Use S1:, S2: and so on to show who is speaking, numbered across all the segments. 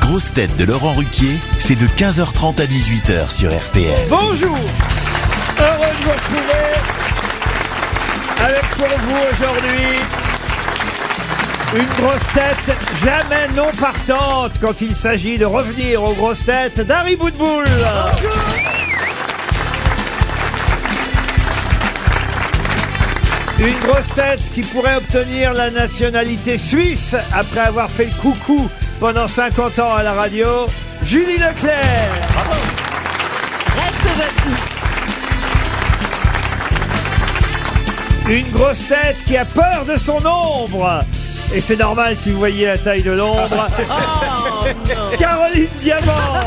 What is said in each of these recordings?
S1: grosses têtes de Laurent Ruquier, c'est de 15h30 à 18h sur RTL.
S2: Bonjour Heureux de vous retrouver avec pour vous aujourd'hui une grosse tête jamais non partante quand il s'agit de revenir aux grosses têtes d'Harry Boudboul. Une grosse tête qui pourrait obtenir la nationalité suisse après avoir fait le coucou pendant 50 ans à la radio, Julie Leclerc. Une grosse tête qui a peur de son ombre. Et c'est normal si vous voyez la taille de l'ombre.
S3: Oh.
S2: Caroline Diamant.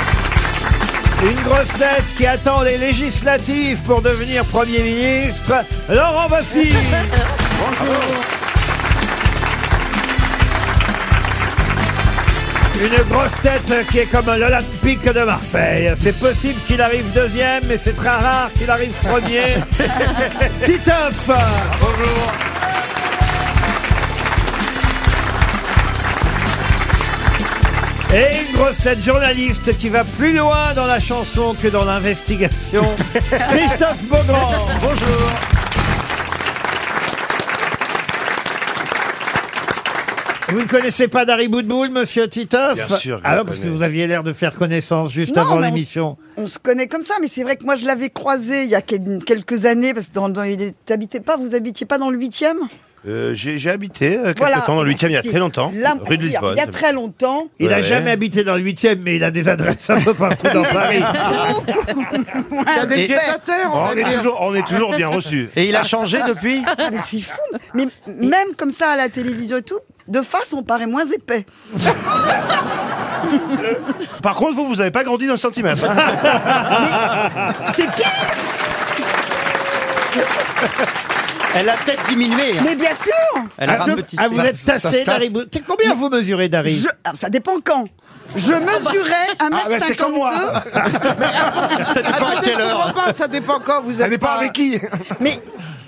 S2: Bonjour. Une grosse tête qui attend les législatives pour devenir Premier ministre, Laurent Baffy. Une grosse tête qui est comme l'Olympique de Marseille. C'est possible qu'il arrive deuxième, mais c'est très rare qu'il arrive premier. Titoff Bonjour Et une grosse tête journaliste qui va plus loin dans la chanson que dans l'investigation, Christophe Beaugrand. Bonjour Vous ne connaissez pas Dari Boudboul, monsieur Titoff
S4: Bien sûr que je
S2: Alors,
S4: le
S2: parce que
S4: connais.
S2: vous aviez l'air de faire connaissance juste
S5: Non,
S2: avant
S5: mais on-
S2: l'émission.
S5: On se connaît comme ça, mais c'est vrai que moi je l'avais croisé il y a quel- quelques années parce que dans, dans, il est- t'habitais pas, vous habitiez pas dans le 8e
S4: Euh, J'ai j'ai habité euh, quelque temps dans le 8 il y a très longtemps,
S5: Là-
S4: rue de
S5: il y a-
S4: Lisbonne.
S5: Il y a très longtemps.
S2: Il n'a
S4: Ouais.
S2: jamais habité dans le 8 mais il a des adresses un peu partout dans Paris.
S5: Ouais,
S4: Oh, on, est toujours, on est toujours bien reçus.
S3: Et il a changé depuis
S5: Ah, mais c'est fou. Mais même comme ça à la télévision et tout, de face on paraît moins épais.
S4: Par contre, vous, vous n'avez pas grandi d'un centimètre.
S5: C'est pire
S3: Elle a peut-être diminué. hein.
S5: Mais bien sûr
S3: Elle a
S2: Ah,
S3: rapetisé.
S2: ah, vous êtes tassé, Dari Boudboul. T'es- Combien vous mesurez, Dari
S5: je, ah, Ça dépend quand. Je mesurais 1m52.
S4: c'est comme moi.
S3: Ça dépend à quelle heure.
S5: ça dépend quand vous
S4: n'est pas avec qui
S5: Mais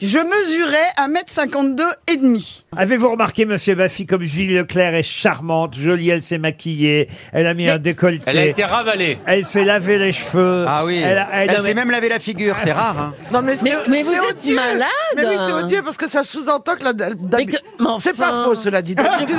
S5: je mesurais 1m52 et demi.
S2: Avez-vous remarqué, monsieur Baffy, comme Gilles Leclerc est charmante, jolie, elle s'est maquillée, elle a mis un décolleté. Elle
S6: ravalée.
S2: s'est lavé les cheveux.
S3: Ah oui.
S2: Elle, a- Ah, elle-
S3: Elle,
S2: non, mais-
S3: s'est même lavé la figure, c'est rare. hein.
S7: Ah, Non, mais,
S8: Mais,
S7: c'est-
S8: mais vous
S7: c'est
S8: êtes
S7: odieux.
S8: malade
S7: Mais oui, c'est odieux parce que ça sous-entend que la. la-
S8: Mais que- mais enfin.
S7: C'est pas faux, cela dit. D'habitude,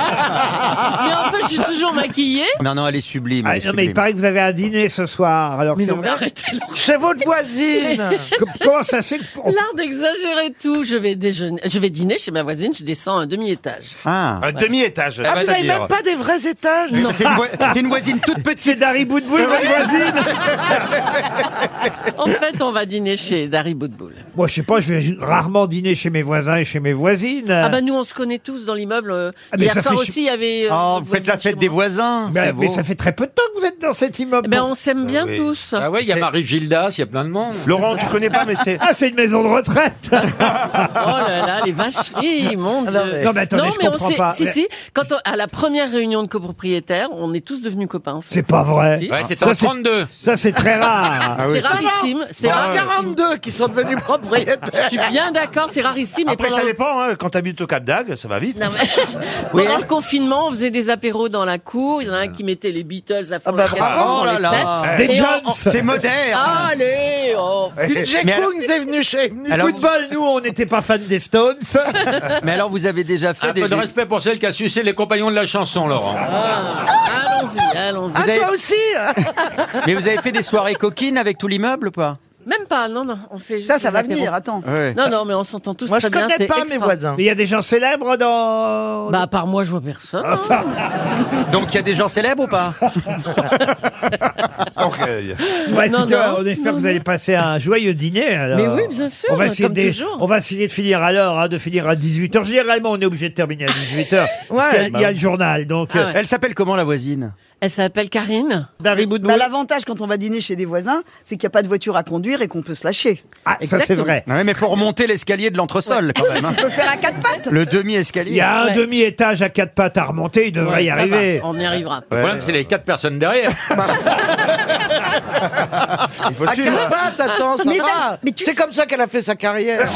S8: Mais en fait, je suis toujours maquillée.
S3: Non, non, elle est sublime.
S2: Ah,
S3: elle est
S2: non, mais il
S3: sublime.
S2: paraît que vous avez un dîner ce soir. Alors, c'est-
S8: Mais arrêtez l'art-
S7: Chez votre voisine.
S2: Com- comment ça se fait que- on-
S8: l'art d'exagérer tout. Je vais déjeuner, je vais dîner chez ma voisine, je descends un demi-étage.
S3: Ah.
S4: Un demi-étage.
S7: Ah, vous n'avez même pas des vrais étages.
S3: C'est une, voi- c'est une voisine toute
S2: C'est
S3: petite. Euh,
S2: Dari Boudboul, votre voisine
S8: En fait, on va dîner chez Dari Boudboul.
S2: Moi, je sais pas, je vais rarement dîner chez mes voisins et chez mes voisines.
S8: Ah bah nous, on se connaît tous dans l'immeuble. euh,
S2: Ah, mais
S8: Hier
S2: ça
S8: soir
S2: fait chi-
S8: aussi, il y avait. euh,
S3: Oh,
S8: une
S3: vous faites la fête
S8: voisine chez
S3: des
S8: moi.
S3: voisins.
S2: Mais-
S3: c'est
S2: mais
S3: beau.
S2: ça fait très peu de temps que vous êtes dans cet immeuble.
S8: Eh ben, on s'aime bien
S4: oui.
S8: tous.
S6: Ah ouais, il y a Marie-Gildas, il y a plein de monde.
S4: Laurent, tu connais pas, mais c'est.
S2: Ah, c'est une maison de retraite
S8: Oh là là, les vacheries, mon dieu.
S2: Ah Non, mais attendez,
S8: non,
S2: je
S8: mais on
S2: comprends
S8: s'est-
S2: pas.
S8: Si,
S2: Mais-
S8: si. Quand on- à la première réunion de copropriétaires, on est tous devenus copains. En fait.
S2: C'est pas vrai.
S8: Si.
S6: Ouais, c'est
S2: Ça,
S6: en
S2: c'est-
S6: 32.
S2: Ça, c'est très rare.
S3: Ah
S8: C'est rarissime. C'est
S7: Il y en a
S8: rarissime.
S7: 42 qui sont devenus propriétaires.
S8: Je suis bien d'accord, c'est rarissime. mais
S4: Après,
S8: pendant
S4: ça
S8: le-
S4: dépend, hein, quand t'habites au Cap d'Agde, ça va vite.
S8: Non, mais- Pendant le confinement, on faisait des apéros dans la cour. Il y en a un qui mettait les Beatles à fond.
S7: Ah bah
S8: la casserole
S7: bravo,
S8: dans
S3: oh là
S8: les
S3: là.
S8: fenêtres.
S2: Des
S8: Et
S2: Jones
S8: on- on-
S3: C'est moderne.
S8: Allez oh.
S7: DJ
S3: Mais alors-
S7: Kungs est venu chez nous.
S3: Alors-
S2: Football, nous, on n'était pas fans des Stones.
S3: Mais alors, vous avez déjà fait
S6: Un
S3: des.
S6: peu de
S3: des-
S6: respect pour celle qui a sucé les compagnons de la chanson, Laurent.
S8: Ah, Allons-y, allons-y.
S7: Ah,
S3: vous avez-
S7: toi aussi
S3: Mais vous avez fait des soirées coquines avec tout l'immeuble ou pas
S8: Même pas, non, non, on fait juste
S5: Ça, ça
S8: des
S5: va
S8: apéros.
S5: venir, attends.
S3: Ouais.
S8: Non, non, mais on s'entend tous
S7: Moi, je
S8: très bien.
S7: connais
S8: c'est
S7: pas mes
S8: extra.
S7: voisins.
S2: Mais il y a des gens célèbres dans...
S8: Bah, à part moi, je vois personne. hein.
S3: Donc, il y a des gens célèbres ou pas
S4: Donc, euh,
S2: Ouais,
S8: Non,
S2: Peter,
S8: non.
S2: on espère que vous allez passer un joyeux dîner. alors.
S8: Mais oui, bien sûr,
S2: On va essayer,
S8: comme
S2: de,
S8: toujours.
S2: on va essayer de finir à l'heure, hein, de finir à 18h. Généralement, on est obligé de terminer à 18h. Parce
S7: Ouais.
S2: qu'il y a- il y a le journal. Donc,
S8: Ah
S2: euh,
S8: ouais.
S3: Bah Elle s'appelle comment la voisine
S8: Elle s'appelle Karine.
S2: Dari Boudboul.
S5: Bah, L'avantage quand on va dîner chez des voisins, c'est qu'il n'y a pas de voiture à conduire et qu'on peut se lâcher.
S2: Ah, ça, c'est
S8: Exactement.
S2: vrai.
S3: Ouais, mais faut remonter l'escalier de l'entresol quand même. hein.
S5: On peut faire à quatre pattes.
S3: Le
S2: Il
S3: demi-escalier.
S2: y a un
S8: Ouais.
S2: demi-étage à quatre pattes à remonter, il devrait
S8: Ouais,
S2: y
S8: ça
S2: arriver.
S8: va, on y arrivera.
S6: Le problème, c'est les quatre personnes derrière.
S4: il faut
S7: À quelle
S4: suivre.
S7: patte, attends, ça
S5: Mais
S7: va.
S5: non, mais tu
S7: C'est
S5: sais-
S7: comme ça qu'elle a fait sa carrière.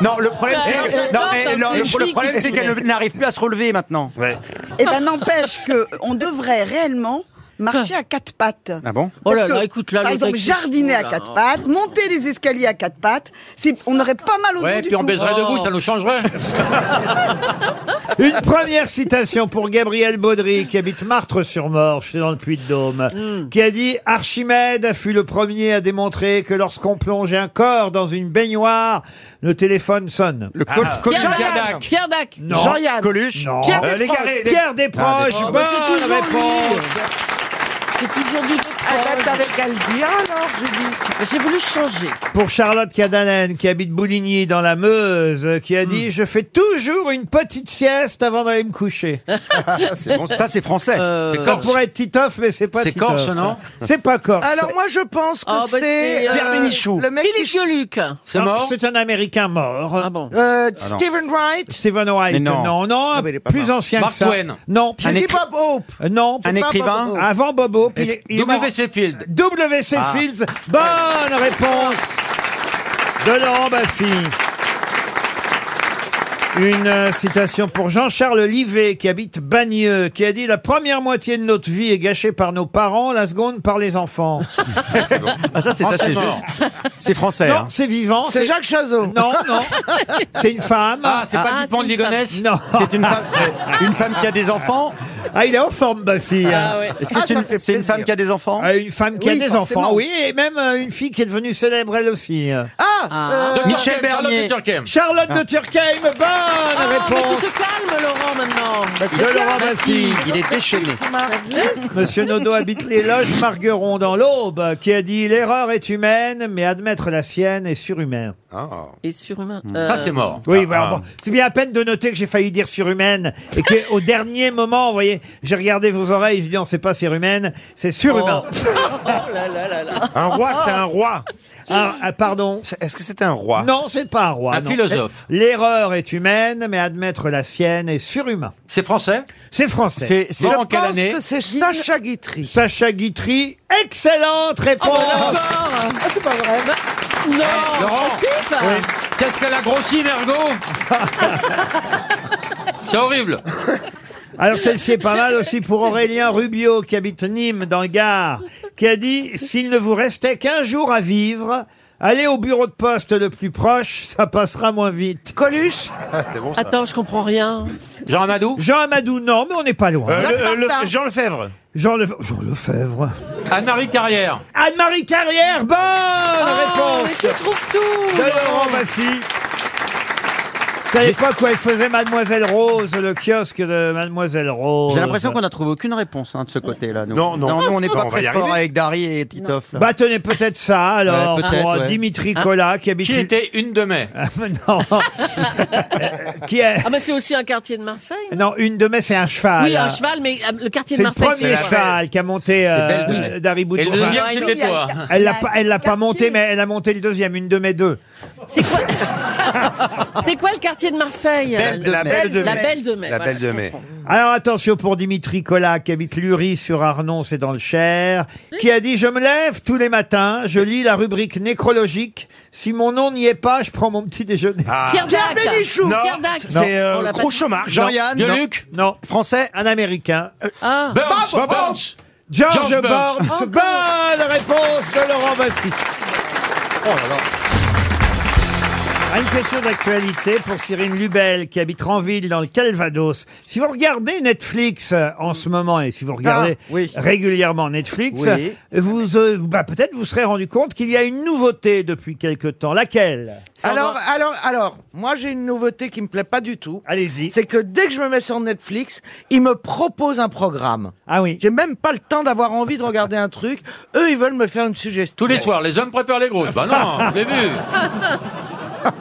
S3: Non, le problème,
S8: Bah,
S3: c'est que-
S8: elle
S3: non,
S8: adore
S3: mais
S8: ta
S3: le- le-
S8: flic
S3: le problème,
S8: qui
S3: c'est qu'elle
S8: soulève.
S3: n'arrive plus à se relever maintenant.
S4: Ouais.
S5: Eh ben n'empêche que on devrait réellement marcher à quatre pattes.
S3: Ah bon
S8: Oh là
S5: Parce que,
S8: là, écoute, là,
S5: par
S8: le
S5: exemple,
S8: mec, c'est
S5: jardiner
S8: fou,
S5: à
S8: là,
S5: quatre
S8: hein.
S5: pattes, monter les escaliers à quatre pattes, c'est, on aurait pas mal au
S6: Ouais,
S5: dos du
S6: puis on
S5: cou.
S6: baiserait debout,
S8: Oh.
S6: ça nous changerait.
S2: Une première citation pour Gabriel Baudry, qui habite Martre-sur-Morche, c'est dans le Puy-de-Dôme,
S8: Hmm.
S2: qui a dit Archimède fut le premier à démontrer que lorsqu'on plongeait un corps dans une baignoire, le téléphone sonne.
S6: Ah.
S3: Le coach
S8: Pierre
S6: Pierre
S8: Dac.
S6: Dac.
S8: Pierre Dac.
S2: Non.
S7: Jean-Yann.
S3: Coluche.
S2: Non.
S7: Ah, Pierre
S2: Euh,
S7: Desproges.
S2: Légaré, les- Pierre Desproges,
S8: Oh, bah, c'est
S2: bonne
S8: toujours lui.
S2: réponse.
S8: C'est toujours du
S7: Arrête avec Aldia, alors, j'ai dit.
S8: Mais J'ai voulu changer.
S2: Pour Charlotte Cadalen, qui habite Bouligny dans la Meuse, qui a dit
S8: Hmm.
S2: Je fais toujours une petite sieste avant d'aller me coucher.
S3: Ça, c'est français.
S8: Euh,
S6: C'est
S2: Ça
S6: Corse.
S2: pourrait être Titoff, mais c'est pas
S6: C'est
S2: Titoff.
S6: Corse, non
S2: C'est pas Corse.
S7: Alors, moi, je pense que
S8: Ah, bah,
S7: c'est.
S8: c'est, euh, Pierre
S3: Bénichou.
S7: Le mec qui
S8: Philippe Gueluc.
S6: C'est
S2: Non,
S6: mort
S2: C'est un Américain mort.
S8: Ah bon.
S7: Euh, Stephen Wright.
S2: Stephen Wright,
S3: Mais
S2: non,
S3: non.
S2: non,
S7: Ah, mais il est pas
S2: plus ancien
S6: Mark
S2: que ça.
S6: Twain.
S2: Non,
S7: J'ai dit
S3: écri-
S7: Bob Hope.
S2: euh, non,
S3: Un
S7: pas
S3: écrivain
S7: Bobo.
S2: avant Bobo. Puis il est- il est mort.
S6: W.C. Field.
S2: W.C.
S3: Ah.
S2: Fields. Bonne réponse de Laurent Baffy. Une euh, citation pour Jean-Charles Livet, qui habite Bagneux, qui a dit « La première moitié de notre vie est gâchée par nos parents, la seconde par les enfants.
S3: Ah, ça, c'est
S6: Ah,
S3: assez
S6: c'est mort.
S3: juste. C'est » français.
S2: Non,
S3: hein.
S2: c'est vivant.
S7: C'est Jacques Chazot.
S2: Non, non. C'est une femme.
S6: Ah, c'est
S8: Ah,
S6: pas Dupont
S8: c'est
S6: de
S8: une femme.
S6: Ligonnès
S2: Non.
S3: C'est une femme, euh, une femme qui a des enfants.
S2: Ah, il est en forme, Baffy.
S8: Ah ouais.
S3: Est-ce que
S7: Ah,
S3: c'est
S7: ça
S3: une,
S7: fait
S3: c'est une
S7: plaisir.
S3: femme qui a des enfants
S2: Euh, Une femme qui
S5: Oui,
S2: a des
S5: forcément.
S2: enfants, oui, et même euh, une fille qui est devenue célèbre elle aussi. euh.
S7: Ah,
S8: Ah.
S7: euh,
S3: Michel Bernier.
S2: Charlotte de Turckheim, bonne
S8: Ah, mais
S2: réponse Bah,
S8: tu te calmes, Laurent, maintenant.
S2: de Laurent Baffi.
S3: Il est déchaîné.
S2: Monsieur Nodo habite les loges Margueron dans l'Aube, qui a dit l'erreur est humaine, mais admettre la sienne est surhumain.
S8: Et surhumain. euh,
S6: Ça, c'est mort.
S2: Hmm. Oui, voilà, bon, c'est bien à peine de noter que j'ai failli dire surhumaine et que au dernier moment, vous voyez, j'ai regardé vos oreilles, je dis on sait pas surhumaine, c'est surhumain.
S8: Oh.
S3: Oh.
S4: Un roi, c'est un roi.
S2: Ah, ah, pardon.
S4: C'est- Est-ce que c'était un roi
S2: Non, c'est pas un roi.
S6: Un
S2: non. Eh,
S6: philosophe.
S2: L'erreur est humaine, mais admettre la sienne est surhumain.
S6: C'est français
S2: C'est français.
S3: C'est c'est-
S6: Mort
S7: je
S6: en quelle
S7: pense
S6: année
S7: que c'est Sacha Guitry.
S2: Sacha Guitry, excellente réponse.
S3: Oh.
S8: Non.
S6: Laurent Qu'est-ce qu'elle a grossi, Mergot C'est horrible.
S2: Alors celle-ci est pas mal aussi pour Aurélien Rubio qui habite Nîmes dans le Gard, qui a dit s'il ne vous restait qu'un jour à vivre, allez au bureau de poste le plus proche, ça passera moins vite.
S7: Coluche.
S8: Attends, je comprends rien.
S6: Jean Amadou
S2: Jean Amadou, non, mais on n'est pas loin.
S4: Euh, le- euh, le-
S7: Martin.
S4: Jean Lefebvre.
S2: Jean, Lef- Jean Lefebvre.
S6: Anne-Marie Carrière.
S2: Anne-Marie Carrière, bonne
S8: Oh, mais
S2: réponse
S8: tu trouves
S2: de
S8: tout.
S2: Laurent Massy. C'est à l'époque où elle faisait Mademoiselle Rose, le kiosque de Mademoiselle Rose.
S3: J'ai l'impression qu'on n'a trouvé aucune réponse hein, de ce côté-là. nous.
S4: Non, non.
S3: nous, on n'est
S4: Non,
S3: pas
S4: on va
S3: très
S4: y
S3: fort
S4: arriver.
S3: avec Dari et Titoff. là.
S2: Bah tenez peut-être ça alors
S3: Ouais, peut-être,
S2: pour euh,
S3: ouais. Hein
S2: Dimitri Collat qui habite
S6: Qui était une de mai
S2: Ah, non qui est
S8: Ah, mais c'est aussi un quartier de Marseille.
S2: non une de mai c'est un cheval.
S8: Oui, un
S2: hein.
S8: cheval, mais euh, le quartier
S2: C'est
S8: de
S2: le
S8: Marseille.
S2: premier cheval qui a monté
S3: belle de
S2: euh,
S3: Mai.
S2: Dari Boudboul.
S6: Et le deuxième,
S8: Ah,
S6: c'était
S5: il y a-
S6: toi.
S2: Elle l'a
S5: il y a
S2: pas, elle l'a pas
S5: quartier.
S2: monté, mais elle a monté le deuxième, une de mes deux.
S8: C'est quoi C'est quoi le quartier de Marseille
S3: Belle de
S4: la
S3: Mai.
S4: belle de
S8: La
S4: mai.
S8: Belle de Mai.
S4: La
S8: voilà.
S4: belle de mai.
S2: Alors attention pour Dimitri Collat qui habite Lurie sur Arnon, c'est dans le Cher, qui a dit je me lève tous les matins, je lis la rubrique nécrologique. Si mon nom n'y est pas, je prends mon petit déjeuner.
S4: Ah.
S8: Pierre Dac.
S7: Bénichou.
S4: Non,
S8: Pierre Dac.
S4: c'est
S8: On
S4: euh,
S8: l'a pas
S4: Cro-Chomard.
S3: Jean-Yann, non.
S6: Gueluc
S2: Non,
S3: français.
S2: un Américain.
S8: Ah.
S6: Burns
S4: Bob
S6: Burns
S2: George,
S6: George
S2: Burns.
S6: Burns.
S2: Bonne réponse de Laurent Baffi. Ah, Une question d'actualité pour Cyrine Lubel qui habite Ranville dans le Calvados. Si vous regardez Netflix euh, en ce moment et si vous regardez
S7: Ah, oui.
S2: régulièrement Netflix,
S7: Oui.
S2: vous euh, bah, peut-être vous serez rendu compte qu'il y a une nouveauté depuis quelque temps. Laquelle
S8: Ça
S7: Alors,
S8: va.
S7: alors, alors, moi, j'ai une nouveauté qui me plaît pas du tout.
S2: Allez-y.
S7: C'est que dès que je me mets sur Netflix, ils me proposent un programme.
S2: Ah oui.
S7: J'ai même pas le temps d'avoir envie de regarder un truc. Eux, ils veulent me faire une suggestion.
S6: Tous les soirs, les hommes préparent les grosses. Bah non, je l'ai vu.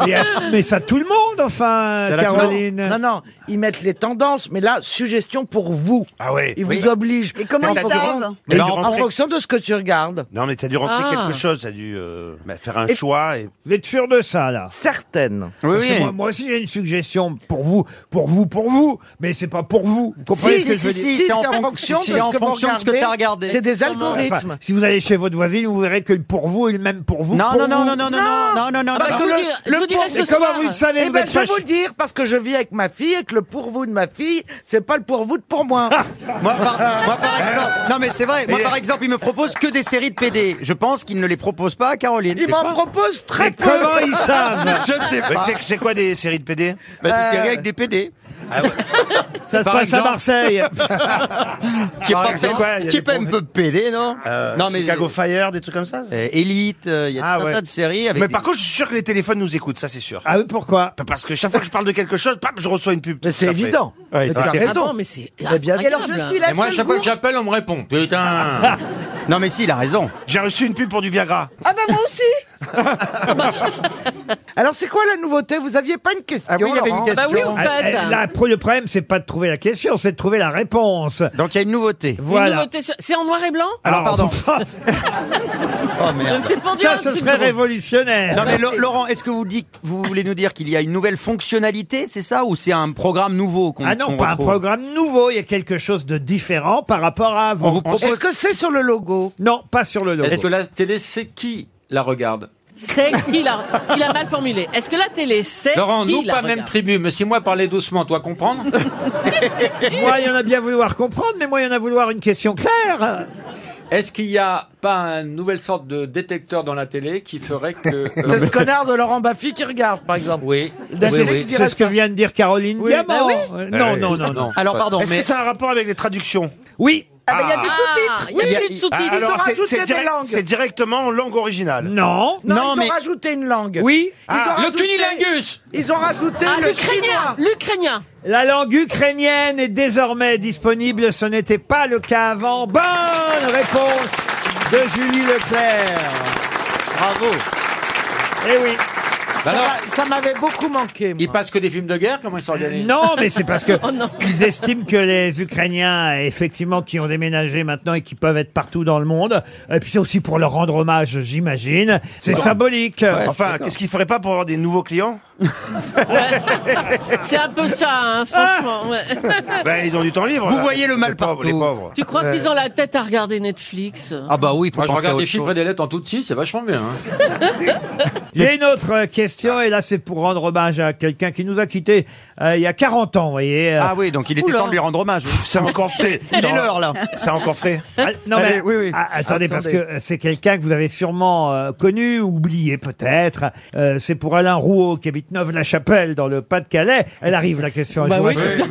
S2: Et, euh, mais ça tout le monde monde, enfin,
S3: la
S2: Caroline.
S7: Non, non, ils mettent les tendances, mais là, suggestion pour vous.
S4: Ah ouais.
S7: Ils vous obligent.
S5: Et comment
S7: En
S5: ils
S7: fonction-
S5: savent
S4: Mais
S7: en
S4: rentrer-
S7: fonction de ce que tu regardes.
S4: Non, mais t'as dû rentrer
S8: Ah.
S4: quelque chose, t'as dû euh, bah, faire un
S5: Et-
S4: choix. Et...
S2: Vous êtes sûr de ça, là
S7: Certaines.
S3: Oui,
S2: Parce que moi, moi aussi, j'ai une suggestion pour vous, pour vous, pour vous, mais c'est pas pour vous. Vous comprenez
S3: Si,
S2: ce que
S3: si,
S2: je veux
S3: si,
S2: dire
S3: si,
S7: c'est
S3: en
S7: en
S3: fon-
S7: fonction de
S3: si,
S7: ce
S3: en
S7: que vous
S3: fonction de ce que t'as
S7: regardez.
S3: regardé.
S7: C'est des
S2: Enfin,
S7: algorithmes.
S2: si vous allez chez votre voisine, vous verrez que le pour vous est le même pour vous.
S3: Non,
S2: pour
S3: non, non,
S2: vous. Ah
S3: non, non, non, non, non, non, non,
S7: bah,
S3: non.
S8: je,
S7: que
S8: vous
S7: le-
S8: dirai- je
S7: le
S8: vous dirai
S7: pour-
S8: ce
S2: Mais comment
S8: soir.
S2: vous le savez
S7: Eh
S2: Vous
S7: ben,
S2: êtes
S7: je vais
S2: pas
S7: vous le
S2: ch-
S7: dire parce que je vis avec ma fille et que le pour vous de ma fille, c'est pas le pour vous de pour moi.
S3: Ah. Moi, par, moi, par exemple, non mais c'est vrai. Moi par exemple, il me propose que des séries de PD. Je pense qu'il ne les propose pas à Caroline.
S7: Il m'en propose très
S2: Mais
S7: peu.
S2: comment ils savent
S3: Je sais
S4: Mais
S3: pas.
S4: c'est- C'est quoi des séries de PD
S3: Bah, des
S7: Euh,
S3: séries avec des PD.
S2: Ça se
S6: Par
S2: passe
S6: exemple.
S2: à Marseille.
S3: Qui est
S6: par
S3: pas,
S6: exemple,
S4: quoi, il y a
S3: qui
S4: des
S3: est pas un
S4: bons-
S3: peu PD, non
S4: Euh,
S3: Non mais
S4: Chicago Fire, des trucs comme ça
S3: Euh, Elite, euh, il y a
S4: Ah
S3: tout un
S4: ouais.
S3: tas de séries avec.
S4: Mais
S3: des-
S4: par contre, je suis sûr que les téléphones nous écoutent, ça c'est sûr. Bah,
S2: Ah oui, pourquoi
S4: Parce que chaque fois que je parle de quelque chose, pap, je reçois une pub.
S7: Mais c'est
S4: tout à fait.
S7: évident.
S3: Ouais,
S7: Mais
S3: c'est
S7: t'as
S3: vrai.
S8: Ah bon,
S7: raison.
S8: mais c'est
S7: Mais bien-
S8: incroyable.
S5: Et alors, je suis la
S6: Et moi,
S5: seule
S6: chaque fois que
S5: gourde.
S6: j'appelle, on me répond. Putain
S3: Non mais si, il a raison.
S4: J'ai reçu une pub pour du Viagra.
S5: Ah bah moi aussi
S7: Alors c'est quoi la nouveauté Vous aviez pas une question
S3: Ah oui, il y avait une
S7: Laurent
S3: question.
S8: Bah oui, ou
S2: Ah,
S8: pas
S2: eh, là, pro- Le problème, c'est pas de trouver la question, c'est de trouver la réponse.
S3: Donc il y a une nouveauté.
S8: Une
S2: Voilà.
S8: nouveauté sur- C'est en noir et blanc
S3: Ah, pardon. Oh merde.
S8: C'est pendu à
S2: ça,
S8: un
S2: ce
S8: truc
S2: serait
S8: drôle.
S2: révolutionnaire.
S3: Non mais Lo- Laurent, est-ce que vous dites, vous voulez nous dire qu'il y a une nouvelle fonctionnalité, c'est ça, ou c'est un programme nouveau qu'on
S2: Ah non,
S3: qu'on
S2: pas un
S3: retrouve
S2: programme nouveau, il y a quelque chose de différent par rapport à
S3: On
S2: avant.
S3: vous propose
S7: Est-ce que c'est sur le logo
S2: Non, pas sur le logo.
S6: Est-ce que la télé, c'est qui la regarde
S8: C'est qu'il a, il a mal formulé. Est-ce que la télé sait
S6: Laurent,
S8: qui
S6: nous,
S8: la
S6: pas même
S8: regarde
S6: tribu, mais si moi parler doucement, toi comprendre
S2: Moi, il y en a bien vouloir comprendre, mais moi, il y en a vouloir une question claire.
S6: Est-ce qu'il n'y a pas une nouvelle sorte de détecteur dans la télé qui ferait que. euh,
S7: C'est ce connard de Laurent Baffy qui regarde, par exemple.
S6: oui.
S2: Là,
S6: Oui,
S2: c'est
S6: oui.
S2: ce- c'est ce que vient de dire Caroline
S7: Oui,
S2: Diamant.
S8: bah oui.
S2: Euh, non, non, non, non.
S6: Non.
S3: Alors pardon,
S4: Est-ce
S3: mais
S4: que ça a un rapport avec les traductions
S2: Oui,
S5: Ah bah il y a des
S8: Ah,
S5: sous-titres
S8: il y
S3: Il y
S8: a
S3: a-
S8: plus de sous-titres.
S7: Ah, alors- ont
S4: c'est-
S7: rajouté
S4: c'est
S7: des
S4: direct-
S7: langues.
S4: c'est directement en langue originale.
S2: non,
S7: Non,
S3: Non,
S7: ils
S3: mais-
S7: ont rajouté une langue.
S2: oui.
S7: Ils
S4: Ah.
S3: Ah,
S7: ont
S6: Le
S7: rajouté-
S6: cunilingus
S7: Ils ont rajouté
S8: Ah,
S7: le
S8: l'ukrainien
S7: chinois.
S8: L'ukrainien
S2: La langue ukrainienne est désormais disponible. Ce n'était pas le cas avant. Bonne réponse de Julie Leclerc.
S3: bravo.
S2: Eh oui.
S6: Bah
S7: Ça
S6: alors,
S7: m'a- Ça m'avait beaucoup manqué. moi.
S6: ils passent que des films de guerre, comment ils s'organisent
S2: Non, mais c'est parce que
S8: Oh non.
S2: ils estiment que les Ukrainiens, effectivement, qui ont déménagé maintenant et qui peuvent être partout dans le monde, et puis c'est aussi pour leur rendre hommage, j'imagine. C'est symbolique.
S4: Enfin, qu'est-ce qu'il ferait pas pour avoir des nouveaux clients
S8: C'est un peu ça, hein, franchement. ouais.
S4: Ben, ils ont du temps libre.
S3: Ah, Vous
S4: là.
S3: voyez le mal
S4: les pauvres,
S3: partout.
S4: Les pauvres.
S8: Tu crois qu'ils ont la tête à regarder Netflix euh
S3: Ah bah oui, faut
S6: Moi, je
S3: penser à
S6: regarde
S3: autre
S6: des chiffres
S3: chose.
S6: et des lettres en tout six, c'est vachement bien. hein.
S2: Il y a une autre euh, question, et là c'est pour rendre hommage à quelqu'un qui nous a quittés euh, il y a 40 ans, vous voyez. euh.
S3: Ah oui, donc il était
S8: Oula.
S3: temps de lui rendre hommage.
S4: C'est encore frais.
S3: Il est l'heure là.
S4: C'est encore frais.
S2: Ah, non,
S3: Allez, oui, oui.
S2: ah, attendez,
S3: Attendez.
S2: parce que euh, c'est quelqu'un que vous avez sûrement euh, connu, oublié peut-être. Euh, c'est pour Alain Rouault qui habite Neuve-la-Chapelle dans le Pas-de-Calais. Elle arrive la question.
S4: Bah
S2: je, vous rassure.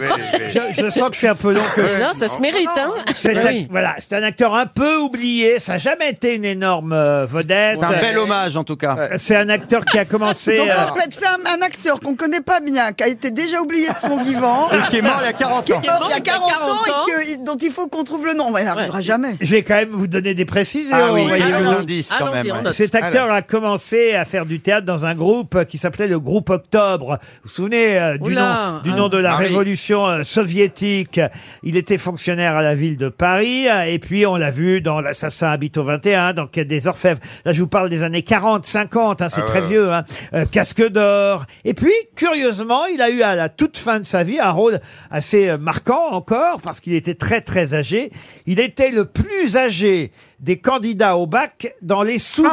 S2: Je- je sens que je suis un peu long. que-
S3: euh,
S8: Non, ça se mérite, hein
S2: C'est
S8: Ah
S2: un,
S8: oui.
S2: voilà, c'est un acteur un peu oublié. Ça n'a jamais été une énorme euh, vedette. Euh,
S3: C'est un bel hommage en tout cas.
S2: C'est un acteur qui a commencé.
S5: Donc
S2: euh,
S5: en fait c'est un, un acteur qu'on connaît pas bien, qui a été déjà oublié de son vivant,
S3: Et qui est mort il y a 40 ans.
S5: qui est mort il y a
S8: Qui est mort
S5: 40 ans
S8: ans.
S5: et que- dont il faut qu'on trouve le nom. Mais il n'arrivera jamais.
S2: je vais quand même vous donner des précisions.
S3: Ah oui,
S2: vous
S3: il y
S2: voyez.
S3: a des
S8: Allons-y,
S3: indices quand même.
S8: allons-y, on
S3: ouais.
S8: note.
S2: Cet acteur a commencé à faire du théâtre dans un groupe qui s'appelait le Groupe Octobre. Vous vous souvenez euh, du,
S8: Oula,
S2: nom, du
S8: ah,
S2: nom de la
S6: ah oui.
S2: révolution euh, soviétique Il était fonctionnaire à la ville de Paris euh, et puis on l'a vu dans L'Assassin habite au 21, dans Quai des Orfèvres. Là, je vous parle des années 40, 50, hein, c'est très vieux. hein. Euh, Casque d'or. Et puis, curieusement, il a eu à la toute fin de sa vie un rôle assez euh, marquant encore parce qu'il était très très âgé. Il était le plus âgé des candidats au bac dans les sous-doués.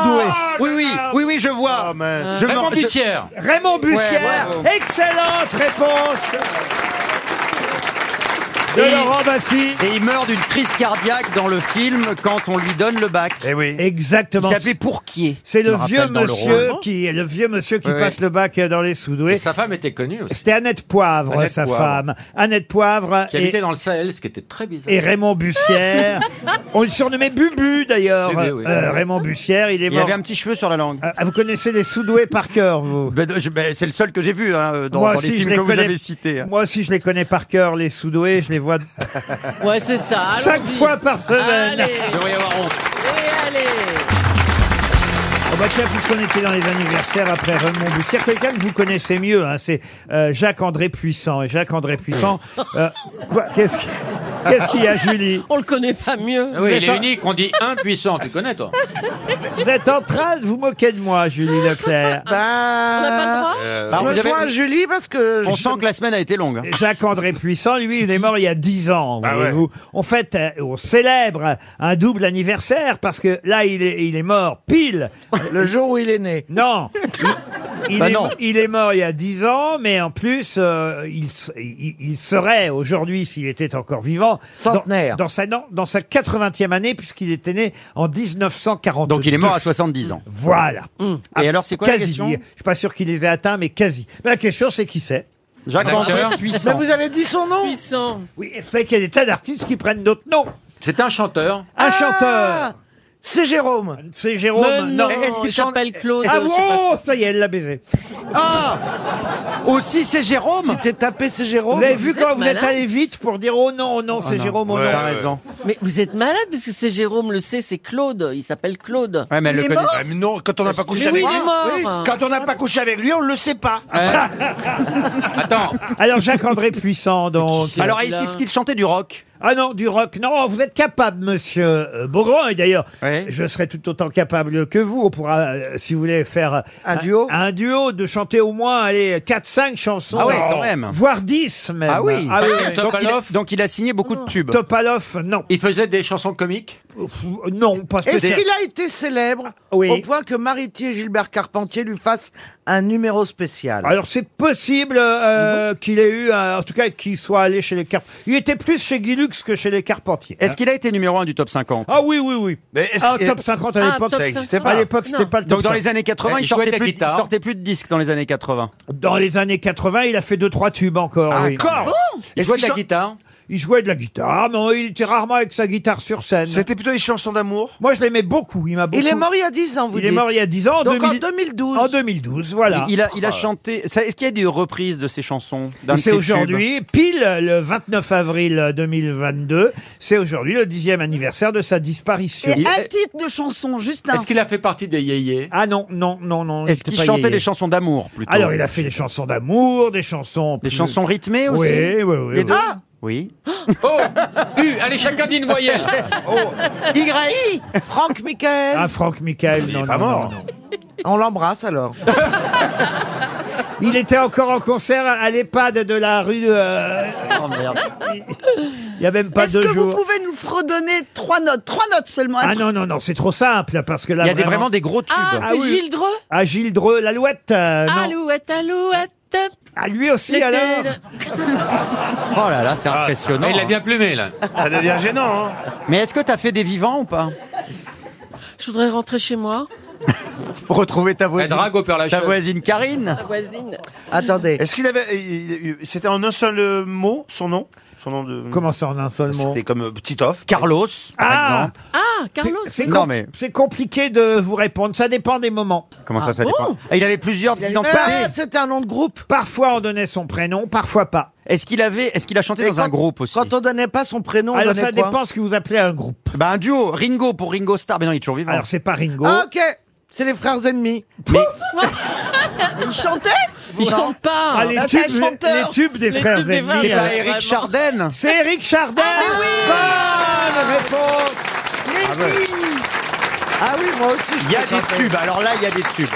S3: Oui, oui, oui, oui, je vois.
S4: Oh, man.
S3: Je
S6: Ah. Raymond
S3: me- je-
S6: Bussière
S2: Raymond Bussière,
S3: bravo.
S2: excellente réponse de
S3: Et-
S2: Laurent Baffy.
S3: Et il meurt d'une crise cardiaque dans le film quand on lui donne le bac.
S4: Eh oui.
S3: Il
S2: Exactement.
S3: s'appelait Pourquier.
S2: C'est
S3: Je
S2: le
S3: me rappelle
S2: vieux
S3: dans le
S2: monsieur
S3: roman.
S2: qui le vieux monsieur qui
S3: Oui, oui.
S2: passe le bac dans les
S6: Et
S2: soudoués.
S6: sa femme était connue aussi.
S2: C'était Annette Poivre,
S6: Annette
S2: sa
S6: Poivre.
S2: femme. Annette Poivre
S6: Qui habitait
S2: et,
S6: dans le Sahel, ce qui était très bizarre.
S2: et Raymond Bussière. on le surnommait Bubu d'ailleurs.
S6: Bubu, oui.
S2: Euh, Raymond Bussière, il est
S3: Il
S2: mort.
S3: avait un petit cheveu sur la langue.
S2: Ah, vous connaissez les soudoués par cœur, vous
S3: Ben, je- ben, c'est le seul que j'ai vu hein, euh, dans, dans les films
S2: les
S3: que vous
S2: connais-
S3: avez cités. hein.
S2: Moi aussi, je les connais par cœur, les soudoués. Je les vois
S8: Ouais, c'est ça. allons-y.
S2: cinq fois par semaine.
S8: Allez,
S6: Il devrait y avoir honte.
S8: et allez.
S2: Ah bah, Bah tiens, puisqu'on était dans les anniversaires après Raymond Bussière, quelqu'un que vous connaissez mieux, hein, c'est euh, Jacques-André Puissant. Et Jacques-André Puissant, euh, quoi, qu'est-ce qui- qu'est-ce qu'il y a, Julie
S8: On le connaît pas mieux.
S6: Ah Oui,
S2: Vous
S6: il
S2: êtes
S6: est
S2: un-
S6: unique, on dit impuissant, tu connais toi
S2: Vous êtes en train de vous moquer de moi, Julie Leclerc.
S8: On n'a pas le droit
S3: Bah,
S7: Je
S3: Ben, vous avez-
S7: rejoins Euh, Julie parce que...
S3: On
S7: je-
S3: sent que la semaine a été longue. hein.
S2: Jacques-André Puissant, lui, il est mort il y a 10 ans,
S4: Ah
S2: voyez-vous. On fête, euh, on célèbre un double anniversaire parce que là, il est, il est mort pile.
S7: Le jour où il est né.
S2: Non il,
S3: Bah
S2: est,
S3: non.
S2: il est mort il y a 10 ans, mais en plus, euh, il, s- il- il serait aujourd'hui, s'il était encore vivant,
S7: Centenaire.
S2: Dans, dans sa, non, dans sa 80e année, puisqu'il était né en 1940.
S3: Donc il est mort à 70 ans.
S2: Voilà.
S7: Mmh.
S2: Ah,
S3: Et alors, c'est quoi la
S2: Quasi.
S3: question
S2: Je suis pas sûr qu'il les ait atteints, mais quasi. Mais la question, c'est qui c'est
S3: Jacques-André
S6: Acteur.
S7: Mais
S3: Puissant.
S7: vous avez dit son nom
S8: puissant.
S2: Oui, vous savez qu'il y a des tas d'artistes qui prennent d'autres noms.
S6: C'est un chanteur.
S2: Un
S7: Ah,
S2: chanteur,
S7: C'est Jérôme.
S2: c'est Jérôme.
S8: Mais non,
S3: Mais est-ce qu'il
S8: il
S3: chante-
S8: s'appelle Claude.
S2: Ah
S8: je
S2: vous,
S8: sais pas.
S2: oh, ça y est, elle l'a baisé.
S3: Ah! Aussi, c'est Jérôme.
S7: Tu t'es tapé, c'est Jérôme.
S2: vous avez vu
S8: vous
S2: quand
S8: êtes
S2: vous êtes
S8: malade.
S2: allé vite pour dire oh non, oh non,
S6: Ah
S2: c'est Jérôme, oh
S4: Ouais.
S2: non.
S3: T'as raison.
S8: Mais vous êtes malade parce que c'est Jérôme le sait, c'est Claude. Il s'appelle Claude.
S3: Ouais, mais elle
S5: Il
S3: le
S5: est
S3: connaît.
S5: mort
S4: Ah, mais non, quand on n'a pas couché
S8: Mais oui,
S4: avec
S8: il est mort.
S9: Quand on n'a pas couché avec lui, on le sait pas.
S6: Attends,
S2: Euh. Alors Jacques-André Puissant, donc.
S8: Qui-
S3: Alors,
S8: Là.
S3: est-ce qu'il chantait du rock
S2: Ah non, du rock, non, vous êtes capable, monsieur euh, Beaugrand, et d'ailleurs,
S3: Oui.
S2: je serai tout autant capable que vous, on pourra, euh, si vous voulez, faire euh,
S5: Un duo
S2: un duo, de chanter au moins, allez, 4-5 chansons,
S3: Ah ouais, quand même.
S2: voire 10 même.
S3: Ah oui.
S2: ah oui.
S6: Top
S3: Donc il, a,
S6: Alof.
S3: donc, il a signé
S2: Ah
S3: beaucoup de tubes.
S2: Topalov, non.
S6: il faisait des chansons comiques
S2: Ouf, Non, parce que
S7: Est-ce
S2: c'est...
S7: qu'il a été célèbre
S2: Oui.
S7: au point que Maritier et Gilbert Carpentier lui fassent un numéro spécial
S3: Ah,
S2: Alors c'est possible euh, qu'il ait eu, un- en tout cas qu'il soit allé chez les Carpentiers. Il était plus chez Guilux que chez les Carpentiers.
S3: Est-ce qu'il a été numéro 1 du top 50
S2: Ah oui, oui, oui.
S4: Mais est-ce
S2: Ah,
S4: que-
S2: top 50
S8: Ah,
S2: à l'époque.
S8: top
S4: ça existait
S8: 50.
S2: à l'époque, c'était
S8: Non.
S2: pas le top
S3: Donc dans
S2: 50.
S3: les années 80, il
S6: Eh, Il jouait
S3: sortait,
S6: de la
S3: plus de, il
S6: guitare.
S3: sortait plus de disques dans les années 80.
S2: Dans les années 80, il a fait deux trois tubes encore. oui.
S7: Ah
S4: Encore
S6: Ah, Il
S3: Est-ce
S6: jouait de
S3: qu'il chan-
S6: la guitare
S2: Il jouait de la guitare, mais il était rarement avec sa guitare sur scène.
S4: C'était plutôt des chansons d'amour
S2: Moi, je l'aimais beaucoup. Il m'a beaucoup.
S7: Il est mort il y a 10 ans, vous
S2: Il est
S7: dites.
S2: mort il y a 10 ans. En,
S7: Donc
S2: 2000
S7: en 2012.
S2: en 2012, voilà.
S3: Il a, il a chanté. ça- Est-ce qu'il y a des reprises de ses chansons d'un de
S2: C'est
S3: ses tubes
S2: aujourd'hui, pile le 29 avril euh, 2022, c'est aujourd'hui le dixième anniversaire de sa disparition.
S5: Et
S6: Il-
S5: un titre de chanson, juste un.
S6: Est-ce qu'il a fait partie des yéyés
S2: Ah non, non, non, non.
S3: Est-ce
S2: il
S3: qu'il
S2: était pas
S3: chantait
S2: yéyé.
S3: des chansons d'amour plutôt
S2: Alors, il a fait des chansons d'amour, des chansons.
S3: Des
S2: plus-
S3: chansons rythmées
S2: Oui, oui,
S3: aussi
S2: oui. oui.
S3: Ah Oui.
S6: Oh U Allez, chacun dit une voyelle
S3: Oh. Y
S7: Franck Michael.
S2: Ah, Franck Michael, non,
S4: est pas
S2: non, non,
S4: mort.
S2: non.
S7: On l'embrasse alors.
S2: Il était encore en concert à l'EHPAD de la rue. euh,
S3: Oh, merde.
S2: Il y a même pas
S5: Est-ce
S2: deux
S5: que
S2: jours.
S5: vous pouvez nous fredonner trois notes Trois notes seulement. un
S2: Ah
S5: truc.
S2: non, non, non, c'est trop simple, là, parce que là.
S3: Il y a des, vraiment des gros tubes.
S8: Ah,
S2: Ah
S8: c'est
S2: oui.
S8: Gilles Dreux
S2: Ah, Gilles Dreux, l'alouette. euh,
S5: Ah,
S2: non.
S8: Alouette, alouette.
S2: Ah, lui aussi,
S8: C'était
S2: alors.
S8: le-
S3: Oh là là, c'est impressionnant.
S6: Ah, Il l'a
S3: hein.
S6: bien plumé là
S4: Ça devient gênant, hein
S3: Mais est-ce que t'as fait des vivants ou pas
S8: Je voudrais rentrer chez moi.
S3: Pour retrouver ta
S6: Elle
S3: voisine.
S6: drague au père
S3: Ta
S6: Lachaise
S3: voisine Karine
S8: La voisine.
S7: Attendez.
S4: Est-ce qu'il avait. il- il- C'était en un seul euh, mot, son nom Son nom de.
S2: Comment ça en un seul mot
S4: C'était comme euh, Titoff.
S3: Carlos, par
S2: Ah,
S3: exemple.
S8: Ah, Carlos.
S2: c'est
S3: Non,
S2: com-
S3: mais-
S2: c'est compliqué de vous répondre. Ça dépend des moments.
S3: Comment ça, ça
S8: bon
S3: dépend Ah, Il avait plusieurs
S7: Ah,
S3: identités.
S7: C'était un nom de groupe.
S2: Parfois, on donnait son prénom, parfois pas.
S3: Est-ce qu'il avait, est-ce qu'il a chanté
S7: Et
S3: dans un
S7: quand-
S3: groupe aussi
S7: Quand on donnait pas son prénom, on
S2: Alors,
S7: donnait
S2: ça
S7: quoi
S2: dépend ce que vous appelez un groupe.
S3: Bah un duo, Ringo pour Ringo Starr, mais non il est toujours vivant.
S2: Alors, c'est pas Ringo.
S7: Ah ok, c'est les frères ennemis.
S5: Il chantait
S8: Ils chantent pas.
S2: Ah, les,
S5: Ah, c'est un
S2: tubes, les
S5: chanteur.
S2: tubes des
S8: Les
S2: frères
S8: tubes des
S2: ennemis.
S8: frères
S3: c'est
S8: euh,
S3: pas Eric
S8: vraiment. Ah,
S3: Chardin
S2: C'est Eric Chardin. Bonne réponse.
S5: Mais oui
S7: Ah oui, moi aussi. je
S3: Il y a
S7: peux
S3: des
S7: chanter.
S3: tubes. Alors là il y a des tubes.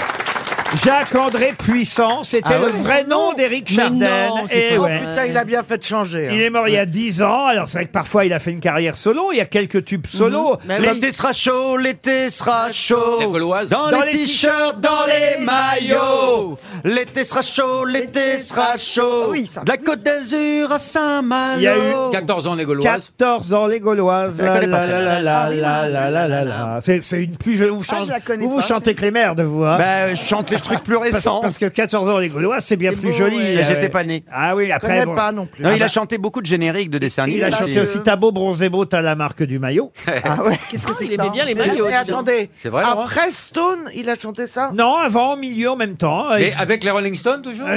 S2: Jacques-André Puissant, c'était
S3: Ah
S2: le
S3: ouais
S2: vrai nom d'Éric
S8: Mais
S2: Chardin.
S8: non, c'est
S2: Et
S8: pas
S7: Oh
S2: ouais.
S8: vrai.
S7: putain, il a bien fait de changer. hein.
S2: Il est mort il y a 10 ans. Alors, c'est vrai que parfois, il a fait une carrière solo. Il y a quelques tubes solo.
S8: Mais oui.
S3: L'été sera chaud, Oh, l'été sera chaud.
S6: La Gauloise.
S3: Dans,
S2: Dans
S3: les
S2: les
S3: t-shirts, dans les maillots. L'été sera chaud, l'été sera chaud. Ah
S5: Oui, ça.
S3: De la Côte d'Azur à Saint-Malo.
S2: Il y a eu
S6: 14 ans les Gauloises
S2: 14 ans, les Gauloises.
S3: Je la
S2: La,
S3: connais
S2: la,
S3: pas, Ah
S2: la, la, la, la, la, la, la, la. C'est c'est une plus. je vous
S5: Ah,
S2: chante-
S5: je la connais
S2: vous vous
S5: pas.
S2: chantez que les merdes, vous. hein.
S3: Bah, je chante les des trucs plus
S2: Parce,
S3: récents.
S2: parce que 14 ans, les Gaulois, c'est bien
S8: C'est
S2: plus
S8: beau,
S2: joli.
S8: ouais.
S3: Mais
S2: Ah
S3: j'étais
S2: ouais.
S3: pas né.
S2: Ah oui,
S7: Je
S2: après.
S7: connais
S2: bon.
S7: pas non plus.
S3: Non,
S7: Ah
S3: il a
S7: bah,
S3: chanté beaucoup de génériques de dessins animés.
S2: Il a chanté aussi T'as beau bronzé beau, t'as la marque du maillot.
S5: Ah ouais, qu'est-ce
S8: Ah,
S5: que c'est
S8: il
S5: que
S8: aimait
S5: ça
S8: bien les
S7: mais
S8: maillots. hein. dis donc.
S7: attendez,
S6: C'est vrai, Laurent
S7: après Stone, il a chanté ça
S2: Non, avant, au milieu, en même temps.
S6: Mais
S2: Et-
S6: avec les Rolling Stones, toujours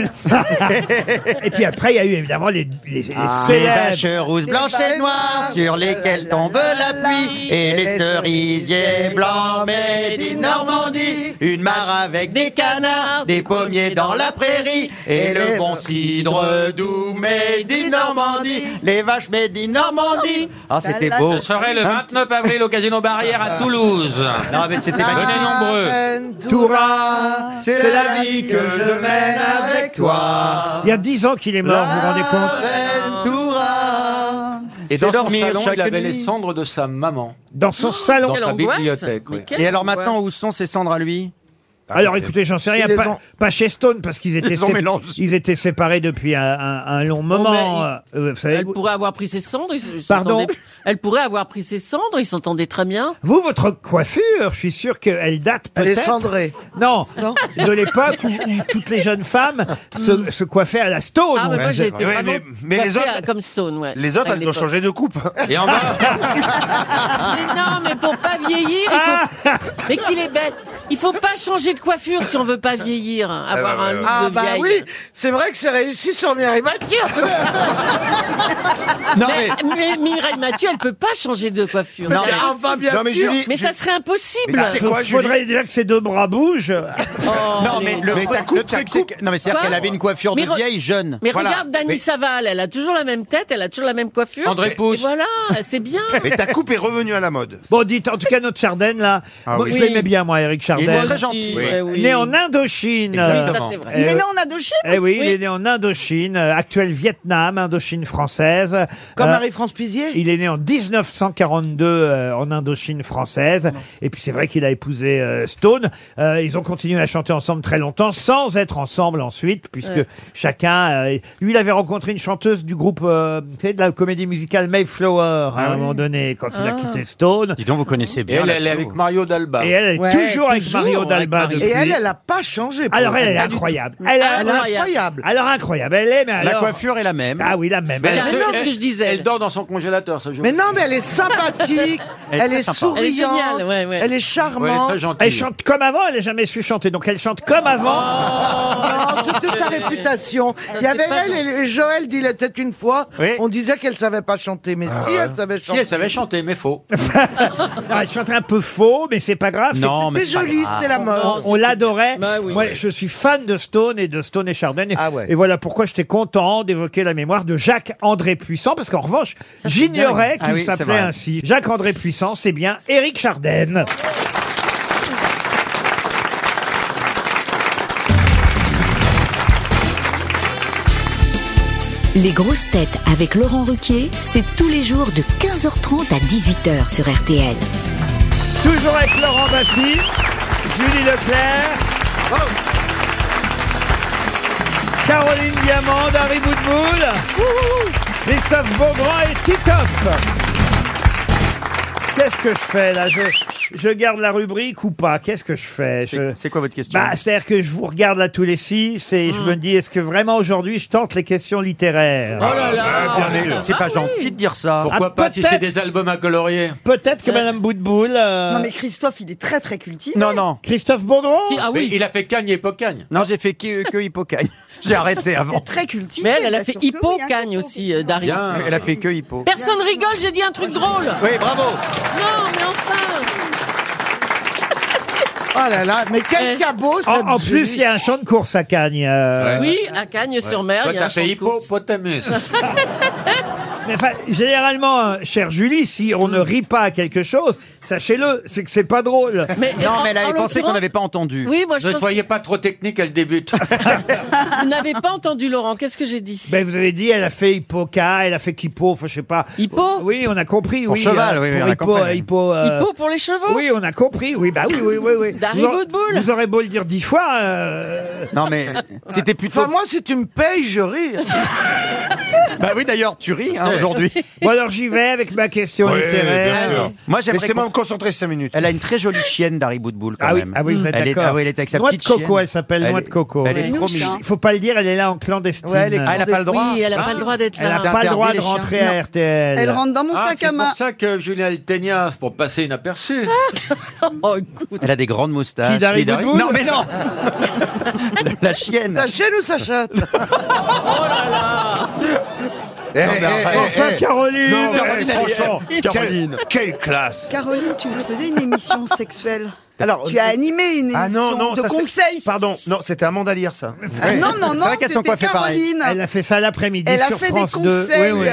S2: Et puis après, il y a eu évidemment les, les, les
S3: Les
S2: célèbres.
S3: vaches rouges, blanches et noires sur lesquelles tombe la pluie et les cerisiers blancs mais d'une Normandie. Une mare avec des canards, des pommiers dans la prairie et le bon cidre doux mais d'une Normandie. Les vaches mais d'une Normandie. Ah c'était beau. Hein Ah.
S6: Ce serait le 29 avril au Casino Barrière à Toulouse.
S3: Non mais c'était magnifique.
S6: Venez nombreux.
S3: Toura, c'est la vie que je mène avec toi.
S2: Il y a 10 ans qu'il est mort, vous vous rendez compte
S3: Ventura.
S6: Et
S3: C'est
S6: dans son
S3: dormir
S6: salon,
S3: chaque
S6: il avait
S3: nuit. Oh,
S6: les cendres de sa maman.
S2: Dans son salon.
S6: Dans
S8: Quelle
S6: sa
S8: angoisse.
S6: bibliothèque,
S8: Mais
S6: oui.
S8: quelle
S3: Et alors
S8: angoisse.
S3: maintenant, où sont ces cendres à lui Ah,
S2: Alors écoutez, j'en sais rien.
S7: les
S2: Pas,
S7: ont-
S2: pas chez Stone, parce qu'ils étaient,
S3: les Oh, ont
S2: sé-
S3: mélangés.
S2: ils étaient séparés depuis un, un- un long moment.
S8: mais
S2: euh, vous, savez,
S8: Elle
S2: vous,
S8: pourrait avoir pris ses cendres. ils- ils
S2: Pardon
S8: s'entendaient- Elle pourrait avoir pris ses cendres. Ils s'entendaient très bien.
S2: vous, votre coiffure, je suis sûr qu'elle date
S7: Elle est
S2: peut-être.
S7: cendrée.
S2: Non, de l'époque où, où toutes les jeunes femmes se, se coiffaient à la Stone.
S8: Ah, mais moi, j'ai
S4: Oui,
S8: été vraiment
S4: mais- mais les
S8: coiffée
S4: autres-
S8: à- comme Stone, ouais.
S4: Les autres,
S8: À
S4: elles ont
S8: l'époque.
S4: changé de coupe.
S6: Et en bas,
S8: Mais non, mais pour pas vieillir, il faut... mais qu'il est bête. Il faut pas changer de coiffure si on veut pas vieillir, hein, avoir
S4: bah, bah,
S8: un look
S7: Ah
S8: de
S7: bah
S8: vieille.
S7: oui, c'est vrai que c'est réussi sur Mireille Mathieu.
S3: Non
S8: Mais,
S3: mais
S8: mais Mireille Mathieu, elle peut pas changer de coiffure.
S7: Mais
S8: Non, mais-
S7: enfin bien
S9: Non, mais
S7: sûr.
S9: Julie,
S8: mais ça serait impossible.
S2: Il faudrait déjà que ses deux bras bougent.
S3: non mais le
S9: Mais ta
S3: le
S9: coupe, ta
S3: truc c'est
S9: coupe.
S3: que- non mais c'est
S8: Quoi
S3: qu'elle avait une coiffure de
S8: Mais re-
S3: vieille jeune.
S8: Mais
S9: Voilà.
S8: regarde Dani
S9: Mais-
S8: Saval, elle a toujours la même tête, elle a toujours la même coiffure.
S6: André
S8: Et
S6: Pousse.
S8: voilà, c'est bien.
S9: mais ta coupe est revenue à la mode.
S2: Bon, dites, en tout cas, notre Chardenne, là, moi,
S3: oui.
S2: je
S8: Oui.
S2: l'aimais bien, moi, Eric
S3: Il est
S2: Chardenne.
S3: très gentil.
S6: Oui.
S8: Ouais, oui.
S2: Né en Indochine.
S8: Oui, ça,
S6: Exactement.
S8: c'est vrai.
S5: Il
S2: Euh,
S5: est né en Indochine
S2: Eh oui, il
S8: Oui.
S2: est né en Indochine, euh, actuel Vietnam, Indochine française.
S7: Comme
S2: Euh,
S7: Marie-France Pizier
S2: il est né en 1942 euh, en Indochine française. Et puis c'est vrai qu'il a épousé euh, Stone. Euh, ils ont continué à chanter ensemble très longtemps, sans être ensemble ensuite, puisque chacun... euh, lui, il avait rencontré une chanteuse du groupe euh, tu sais, de la comédie musicale Mayflower à un moment donné, quand il a
S8: Ah.
S2: quitté Stone.
S3: Dis donc vous connaissez
S6: et
S3: bien.
S6: elle,
S3: la
S6: elle est
S3: pauvre.
S6: avec Mario Dalba.
S2: Et elle est
S7: Ouais,
S2: toujours avec
S8: toujours
S2: Mario
S8: avec
S2: Dalba
S8: Mario.
S2: depuis.
S7: Et elle, elle a pas changé. pour
S2: Alors
S7: le
S2: elle, elle est
S7: coup.
S2: incroyable.
S7: Elle
S2: Elle
S7: est
S2: a-
S8: Incroyable.
S7: incroyable.
S2: Alors incroyable, elle est, mais
S3: La
S2: alors...
S3: coiffure est la même.
S2: Ah oui, la même.
S6: Mais
S8: Elle-
S6: se-
S8: non, ce que je disais.
S6: elle dort dans son congélateur ce jour.
S7: Mais non, mais elle est sympathique, elle,
S3: très
S7: est
S3: sympa.
S7: souriante,
S8: Elle est géniale, ouais, ouais.
S7: elle est
S6: Ouais, elle est
S7: charmante.
S6: très gentille.
S2: Elle chante comme avant, elle n'a jamais su chanter, donc elle chante comme avant.
S7: Oh. Non, toute sa réputation. Il y
S8: c'est
S7: avait
S8: pas
S7: elle et Joël dit la tête une fois.
S3: Oui.
S7: On disait qu'elle savait pas chanter, mais si elle savait
S6: Ah Si
S7: chanter.
S6: elle savait chanter, mais faux.
S2: Non, Ah, elle chante un peu faux, Oh, mais c'est pas grave. c'est-
S3: Non mais
S7: C'était
S3: c'est pas
S7: jolie,
S3: grave. Oh,
S7: c'était la mort.
S2: On l'adorait.
S8: Bah oui.
S2: Moi, je suis fan de Stone et de Stone et Chardenne. Et,
S3: Ah ouais.
S2: et voilà pourquoi j'étais content d'évoquer la mémoire de Jacques-André Puissant, parce qu'en revanche, j'ignorais
S3: Ah
S2: qu'il
S3: oui, c'est
S2: s'appelait
S3: vrai.
S2: ainsi. Jacques-André Puissant, c'est bien Éric Chardenne.
S10: Les grosses têtes avec Laurent Ruquier, c'est tous les jours de 15h30 à 18h sur RTL.
S2: Toujours avec Laurent Baffy, Julie Leclerc. Caroline Diamant, Harry Boudboul, Christophe Beaugrand et Titoff. Qu'est-ce que je fais là je, je garde la rubrique ou pas Qu'est-ce que je fais Je-
S3: C'est c'est quoi votre question
S2: bah, C'est-à-dire que je vous regarde là tous les six et je me dis, est-ce que vraiment aujourd'hui je tente les questions littéraires
S8: Oh là là.
S3: C'est pas gentil de dire ça.
S6: Pourquoi
S2: Ah,
S6: pas si c'est
S2: peut-être.
S6: des albums à colorier
S2: Peut-être que Madame Boudboul... euh,
S5: Non mais Christophe, il est très très cultivé.
S3: Non non.
S2: Christophe Beaugrand
S8: Si, ah
S6: Mais
S8: oui.
S6: Il a fait cagne et pas cagne.
S3: Non, j'ai fait que, que Hippo Cagne. J'ai arrêté
S5: Il est
S3: avant.
S5: très cultivé.
S8: Mais elle, elle a
S5: bien
S8: fait
S5: sûr que oui, hein,
S8: hypo-cagne
S5: Christophe,
S8: aussi, euh, Dari.
S6: Bien.
S3: Elle a fait que Hippo.
S8: Personne rigole, j'ai dit un truc drôle. Non,
S3: Oui, bravo.
S8: mais enfin.
S7: Oh là là, mais quel
S8: Eh.
S7: cabot ça
S2: En, en plus, il y a un champ de course à Cagnes. euh,
S6: Ouais.
S8: Oui, à Cagnes-sur-Mer,
S6: Toi,
S8: il y a
S6: t'as
S8: un champ
S6: fait
S8: de course.
S6: hippopotamus.
S2: Mais enfin, généralement, euh, chère Julie, si on ne rit pas à quelque chose, sachez-le, c'est que c'est pas drôle.
S8: Mais,
S3: Non, mais elle
S8: en- en
S3: avait pensé qu'on
S8: l'occurrence-
S3: n'avait pas entendu.
S8: Oui, moi je
S6: Ne
S8: pense
S6: soyez pas trop technique, elle débute.
S8: que vous n'avez pas entendu Laurent. Qu'est-ce que j'ai dit
S2: Ben, vous avez dit, elle a fait hippoca, elle a fait kippo, enfin, je sais pas.
S8: Hippo
S2: Oui, on a compris,
S3: Pour
S2: oui.
S3: cheval, oui, oui,
S2: pour
S3: on a
S2: hippo,
S3: compris.
S2: euh, hippo, euh,
S8: Hippo pour les chevaux
S2: Oui, on a compris, oui, bah oui, oui, oui. oui.
S8: Dari
S2: Vous aurez-
S8: Boudboul.
S2: Vous aurez beau le dire dix fois. euh,
S3: Non, mais c'était plutôt.
S7: Enfin, moi, si tu me payes, je ris.
S3: Bah oui, d'ailleurs, tu ris hein, aujourd'hui.
S2: Bon, alors j'y vais avec ma question
S3: Oui,
S2: littéraire.
S3: bien sûr. Allez. Moi, j'aimerais
S9: Laissez-moi
S3: qu'on-
S9: me concentrer 5 minutes.
S3: Elle a une très jolie chienne d'Harry Bootbull quand
S2: Ah oui,
S3: même.
S2: ah oui, vous êtes
S3: elle est,
S2: d'accord.
S3: ah oui, elle est avec sa
S2: Noix
S3: petite
S2: de coco,
S3: chienne.
S2: elle s'appelle Noix
S3: est-
S2: de coco.
S3: Elle est
S2: Il
S3: trop
S5: Nouche,
S3: mignonne.
S5: hein.
S2: faut pas le dire, elle est là en clandestine.
S5: Ouais, elle est
S3: Ah, elle n'a pas le droit.
S8: Oui, elle a
S3: Ah.
S8: pas le droit d'être
S2: Elle n'a
S8: là.
S2: pas le droit de
S3: Interdit les
S2: rentrer
S3: chiens.
S2: à RTL.
S5: Elle rentre dans mon
S6: Ah,
S5: sac
S6: c'est
S5: à
S6: pour
S5: main.
S6: ça que Julien Altegna, pour passer inaperçu.
S8: Oh, écoute.
S3: Elle a des grandes moustaches.
S2: Qui, d'Harry
S3: Et
S2: Bootbull
S3: Non, mais non La chienne
S7: Oh, Sa chaîne ou sa chatte
S9: Eh, eh,
S3: mais
S9: eh,
S3: arrête.
S9: eh,
S2: Enfin,
S9: eh.
S2: Caroline
S9: Non, mais
S3: Caroline, elle-
S9: franchement,
S3: elle- Caroline.
S9: quelle, quelle classe
S5: Caroline, tu faisais une émission sexuelle. Alors, tu as animé une émission
S9: Ah non, non,
S5: de
S9: ça, c'est-
S5: conseils.
S9: Pardon, non, c'était un mandalire ça.
S5: Ah non, non,
S3: C'est
S5: non,
S3: vrai qu'elles sont
S5: c'était
S3: coiffées pareil.
S5: Caroline.
S2: Elle a fait ça l'après-midi
S5: Elle a
S2: sur
S5: fait des
S2: France 2.
S5: conseils.
S2: Oui, oui.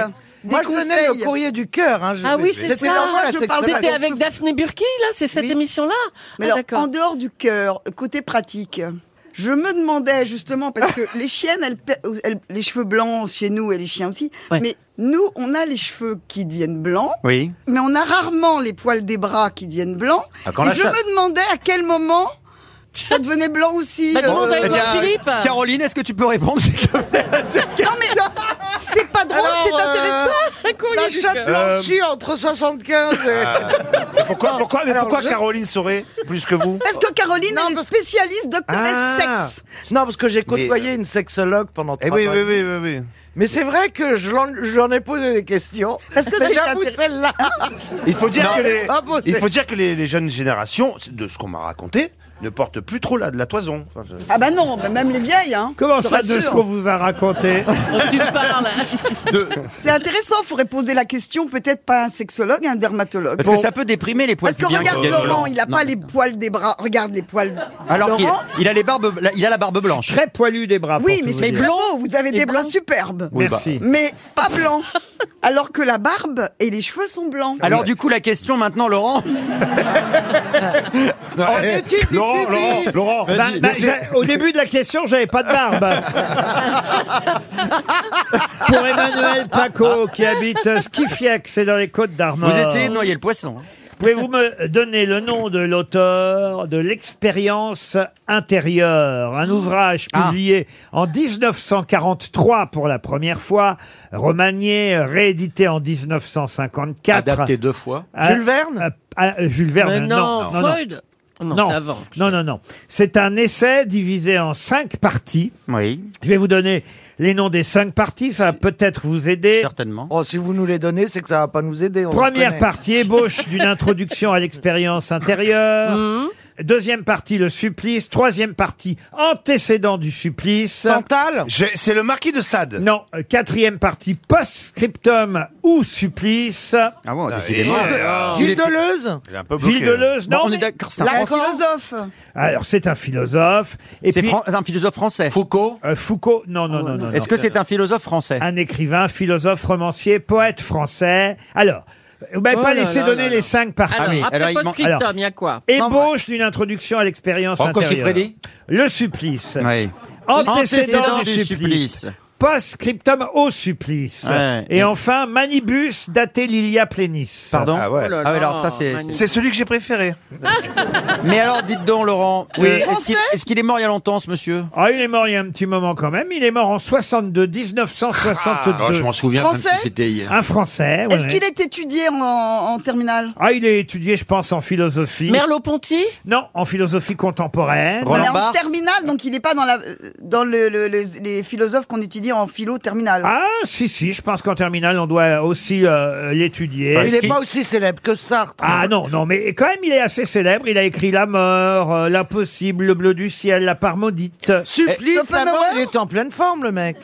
S5: Des
S7: Moi, je
S5: conseils.
S7: donnais le courrier du cœur. hein, je-
S8: Ah oui, c'est
S7: C'était
S8: ça.
S7: normal, la
S5: Je parle-
S7: sexuelle.
S8: C'était avec Daphné Burki, là, c'est cette
S5: Oui.
S8: émission-là Ah,
S5: Mais alors,
S8: d'accord.
S5: en dehors du cœur, côté pratique, je me demandais justement, parce que les chiennes, elles, pe- elles- les cheveux blancs chez nous et les chiens aussi,
S8: Ouais.
S5: mais nous, on a les cheveux qui deviennent blancs,
S3: Oui.
S5: mais on a rarement les poils des bras qui deviennent blancs.
S3: Ah, quand
S5: et
S3: la
S5: je
S3: chatte-
S5: me demandais à quel moment ça devenait blanc aussi. euh,
S2: euh,
S8: Bah, demande à
S3: Eh
S8: Edouard
S3: bien,
S8: Philippe.
S3: Caroline, est-ce que tu peux répondre s'il te plaît
S5: Non mais c'est pas drôle,
S7: Alors,
S5: c'est intéressant.
S8: Un courrier
S7: La
S8: du
S7: chatte
S8: cœur.
S7: blanchie entre 75 et...
S5: Ah.
S2: Ah.
S9: Mais pourquoi, pourquoi, mais
S7: Alors,
S9: pourquoi
S7: je-
S9: Caroline saurait plus que vous
S5: Parce que Caroline
S7: Non,
S5: elle est
S7: parce-
S5: spécialiste de
S9: Ah.
S5: sexe.
S7: Non, parce que j'ai
S9: Mais,
S7: côtoyé une sexologue pendant
S9: Eh
S7: trois
S9: oui,
S7: ans.
S9: oui, oui, oui, oui.
S7: Mais c'est vrai que je l'en- je lui en ai posé des questions.
S5: Parce que
S7: Mais
S5: c'est
S7: j'avoue,
S5: intér-
S7: celle-là.
S9: Il faut dire
S7: Non.
S9: que les,
S7: Ah bon,
S9: il
S7: c'est-
S9: faut dire que les, les jeunes générations, de ce qu'on m'a raconté, ne portent plus trop la, de la toison. Enfin, je-
S5: Ah bah non, bah même les vieilles. Hein.
S2: Comment
S5: Je
S2: ça,
S5: rassure.
S2: de ce qu'on vous a raconté
S8: Dont tu parles.
S5: C'est intéressant, faudrait poser la question peut-être pas à un sexologue, à un dermatologue.
S3: Parce que ça peut déprimer les poils
S5: Parce que
S3: pubiens
S5: regarde
S3: qui
S5: Laurent,
S3: deviennent blancs.
S5: il a
S3: Non,
S5: pas
S3: mais-
S5: les poils des bras. Regarde les poils.
S3: Alors qu'il
S5: Laurent,
S3: il a les barbes, la- il a la barbe blanche.
S2: Très poilu des bras.
S5: oui,
S2: pour
S5: mais
S2: tout
S5: c'est
S2: vous
S5: très
S2: dire.
S5: beau. Vous avez
S8: Et
S5: des bras
S8: blanc.
S5: superbes.
S2: Oui,
S3: bah.
S2: Merci.
S5: Mais pas blancs. Alors que la barbe et les cheveux sont
S6: Ah,
S5: blancs.
S3: Alors du coup, la question maintenant, Laurent.
S9: Eh, Laurent, Laurent, Laurent,
S2: Bah, bah,
S9: laissez-
S2: j'a- au début de la question, j'avais pas de barbe. Pour Emmanuel Paco, qui habite Skifiec, c'est dans les Côtes d'Armor.
S3: Vous essayez de noyer le poisson. hein.
S2: Pouvez-vous me donner le nom de l'auteur de l'expérience intérieure, un ouvrage
S3: Ah.
S2: publié en 1943 pour la première fois, remanié, réédité en 1954.
S6: Adapté deux fois.
S2: Ah,
S7: Jules Verne
S2: ah, ah, Jules Verne,
S8: Mais Euh, non,
S2: non, non, non.
S8: Freud. Oh Non,
S2: Non.
S8: c'est avant.
S2: Non, non, non. C'est un essai divisé en cinq parties.
S3: Oui,
S2: Je vais vous donner les noms des cinq parties, ça va peut-être vous aider.
S3: certainement.
S7: Oh, si vous nous les donnez, c'est que ça va pas nous aider. on
S2: Première
S7: le connaît.
S2: partie, ébauche d'une introduction à l'expérience intérieure. Deuxième partie, le supplice. Troisième partie, antécédent du supplice.
S7: Chantal
S9: j'ai- c'est le marquis de Sade.
S2: Non, euh, quatrième partie, post-scriptum ou supplice.
S3: Ah bon, décidément.
S9: Eh,
S6: Ah,
S9: euh,
S7: Gilles Deleuze
S9: il est un peu bloqué,
S2: Gilles
S9: hein.
S2: Deleuze,
S3: hein. Bon,
S2: non.
S3: on est
S2: mais-
S3: d'accord. c'est un-
S5: Un
S7: Lacan
S5: philosophe.
S2: Alors, c'est un philosophe. Et
S3: C'est
S2: puis,
S3: Fran- un philosophe français.
S6: Foucault.
S2: euh, Foucault, non, non, non, non. non.
S3: Est-ce que c'est un philosophe français
S2: un écrivain, philosophe, romancier, poète français. Alors, vous m'avez
S8: Oh
S2: pas
S8: là
S2: laissé
S8: là
S2: donner
S8: là
S2: les
S8: là.
S2: cinq parties.
S8: Alors,
S3: Ah oui,
S8: après
S3: alors il manque-
S8: post-scriptum,
S2: alors.
S8: il y a quoi
S2: Ébauche d'une introduction à l'expérience
S6: Franco
S2: intérieure.
S6: Siffredi.
S2: Le supplice.
S3: Oui.
S2: Antécédent du supplice. Post-scriptum au supplice.
S3: Ouais.
S2: Et enfin, manibus daté Lilia plenis.
S3: Pardon
S9: Ah ouais.
S8: Oh là
S3: Ah oui,
S8: là,
S3: alors ça, c'est-
S8: magnifique.
S9: C'est celui que j'ai préféré.
S3: Mais alors, dites donc, Laurent.
S2: Oui.
S3: euh, Est-ce qu'il est-ce qu'il est mort il y a longtemps, ce monsieur
S2: Ah, il est mort il y a un petit moment quand même. Il est mort en 62, 1962.
S6: Ah, je m'en souviens comme
S5: Français
S6: si c'était hier.
S2: Un Français. Eh ouais.
S5: Est-ce qu'il est étudié en, en terminale
S2: Ah, il est étudié, je pense, en philosophie.
S8: Merleau-Ponty
S2: Non, en philosophie contemporaine.
S3: Roland
S5: Mais en
S3: Barthes.
S5: terminale, donc il n'est pas dans, la, dans le, le- le- les philosophes qu'on étudie en philo terminale.
S2: Ah, si, si, je pense qu'en terminale, on doit aussi euh,
S7: Il
S2: l'étudier.
S7: n'est pas aussi célèbre que Sartre.
S2: Ah non, non, mais quand même, il est assez célèbre. Il a écrit La mort, euh, L'impossible, Le bleu du ciel, La part maudite.
S3: Eh,
S7: Supplice,
S5: Schopenhauer
S7: là-bas, il est en pleine forme, le mec.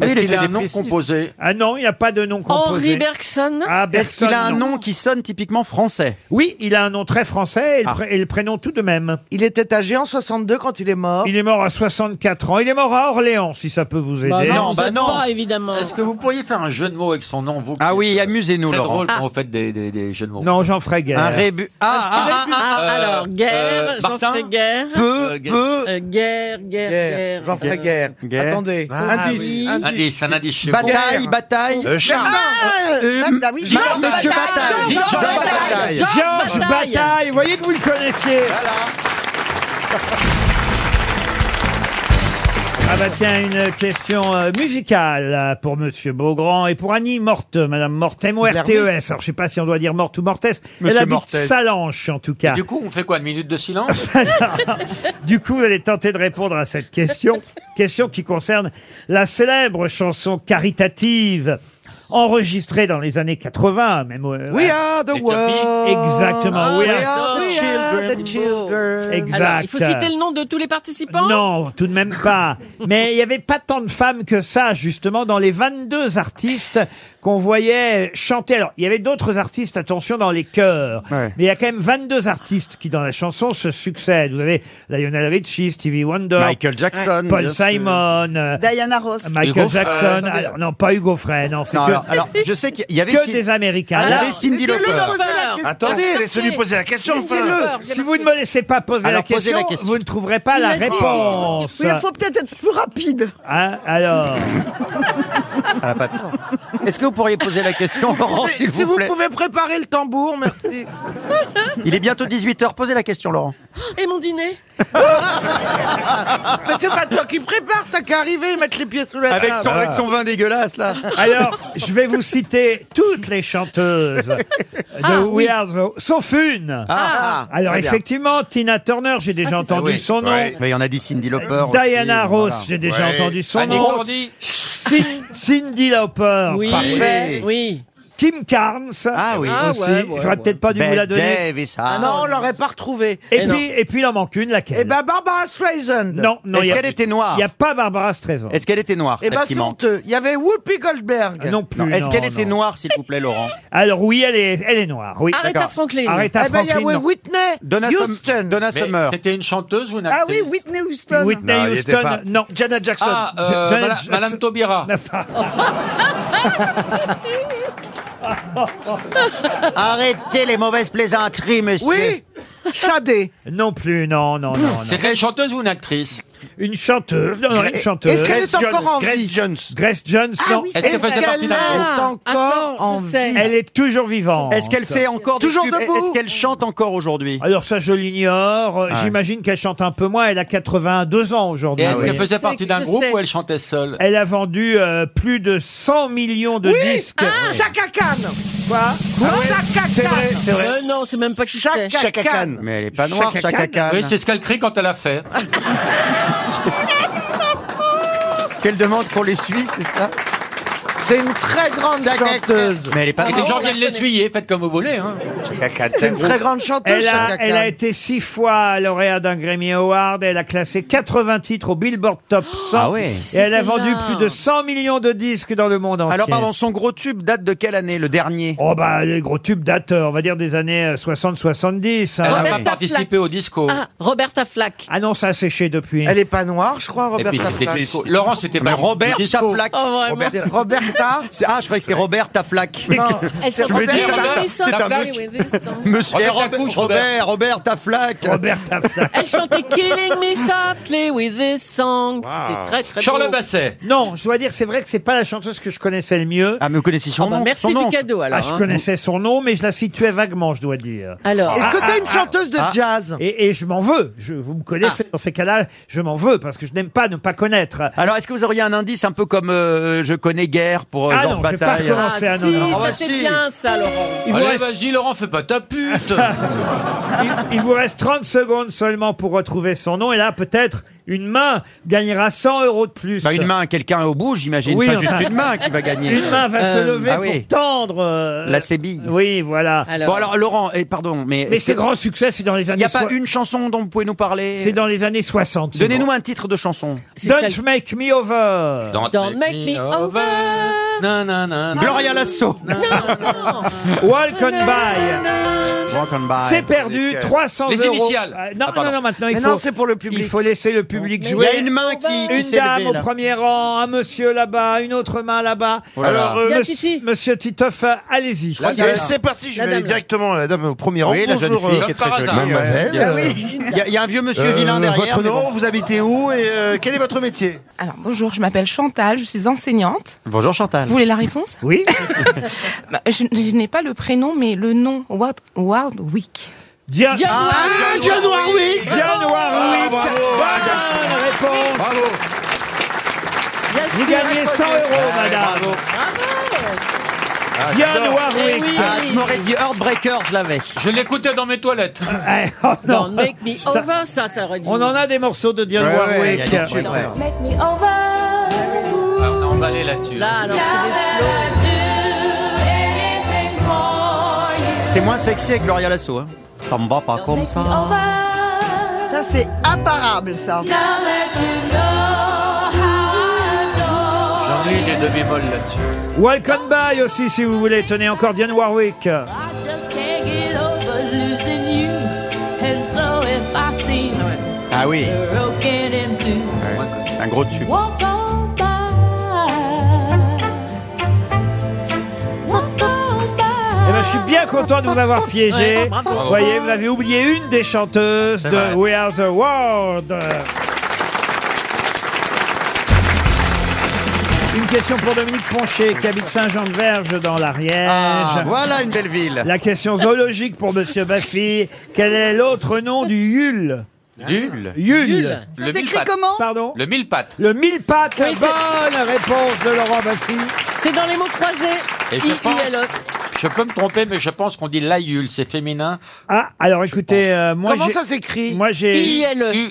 S3: Oui,
S6: Il,
S3: était
S6: a un nom
S3: dépressif.
S6: composé.
S2: Ah non, il n'y a pas de nom composé.
S3: Oh,
S8: Henri Bergson
S2: Ah,
S3: Est-ce qu'il a un
S2: Bergson, non.
S3: nom qui sonne typiquement français
S2: Oui, il a un nom très français et le,
S3: Ah.
S2: pré- et le prénom tout de même.
S7: Il était âgé en 62 quand il est mort.
S2: Il est mort à 64 ans. Il est mort à Orléans, si ça peut vous aider.
S8: Bah
S3: non,
S8: vous
S3: bah
S8: êtes
S3: non.
S8: pas, évidemment.
S6: Est-ce que vous pourriez faire un jeu de mots avec son nom vous
S3: Ah
S6: qui
S3: oui,
S6: êtes, euh,
S3: amusez-nous,
S6: Très
S3: Laurent. Ah,
S6: drôle quand vous faites des, des- des jeux de mots.
S2: Non, j'en ferai guère.
S3: Un rébu. Ah, ah, ah,
S8: Ah,
S6: Euh,
S8: alors, guerre,
S6: euh,
S8: j'en
S6: Martin
S8: fais guerre.
S3: peu,
S6: Euh,
S3: peu.
S8: Euh, guerre, guerre, guerre.
S7: Guerre. J'en ferai
S8: Euh,
S7: guerre.
S3: Guerre.
S7: Attendez.
S9: Ah,
S7: indice.
S8: oui.
S7: indice.
S6: Indice, un indice chez vous.
S3: Bataille, bataille.
S9: Euh, Charles.
S3: Euh,
S5: Ah, bah oui,
S3: Jean-
S5: Jean
S3: Monsieur Bataille.
S8: Jean-
S3: Jean-
S8: Jean-
S3: Bataille.
S8: Jean-
S2: Georges
S8: Bataille.
S2: Bataille, vous voyez que vous le connaissiez. Voilà. bah tiens, une question euh, musicale euh, pour Monsieur Beaugrand et pour Annie Morte, Madame Morte, M-O-R-T-E-S. E Alors, je sais pas si on doit dire Morte ou Mortes. Elle
S6: Monsieur
S2: habite
S6: Mortes.
S2: Salanches, en tout cas.
S6: Du coup, on fait quoi Une minute de silence
S2: Du coup, vous allez tenter de répondre à cette question. question qui concerne la célèbre chanson caritative enregistrée dans les années 80, même. euh,
S7: We
S2: à-
S7: are the world.
S2: Exactement, we are the
S7: we are the children.
S2: Exact.
S8: Alors, il faut citer le nom de tous les participants
S2: Non, tout de même pas. Mais il n'y avait pas tant de femmes que ça, justement, dans les 22 artistes qu'on voyait chanter. Alors, il y avait d'autres artistes, attention, dans les chœurs. Mais il y a quand même 22 artistes qui, dans la chanson, se succèdent. Vous avez Lionel Richie, Stevie Wonder,
S9: Michael Jackson,
S2: Paul
S9: bien sûr.
S2: Simon, euh,
S5: Diana Ross.
S2: Michael
S9: Hugo Frey. Euh,
S2: Jackson.
S9: attendez.
S2: alors, non, pas Hugo Frey, non, c'est
S9: Non,
S2: que,
S9: alors, alors, je sais qu'il y avait,
S2: que
S9: Cin-
S2: des Américains.
S9: il y
S2: Là,
S9: avait Cindy
S5: Laissez-le
S9: Lauper.
S5: poser la question.
S9: Attendez, laissez-lui poser la question.
S8: Laissez-le.
S9: enfin.
S2: si vous ne me laissez pas poser
S9: Alors,
S2: la, question,
S9: posez la question.
S2: vous ne trouverez pas
S8: Il
S2: la
S8: a dit.
S2: réponse.
S5: Oui, il faut peut-être être plus rapide.
S2: Hein, alors.
S9: Ah,
S3: Est-ce que vous pourriez poser la question, Laurent,
S7: Si
S3: s'il
S7: vous,
S3: vous plaît
S7: pouvez préparer le tambour, merci.
S3: Il est bientôt 18h, posez la question, Laurent.
S8: Et mon dîner
S7: Mais c'est pas toi qui prépare, t'as qu'à arriver et mettre les pieds sous la
S9: Avec
S7: table.
S9: son, avec son vin dégueulasse, là.
S2: Alors, je vais vous citer toutes les chanteuses de
S8: Ah,
S2: We
S8: oui.
S2: Are the- sauf une.
S3: Ah,
S2: Alors,
S9: très bien.
S2: effectivement, Tina Turner, j'ai déjà
S8: Ah, c'est ça.
S2: entendu
S6: Ah oui,
S2: son nom.
S9: ouais.
S3: Mais on a dit Cindy Lauper.
S2: Diana
S3: aussi,
S2: Ross,
S3: voilà.
S2: j'ai déjà
S9: Ouais.
S2: entendu son
S6: Annie
S2: nom.
S6: Cordy
S2: Cin- Cindy Lauper, parfait.
S8: Oui.
S2: Kim Carnes.
S3: Ah oui.
S8: Ah
S2: aussi.
S8: ouais, ouais,
S2: J'aurais
S8: ouais.
S2: peut-être pas dû vous
S3: Ben
S2: la donner.
S3: Davis,
S7: Ah
S3: ah.
S7: non, on Eh l'aurait pas retrouvé.
S2: Et puis, et puis, il en manque une, laquelle
S7: Eh ben Barbara Streisand.
S2: Non, non, il
S3: Est-ce
S2: n'y a,
S3: qu'elle était noire
S2: il y a pas Barbara Streisand.
S3: Est-ce qu'elle était noire
S7: Eh ben c'est
S3: effectivement
S7: honteux. Il y avait Whoopi Goldberg.
S2: Ah, Non plus.
S3: Non. Est-ce qu'elle
S2: non,
S3: était
S2: non.
S3: noire, s'il vous plaît, Laurent
S2: Alors oui, elle est, elle est noire. Oui.
S8: Aretha
S3: d'accord.
S8: Franklin.
S2: Aretha
S7: eh ben il y
S2: Franklin.
S7: avait
S2: non.
S7: Whitney
S3: Donna, Sum-
S7: Houston.
S3: Donna
S6: Mais
S3: Summer.
S6: C'était une chanteuse ou une
S5: Ah oui,
S6: actrice
S5: Whitney Houston.
S2: Whitney
S9: Non, il y était
S2: Houston,
S9: pas.
S2: non.
S9: Janet Jackson.
S6: Ah, euh,
S2: Janet
S6: Madame-
S2: Jackson.
S6: Madame Taubira.
S3: Arrêtez les mauvaises plaisanteries, monsieur.
S7: Oui, Shadé.
S2: Non plus, non, non, non. non.
S6: C'était une chanteuse ou une actrice
S2: Une chanteuse, non, non, une chanteuse.
S7: Est-ce qu'elle est encore en vie Ah
S9: Grace Jones.
S2: Grace Jones, non.
S5: oui,
S6: Est-ce qu'elle faisait partie d'un
S7: est
S6: groupe
S7: encore
S8: Attends,
S7: en
S8: je sais.
S7: vie
S2: Elle est toujours vivante.
S3: Est-ce qu'elle fait encore des
S7: Toujours
S3: tubes
S7: debout.
S3: Est-ce qu'elle chante encore aujourd'hui
S2: Alors ça, je l'ignore.
S3: Ah.
S2: J'imagine qu'elle chante un peu moins. Elle a 82 ans
S6: Et
S2: aujourd'hui.
S6: est-ce qu'elle
S8: Je
S6: faisait
S8: sais,
S6: partie d'un
S8: je
S6: groupe
S8: sais.
S6: ou elle chantait seule
S2: Elle a vendu euh, plus de 100 millions de disques.
S8: Ah.
S7: Chaka Khan.
S2: Quoi
S7: Chaka
S9: C'est vrai,
S7: Khan.
S9: c'est vrai.
S8: Euh, non, c'est même pas qui
S7: Chaka,
S8: c'est.
S9: Chaka Khan.
S3: Mais elle est pas noire,
S2: Chaka
S3: Chaka Khan. Ah,
S6: Oui, c'est ce qu'elle crie quand elle a fait.
S3: Qu'elle demande qu'on les suit, c'est ça
S7: C'est une très grande chanteuse.
S3: Mais elle est pas
S6: Et que les gens
S3: noire.
S6: viennent l'essuyer, faites comme vous voulez. Hein.
S7: C'est une très grande chanteuse,
S2: Elle a,
S7: Chaka
S2: elle a
S7: Khan.
S2: été six fois lauréate d'un Grammy Award. Elle a classé 80 titres au Billboard Top 100.
S3: Ah ouais.
S2: Et elle a
S8: C'est
S2: vendu
S8: énorme.
S2: plus de 100 millions de disques dans le monde entier.
S3: Alors, pardon, son gros tube date de quelle année, le dernier
S2: Oh bah les gros tubes datent, euh, on va dire des années euh, 60-70. hein.
S3: Ah
S6: Elle n'a
S8: Roberta
S6: pas participé au disco.
S8: Ah, Roberta Flack.
S2: Ah non, ça a séché depuis.
S7: Elle est pas noire, je crois,
S6: Et puis
S7: Roberta
S6: c'était
S7: Flack.
S6: disco. Laurent, c'était
S3: Mais
S6: pas du
S3: Robert
S6: disco.
S3: Taplac.
S8: Oh, vraiment.
S3: Robert-
S7: Roberta.
S3: C'est- Ah, je croyais que c'était Robert Taflac.
S7: Non.
S8: Elle chante
S7: voulais
S8: Play
S7: dire,
S3: c'est un-
S8: With This Song,
S3: c'est un
S8: Play
S3: monsieur.
S8: With This Song.
S3: Monsieur
S6: Robert
S3: Robert,
S6: Tacouche,
S3: Robert, Robert Taflac.
S2: Roberta Flack.
S8: Elle chantait Killing Me Softly with this song. C'était très très
S6: Charles
S8: beau.
S6: Basset.
S2: Non, je dois dire, c'est vrai que c'est pas la chanteuse que je connaissais le mieux.
S3: Ah, mais vous connaissez son
S8: Ah bah,
S3: nom
S8: merci
S3: son nom.
S8: du cadeau alors.
S2: Ah, je
S8: hein.
S2: connaissais son nom, mais je la situais vaguement, je dois dire.
S8: Alors,
S7: Est-ce que
S3: ah,
S7: t'as une chanteuse de jazz
S2: Ah, Et, et je m'en veux. Je, vous me connaissez.
S8: Ah.
S2: Dans ces cas-là, je m'en veux parce que je n'aime pas ne pas connaître.
S3: ah. Alors, est-ce que vous auriez un indice un peu comme euh, Je connais guerre pour euh,
S2: Ah
S3: Georges
S2: non, je vais pas
S3: Bataille
S2: recommencer.
S8: ah,
S2: c'est un
S8: si,
S2: honneur.
S8: ça,
S3: Ah bah,
S8: c'est
S3: si.
S8: bien ça, Laurent.
S2: Il vous,
S6: Allez,
S2: reste,
S6: vas-y, Laurent, fais pas ta pute.
S2: il- il vous reste 30 secondes seulement pour retrouver son nom. Et là, peut-être une main gagnera 100 euros de plus.
S3: Bah, une main, quelqu'un au bout, j'imagine.
S2: Oui,
S3: pas
S2: enfin.
S3: juste une main qui va gagner.
S2: Une main va se
S3: Euh,
S2: lever
S3: ah
S2: pour
S3: oui.
S2: tendre euh,
S3: La sébille.
S2: Oui, voilà.
S3: Bon, alors, Laurent, eh, pardon, mais.
S2: Mais ses grands succès, c'est dans les
S3: Il
S2: années.
S3: n'y a pas
S2: soi-
S3: une chanson dont vous pouvez nous parler
S2: C'est dans les années 60. c'est
S3: Donnez-nous
S2: bon.
S3: un titre de chanson.
S8: c'est
S2: Don't
S8: celle-
S2: make me over.
S8: Don't make me over.
S6: Non, non, non.
S3: Gloria Lasso.
S8: Non, non.
S2: Walk on by.
S3: Walk on by.
S2: C'est perdu. 300
S6: Les
S2: euros.
S6: initiales.
S2: Euh, non,
S3: Ah, pardon.
S2: non, non, maintenant il
S7: Mais
S2: faut.
S7: non, c'est pour le
S2: il
S7: public.
S2: faut laisser le public
S3: Il y
S2: jouer.
S3: a une main qui, qui
S2: Une
S3: s'est
S2: dame
S3: levée,
S2: au
S3: là.
S2: premier rang, un monsieur là-bas, une autre main là-bas.
S3: Oh là là.
S9: Alors, euh,
S2: Monsieur-
S8: Tiens, Titi.
S2: Monsieur Titoff, euh, allez-y.
S6: La
S9: Et
S6: dame.
S9: c'est parti, je
S8: La
S9: vais aller
S8: dame, là.
S9: directement à la dame au premier rang.
S3: Oui, la jeune
S9: Bonjour,
S3: fille
S9: euh,
S3: qui est très
S6: Comme par
S3: jolie.
S6: hasard.
S9: mademoiselle.
S5: Ah oui.
S3: Il y, a- il y a un vieux monsieur
S9: Euh,
S3: vilain derrière.
S9: votre
S3: mais
S9: nom,
S3: bon.
S9: vous habitez où et euh, quel est votre métier
S11: Alors bonjour, je m'appelle Chantal, je suis enseignante.
S3: Bonjour Chantal.
S11: Vous voulez la réponse
S2: Oui,
S11: Bah, Je, je n'ai pas le prénom, mais le nom Ward, Wardwick.
S2: Diane
S8: John
S9: Ah, John Warwick
S2: Diane Warwick.
S9: bravo.
S2: Bonne réponse.
S9: Bravo
S2: Vous gagnez 100 euros,
S3: Ouais,
S2: madame.
S3: bravo.
S2: Ah, Dionne j'adore. Warwick.
S3: Ah, je m'aurais dit Heartbreaker, je l'avais.
S6: Je l'écoutais dans mes toilettes.
S8: Don't make me over, ça, ça aurait dit.
S2: On en a des morceaux de Dionne
S6: Ouais, ouais,
S2: Warwick.
S6: il y a des trucs, ouais.
S8: Make me over.
S6: Ah, on a emballé là-dessus.
S8: Là, alors, c'est des
S3: C'était moins sexy avec Gloria Lasso. Hein. Ça me va pas comme ça.
S5: Ça, c'est imparable, ça.
S6: J'en ai eu des demi-molles là-dessus.
S2: Welcome by aussi, si vous voulez. Tenez encore Dionne Warwick.
S3: Ah oui.
S9: C'est un gros tube.
S2: Eh ben, je suis bien content de vous avoir piégé.
S9: Ouais, bravo.
S2: Vous voyez, vous avez oublié une des chanteuses
S9: C'est
S2: de
S9: vrai.
S2: We Are the World. Une question pour Dominique Poncher, qui habite Saint-Jean-de-Verge dans l'Ariège.
S3: Ah, voilà une belle ville.
S2: La question zoologique pour Monsieur Baffy. Quel est l'autre nom du Yule
S6: Yule.
S2: Yule.
S6: Le mille-pattes.
S2: Pardon
S6: Le mille pattes.
S2: Le mille pattes.
S6: Oui, c'est-
S2: bonne réponse de Laurent Baffy.
S8: C'est dans les mots croisés.
S6: Et je
S8: I-
S6: pense-
S8: ILO.
S6: Je peux me tromper, mais je pense qu'on dit la Yule, c'est féminin.
S2: Ah, alors écoutez, euh, moi
S6: Comment
S2: j'ai-
S6: ça
S7: s'écrit
S2: Moi j'ai.
S6: U L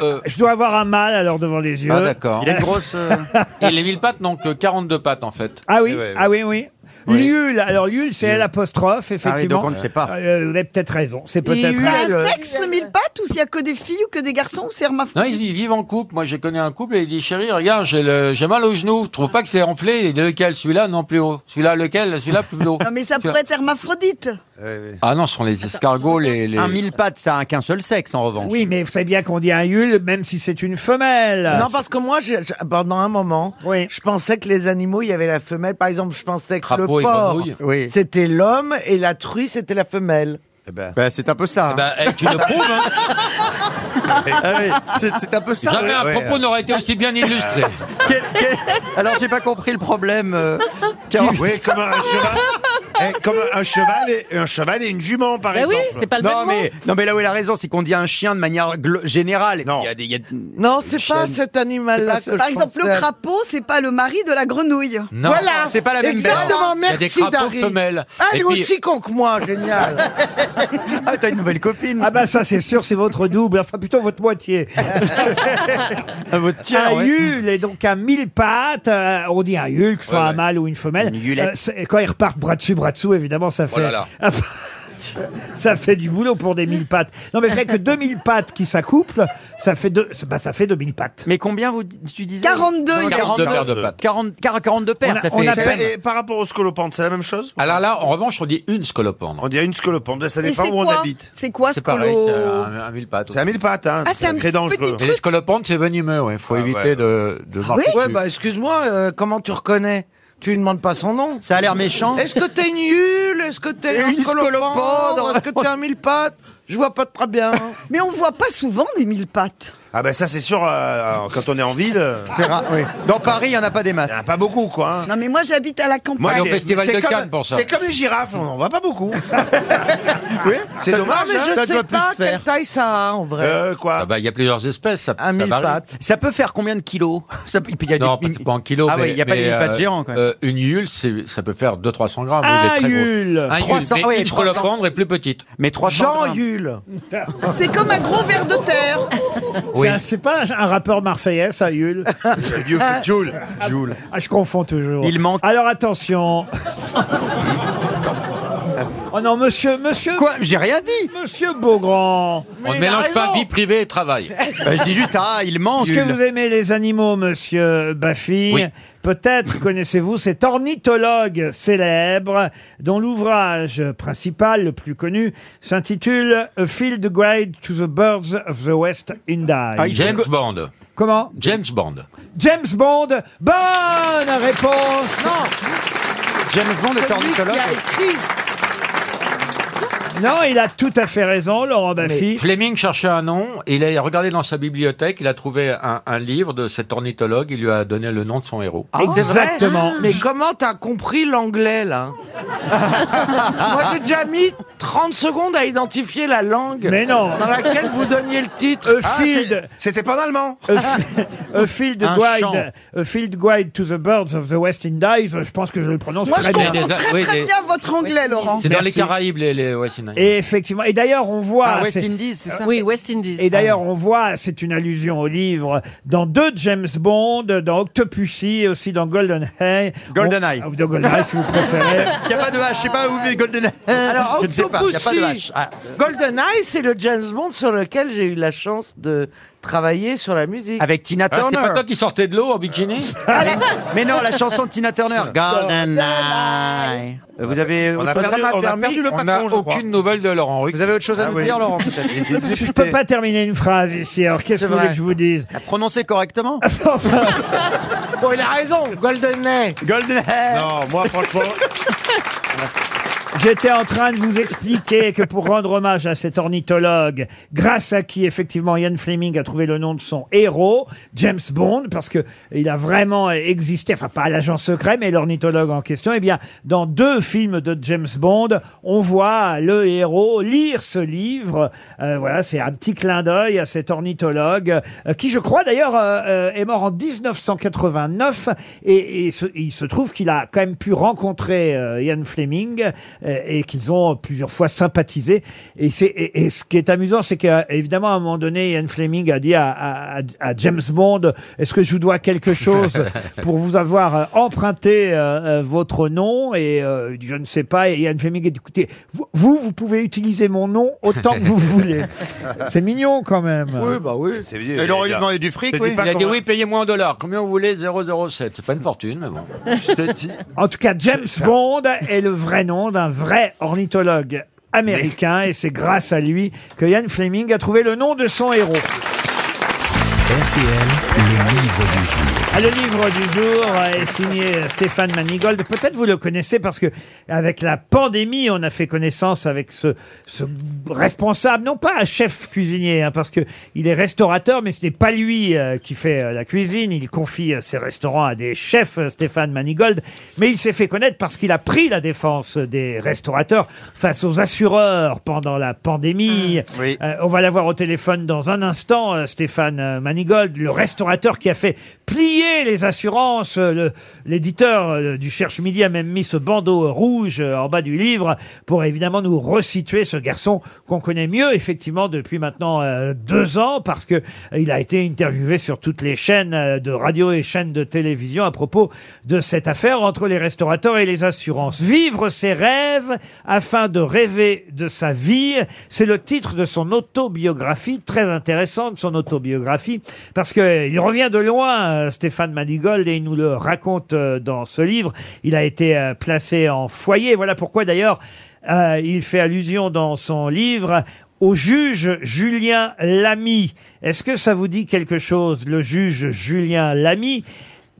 S6: E.
S2: Je dois avoir un mal alors devant les yeux.
S6: Ah d'accord.
S2: Euh,
S6: Et les mille pattes n'ont que 42 pattes en fait.
S2: Ah oui, ah oui, oui. Liul, alors Liul, c'est l'apostrophe, effectivement.
S6: donc on ne sait
S2: pas. vous avez peut-être raison. C'est peut-être. euh,
S5: C'est un sexe, le mille pattes, ou s'il y a que des filles ou que des garçons, ou c'est hermaphrodite
S6: Non, ils, ils vivent en couple. Moi, j'ai connu un couple et il dit, chérie, regarde, j'ai le- j'ai mal au genou. Tu trouves pas que c'est enflé? Et lequel? Celui-là, non, plus haut. Celui-là, lequel? Celui-là, plus haut.
S5: Non, mais ça pourrait être hermaphrodite.
S6: Ah non, ce sont les escargots, les, les...
S3: Un mille pattes, ça a qu'un seul sexe en revanche.
S2: Oui, mais vous savez bien qu'on dit un Yule, même si c'est une femelle.
S7: Non, parce que moi, j'ai- j'ai- pendant un moment, je pensais que les animaux, il y avait la femelle. Par exemple, je pensais que
S3: Crapaud et
S7: le porc,
S3: grenouille. Oui.
S7: c'était l'homme et la truie, c'était la femelle.
S3: Bah, c'est un peu ça. hein.
S6: Bah, ben. eh, tu le prouves, hein.
S3: Ah oui, c'est c'est un peu ça.
S6: Jamais
S3: ouais,
S6: un
S3: ouais,
S6: propos
S3: euh.
S6: n'aurait été aussi bien illustré.
S3: Quel- quel- Alors j'ai pas compris le problème. euh, car-
S9: Oui, comme un cheval. Eh, comme un cheval et un cheval et une jument, par exemple.
S3: non, mais, non mais là où il a raison, c'est qu'on dit un chien de manière glo- générale. Non, il y a des, il y a-
S7: Non, c'est pas
S3: chaîne.
S7: cet animal-là que
S5: Par
S7: je
S5: exemple, le
S7: pensais.
S5: crapaud, c'est pas le mari de la grenouille.
S6: Non. Voilà. C'est pas la même
S7: Exactement,
S6: bête. Il y a des
S7: merci
S6: crapauds
S7: Dari.
S6: femelles.
S7: Ah,
S6: Et
S7: elle est
S6: puis-
S7: aussi con que moi, génial.
S3: Ah, t'as une nouvelle copine.
S2: Ah bah ça c'est sûr, c'est votre double, enfin plutôt votre moitié.
S3: Ah, votre tiers,
S2: un
S3: ouais.
S2: Yule est donc à mille pattes, euh, on dit un Yule, que ce soit
S3: Ouais,
S2: un
S3: ouais.
S2: mâle ou une femelle. Euh,
S3: Une Yulette.
S2: c'est- et quand ils repartent bras dessus, bras dessous, évidemment ça fait...
S6: Oh là là.
S2: Ça fait du boulot pour des mille pattes. Non, mais c'est vrai que deux mille pattes qui s'accouplent, ça fait deux, bah, ça fait deux mille pattes.
S3: Mais combien vous, tu disais
S5: 42, il a
S6: 42 paires de pattes.
S3: 40, 42 paires, ça fait.
S9: on
S3: c'est-
S9: appelle- et par rapport aux scolopendre, c'est la même chose
S6: Alors là, en revanche, on dit une scolopendre.
S9: On dit une scolopendre, ça
S5: Et
S9: dépend
S5: c'est
S9: où on
S5: quoi
S9: habite.
S5: C'est quoi ce
S6: C'est pareil,
S5: colo
S6: c'est euh, un, un mille pattes.
S9: C'est à mille pattes, hein.
S5: Ah, c'est un
S9: très
S5: petit
S9: dangereux.
S6: Et les scolopendres, c'est venimeux, ouais. Faut éviter de, de marcher
S7: ouais,
S6: dessus.
S7: bah excuse-moi, euh, comment tu reconnais tu lui demandes pas son nom.
S3: Ça a l'air méchant.
S7: Est-ce que t'es nul Est-ce que t'es
S3: Une
S7: un scolopendre
S3: scolopendre.
S7: Est-ce que t'es un mille pattes Je vois pas très bien.
S5: Mais on voit pas souvent des mille pattes.
S9: Ah ben ça c'est sûr, euh, quand on est en ville. euh,
S3: C'est rare, oui. Dans Paris, il n'y en a pas des masses.
S9: y en a pas beaucoup quoi. hein.
S5: Non, mais moi, j'habite à la
S9: Moi,
S5: campagne.
S6: Allez au
S9: les-
S6: Festival
S9: c'est
S6: de
S9: comme-
S6: Cannes pour ça.
S9: C'est comme les girafes, on en voit pas beaucoup.
S3: Oui,
S9: C'est
S3: ça-
S9: dommage,
S7: bah, mais
S9: hein,
S7: je
S9: ça
S7: sais
S9: doit plus
S7: pas
S9: se
S7: quelle
S9: faire.
S7: taille ça a en vrai.
S9: Euh, quoi
S6: Ah bah, il y a plusieurs espèces, ça,
S7: un
S6: ça
S7: mille
S6: varie.
S7: pattes.
S3: Ça peut faire combien de kilos ça, peut- il y a des-
S6: Non, parce que pas en kilos.
S3: Ah
S6: mais-
S3: oui, il n'y a pas
S6: mais,
S3: des mille pattes
S6: euh,
S3: géants quand même.
S6: euh, une Yule, c'est- ça peut faire 200-300 grammes.
S2: Un
S6: oui,
S7: Ah,
S6: des très grosses.
S2: Yule.
S6: Un Yule,
S3: 300,
S6: mais
S3: oui,
S6: une
S3: 300.
S6: scolopendre est plus petite.
S3: Mais 300
S7: Jean
S3: grammes.
S7: Yule.
S5: C'est comme un gros verre de terre.
S2: C'est-
S6: Oui.
S2: C'est pas un rappeur marseillais, ça, Yule
S9: Dieu, Joule.
S2: Ah, je confonds toujours.
S3: Il manque-
S2: Alors attention. oh non, monsieur, monsieur.
S3: Quoi J'ai rien dit.
S2: Monsieur Beaugrand.
S6: On ne mélange pas vie privée et travail.
S2: Euh,
S3: Bah, je dis juste, ah, il manque.
S2: Est-ce que vous aimez les animaux, monsieur Baffy
S6: Oui.
S2: Peut-être connaissez-vous cet ornithologue célèbre dont l'ouvrage principal, le plus connu, s'intitule A Field Guide to the Birds of the West Indies.
S7: Ah,
S2: Ah,
S6: James Bond.
S2: Comment
S6: James Bond.
S2: James Bond Bonne réponse
S3: James Bond est
S7: Celui qui
S3: ornithologue.
S7: a écrit.
S2: Non, il a tout à fait raison, Laurent Baffy.
S6: Fleming cherchait un nom, il a regardé dans sa bibliothèque, il a trouvé un, un livre de cet ornithologue, il lui a donné le nom de son héros.
S7: Ah, c'est vrai Mais comment t'as compris l'anglais, là Moi, j'ai déjà mis 30 secondes à identifier la langue
S2: Mais non.
S7: dans laquelle vous donniez le titre. Ah,
S2: Eufield.
S7: C'était pas en allemand
S2: A field
S7: Un chant.
S2: guide, a field guide to the birds of the West Indies. Je pense que je le prononce
S5: Moi, je
S2: très bien.
S5: comprends très très
S6: oui, des-
S5: bien votre anglais,
S3: hein.
S5: Laurent.
S6: C'est dans les
S2: Merci.
S6: Caraïbes, les, les West Indians.
S2: Et effectivement, et d'ailleurs on voit.
S6: Ah, West
S2: c'est-
S6: Indies, c'est ça
S8: Oui, West Indies.
S2: Et d'ailleurs on voit, c'est une allusion au livre dans deux James Bond, dans Octopussy et aussi dans Golden Eye.
S3: GoldenEye.
S2: On- ou Dans GoldenEye si vous préférez.
S3: Il n'y a pas de H, je sais pas où est Golden
S7: Alors,
S3: je ne sais pas, il n'y a pas de
S7: Octopussy,
S3: H. Ah.
S7: GoldenEye, c'est le James Bond sur lequel j'ai eu la chance de travailler sur la musique.
S3: Avec Tina
S6: Ah, c'est
S3: Turner. Ah.
S6: pas toi qui sortais de l'eau en bikini Ah,
S3: Mais non, la chanson de Tina Turner. GoldenEye. Vous avez.
S6: On a perdu- on a perdu le On patron, a je crois. aucune nouvelle de Laurent
S3: Vous avez autre
S2: Ah
S3: chose à nous dire, Laurent
S2: Je peux pas terminer une phrase ici. Alors qu'est-ce
S3: C'est
S2: que vous voulez
S3: vrai.
S2: que je vous dise
S3: Prononcez correctement.
S7: Bon, il a raison, GoldenEye.
S3: GoldenEye.
S9: Non, moi, franchement.
S2: J'étais en train de vous expliquer que pour rendre hommage à cet ornithologue, grâce à qui effectivement Ian Fleming a trouvé le nom de son héros, James Bond, parce que il a vraiment existé, enfin pas l'agent secret, mais l'ornithologue en question, eh bien, dans deux films de James Bond, on voit le héros lire ce livre. Euh, voilà, c'est un petit clin d'œil à cet ornithologue, euh, qui je crois d'ailleurs euh, euh, est mort en 1989, et, et ce- il se trouve qu'il a quand même pu rencontrer euh, Ian Fleming euh, et qu'ils ont plusieurs fois sympathisé. Et, c'est- et- et ce qui est amusant, c'est qu'évidemment, à un moment donné, Ian Fleming a dit à, à- à- à James Bond, est-ce que je vous dois quelque chose pour vous avoir euh, emprunté euh, euh, votre nom Et euh, il dit, je ne sais pas. Et Ian Fleming a dit, écoutez, vous, vous, vous pouvez utiliser mon nom autant que vous voulez. C'est mignon quand même.
S7: bah oui.
S9: C'est
S3: Il aurait eu demandé du fric, oui.
S6: Il a dit oui, payez-moi en dollars. Combien vous voulez 007. C'est pas une fortune, mais bon.
S2: En tout cas, James Bond est le vrai nom d'un vrai ornithologue américain et c'est grâce à lui que Ian Fleming a trouvé le nom de son héros.
S1: RTL, le livre du jour.
S2: Ah, Le livre du jour euh, est signé Stéphane Manigold. Peut-être vous le connaissez parce que avec la pandémie, on a fait connaissance avec ce, ce responsable, non pas un chef cuisinier, hein, parce que il est restaurateur, mais ce n'est pas lui euh, qui fait euh, la cuisine. Il confie euh, ses restaurants à des chefs, euh, Stéphane Manigold. Mais il s'est fait connaître parce qu'il a pris la défense des restaurateurs face aux assureurs pendant la pandémie. Euh, on va l'avoir au téléphone dans un instant, euh, Stéphane euh, Manigold, le restaurateur qui a fait plier les assurances. Euh, le- L'éditeur euh, du Cherche Midi a même mis ce bandeau euh, rouge euh, en bas du livre pour évidemment nous resituer ce garçon qu'on connaît mieux effectivement depuis maintenant euh, deux ans parce que euh, il a été interviewé sur toutes les chaînes euh, de radio et chaînes de télévision à propos de cette affaire entre les restaurateurs et les assurances. Vivre ses rêves afin de rêver de sa vie, c'est le titre de son autobiographie, très intéressante son autobiographie, parce que euh, il revient de loin, euh, Stéphane Manigold, et il nous le raconte euh, dans ce livre. Il a été euh, placé en foyer, voilà pourquoi d'ailleurs euh, il fait allusion dans son livre au juge Julien Lamy. Est-ce que ça vous dit quelque chose, le juge Julien Lamy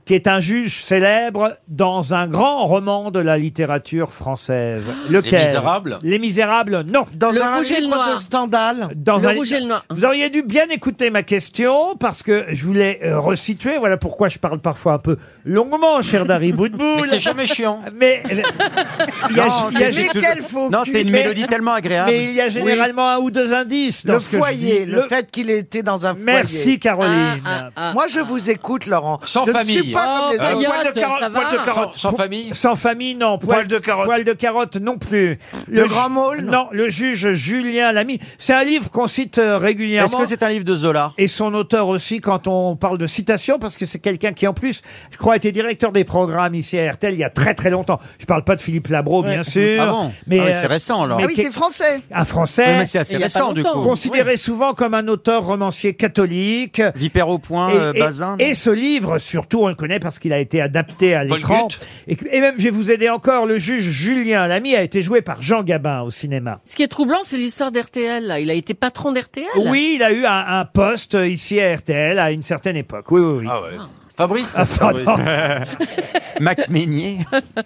S2: qui est un juge célèbre dans un grand roman de la littérature française.
S3: Ah,
S2: Lequel
S6: Misérables
S2: Les Misérables, non.
S7: Dans
S8: Le
S7: un
S8: rouge et le
S7: livre
S8: noir.
S7: de Stendhal.
S2: Dans
S8: Le
S2: un-
S8: rouge et le noir.
S2: Vous auriez dû bien écouter ma question parce que je voulais euh, resituer. Voilà pourquoi je parle parfois un peu longuement, cher Dari Boudboul.
S6: Mais c'est jamais chiant.
S2: Mais euh, il y a- il y a-
S5: Mais quel faux
S3: Non,
S5: cul.
S3: c'est une
S2: Mais-
S3: mélodie tellement agréable.
S2: mais il y a généralement un ou deux indices. dans
S7: Le
S2: ce que je
S7: foyer,
S2: dis.
S7: le fait qu'il était dans un foyer.
S2: Merci Caroline.
S8: Ah, ah, ah.
S7: Moi, je vous écoute, Laurent.
S6: Sans
S7: je
S6: famille.
S7: Ne suis
S3: hein.
S7: pas comme
S8: Oh,
S7: les
S3: Euh,
S8: bah,
S7: autres.
S8: Yacht,
S9: poil de carotte,
S8: ça
S9: poil de
S8: va.
S9: carotte.
S6: Sans famille
S2: Sans famille, non.
S9: Poil de carotte.
S2: Poil de carotte, non plus.
S7: Le
S2: ju-
S7: Grand Môle, non.
S2: Non, le juge Julien Lamy. C'est un livre qu'on cite euh,
S3: Est-ce
S2: régulièrement.
S3: que c'est un livre de Zola
S2: et son auteur aussi quand on parle de citation parce que c'est quelqu'un qui en plus je crois était directeur des programmes ici à RTL il y a très très longtemps je parle pas de Philippe Labro bien sûr
S3: Ah bon
S2: mais
S3: Ah oui,
S2: euh,
S3: c'est récent, alors.
S2: mais
S5: Ah oui,
S2: qui-
S5: c'est français.
S2: un
S3: Oui,
S2: français
S3: mais c'est assez
S8: il y a pas
S3: récent, du
S8: longtemps.
S3: coup.
S2: considéré souvent comme un auteur romancier catholique
S3: Vipère au point,
S2: et,
S3: euh,
S2: et-
S3: Bazin.
S2: et ce livre, surtout, on le connaît parce qu'il a été adapté à l'écran. Et, que- et même, je vais vous aider encore, le juge Julien Lamy a été joué par Jean Gabin au cinéma.
S8: Ce qui est troublant, c'est l'histoire d'RTL. là. Il a été patron d'RTL.
S2: euh, Oui, il a eu un, un poste ici à RTL à une certaine époque. Oui, oui, oui.
S9: Ah ouais.
S6: Fabrice
S3: Ah Max Meignier.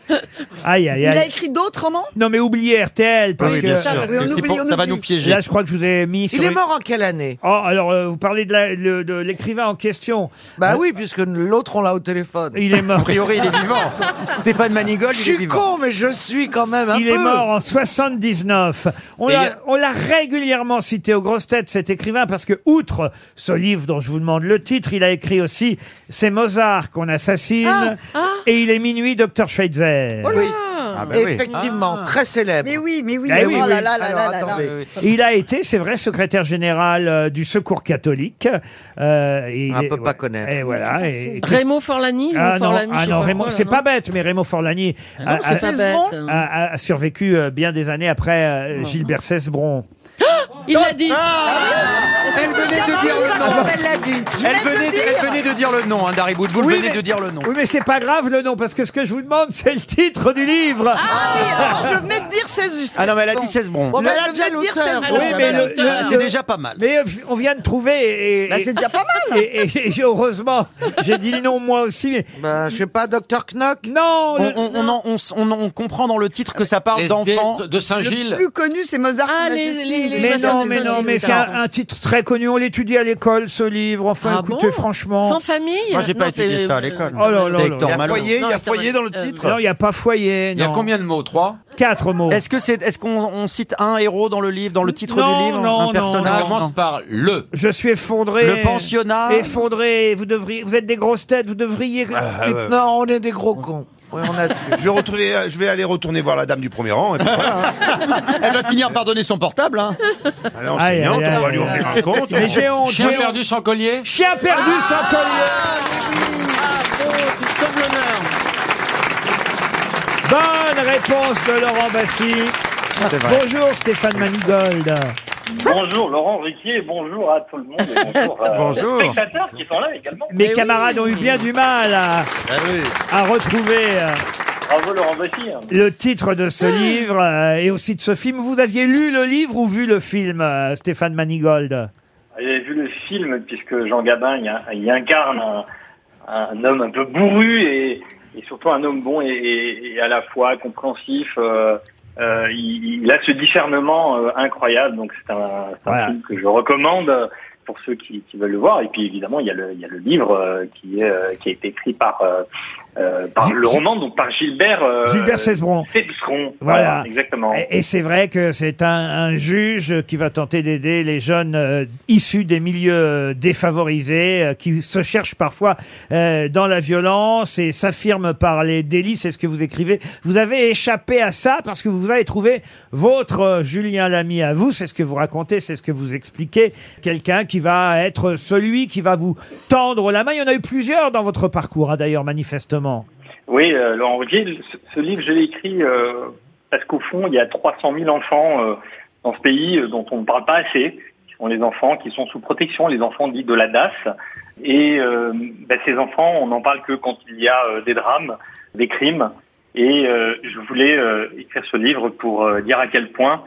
S2: Aïe, aïe,
S5: Il a
S2: aïe.
S5: écrit d'autres romans
S2: Non, mais oubliez RTL, parce
S5: Oui,
S2: que...
S5: bien sûr, parce Oui, on que c'est oublie, pour- on ça va oublie. nous piéger.
S2: Là, je crois que je vous ai mis sur...
S7: Il est mort en quelle année
S2: Oh, alors, euh, vous parlez de la- le- de l'écrivain en question. Euh,
S7: Bah oui, puisque l'autre, on l'a au téléphone.
S2: Il est mort.
S3: Stéphane Manigold,
S7: Je suis con, mais je suis quand même un
S2: Il
S7: peu.
S2: est mort en 79. On
S7: Mais il y
S2: l'a
S7: a-
S2: on l'a régulièrement cité aux grosses têtes, cet écrivain, parce que, outre ce livre dont je vous demande le titre, il a écrit aussi C'est Mozart qu'on assassine
S7: Ah,
S2: et Il est minuit, Dr. Schweitzer. bah
S7: Oui. Ah.
S2: oui.
S7: Oh Effectivement, très célèbre.
S5: Mais oui, mais oui.
S2: Eh
S5: oh
S2: oui,
S5: là
S2: oui.
S5: là là là
S7: Alors,
S5: là là.
S7: attendez.
S2: Il a été, c'est vrai, secrétaire général euh, du Secours catholique. Euh, et
S7: On
S2: il est-
S7: peut pas
S2: ouais.
S7: connaître.
S2: Et voilà. et- et-
S8: Raymond Forlani ou
S2: Ah non,
S8: Forlani,
S2: ah
S8: je sais
S2: non,
S8: pas
S2: Raymond,
S8: quoi, là,
S2: c'est
S8: non
S2: pas bête, mais Raymond Forlani
S8: Ah non,
S2: a,
S8: c'est
S2: a-
S8: pas bête.
S2: a- a survécu euh, bien des années après euh, Gilbert Cessebron.
S8: Il l'a dit.
S3: ah. Elle venait de dire le nom. Elle venait de, elle venait de dire le nom, hein, Dari Boudboul
S2: Oui,
S3: venait
S2: mais-
S3: de dire le nom.
S2: Oui, mais c'est pas grave le nom, parce que ce que je vous demande, c'est le titre du livre.
S5: Ah oui, alors, je venais de dire 16 juste.
S3: Ah non, mais elle a dit 16 bronzes.
S5: Bon, bah,
S2: Le-
S5: elle a déjà dire 16
S2: Oui, mais le-
S3: Voilà.
S2: le-
S3: C'est
S2: le-
S3: déjà pas mal.
S2: Mais euh, on vient de trouver et,
S5: Bah, c'est déjà pas mal.
S2: et, et- et heureusement, j'ai dit le nom moi aussi. Mais
S7: Bah, je sais pas, Docteur Knock.
S2: non,
S3: On,
S2: le-
S3: on- on en- on s- on en- on comprend dans le titre que ça parle
S6: Les-
S3: d'enfants.
S6: de- de Saint-Gilles.
S5: Le plus connu, c'est Mozart.
S8: Ah,
S5: qu'on a
S8: les-
S5: fait.
S8: les- les-
S2: mais
S8: Déjà,
S2: non,
S8: c'est
S2: mais
S8: un
S2: non,
S8: livre,
S2: mais c'est un,
S8: t'as
S2: un titre très connu. On l'étudie à l'école, ce livre. Enfin,
S8: Ah
S2: écoutez,
S8: bon
S2: franchement.
S8: Sans famille
S3: Moi, j'ai pas
S8: Non,
S3: étudié
S8: c'est- euh,
S3: ça à l'école.
S2: Oh là là
S3: C'est
S2: là
S3: Hector
S2: là.
S3: Malot.
S9: Foyer, il y
S8: Non,
S9: a foyer dans le
S8: euh,
S9: titre.
S2: Non, il n'y a pas foyer.
S6: Il y a
S2: non.
S6: combien de mots Trois
S2: Quatre mots.
S3: Est-ce que c'est, est-ce qu'on on cite un héros dans le livre, dans le titre
S2: Non,
S3: du livre,
S2: non, non,
S3: un personnage
S6: On commence par le.
S2: Je suis effondré.
S3: Le pensionnat.
S2: Effondré. Vous devriez. Vous êtes des grosses têtes. Vous devriez.
S9: Ah, ouais.
S7: Non, on est des gros cons. Ouais, on a
S9: Je vais, retrouver, euh, je vais aller retourner voir la dame du premier rang. Et puis voilà.
S3: Elle va finir par donner son portable. Hein.
S9: Elle est enseignante,
S2: Aïe, aïe,
S9: on va
S2: aïe,
S9: lui ouvrir un compte.
S2: Mais j'ai honte.
S6: Chien
S2: j'ai honte.
S6: perdu sans collier.
S2: Chien perdu
S3: Ah.
S2: sans collier.
S3: Oh,
S2: Bonne réponse de Laurent Bassi. Bonjour Stéphane Manigold.
S12: Bonjour Laurent Riquier, bonjour à tout le monde et bonjour, euh,
S3: Bonjour.
S12: aux spectateurs qui sont là également.
S2: Mes
S8: Mais
S2: camarades
S8: oui.
S2: ont eu bien du mal à,
S9: Ah oui.
S2: à retrouver euh,
S12: Bravo Laurent Bachy.
S2: le titre de ce livre euh, et aussi de ce film. Vous aviez lu le livre ou vu le film, euh, Stéphane Manigold
S12: J'ai vu le film puisque Jean Gabin il, il incarne un, un homme un peu bourru et, et surtout un homme bon et, et- et à la fois compréhensif. euh, euh, il, il a ce discernement euh, incroyable, donc c'est un, c'est un
S2: Voilà.
S12: film que je recommande pour ceux qui, qui veulent le voir. Et puis évidemment, il y a le, il y a le livre euh, qui, est, euh, qui a été écrit par, euh, euh, par le roman, donc par Gilbert. euh,
S2: Gilbert Cesbron.
S12: Cesbron.
S2: Voilà.
S12: exactement.
S2: Et, et c'est vrai que c'est un, un juge qui va tenter d'aider les jeunes euh, issus des milieux euh, défavorisés, euh, qui se cherchent parfois euh, dans la violence et s'affirment par les délits. C'est ce que vous écrivez. Vous avez échappé à ça parce que vous avez trouvé votre euh, Julien Lamy à vous. C'est ce que vous racontez, c'est ce que vous expliquez. Quelqu'un qui va être celui qui va vous tendre la main. Il y en a eu plusieurs dans votre parcours, hein, d'ailleurs, manifestement.
S12: Oui, euh, Laurent Ruquier, ce, ce livre, je l'ai écrit euh, parce qu'au fond, il y a 300 000 enfants euh, dans ce pays euh, dont on ne parle pas assez, qui sont les enfants qui sont sous protection, les enfants dits de la DAS. Et euh, bah, ces enfants, on n'en parle que quand il y a euh, des drames, des crimes. Et euh, je voulais euh, écrire ce livre pour euh, dire à quel point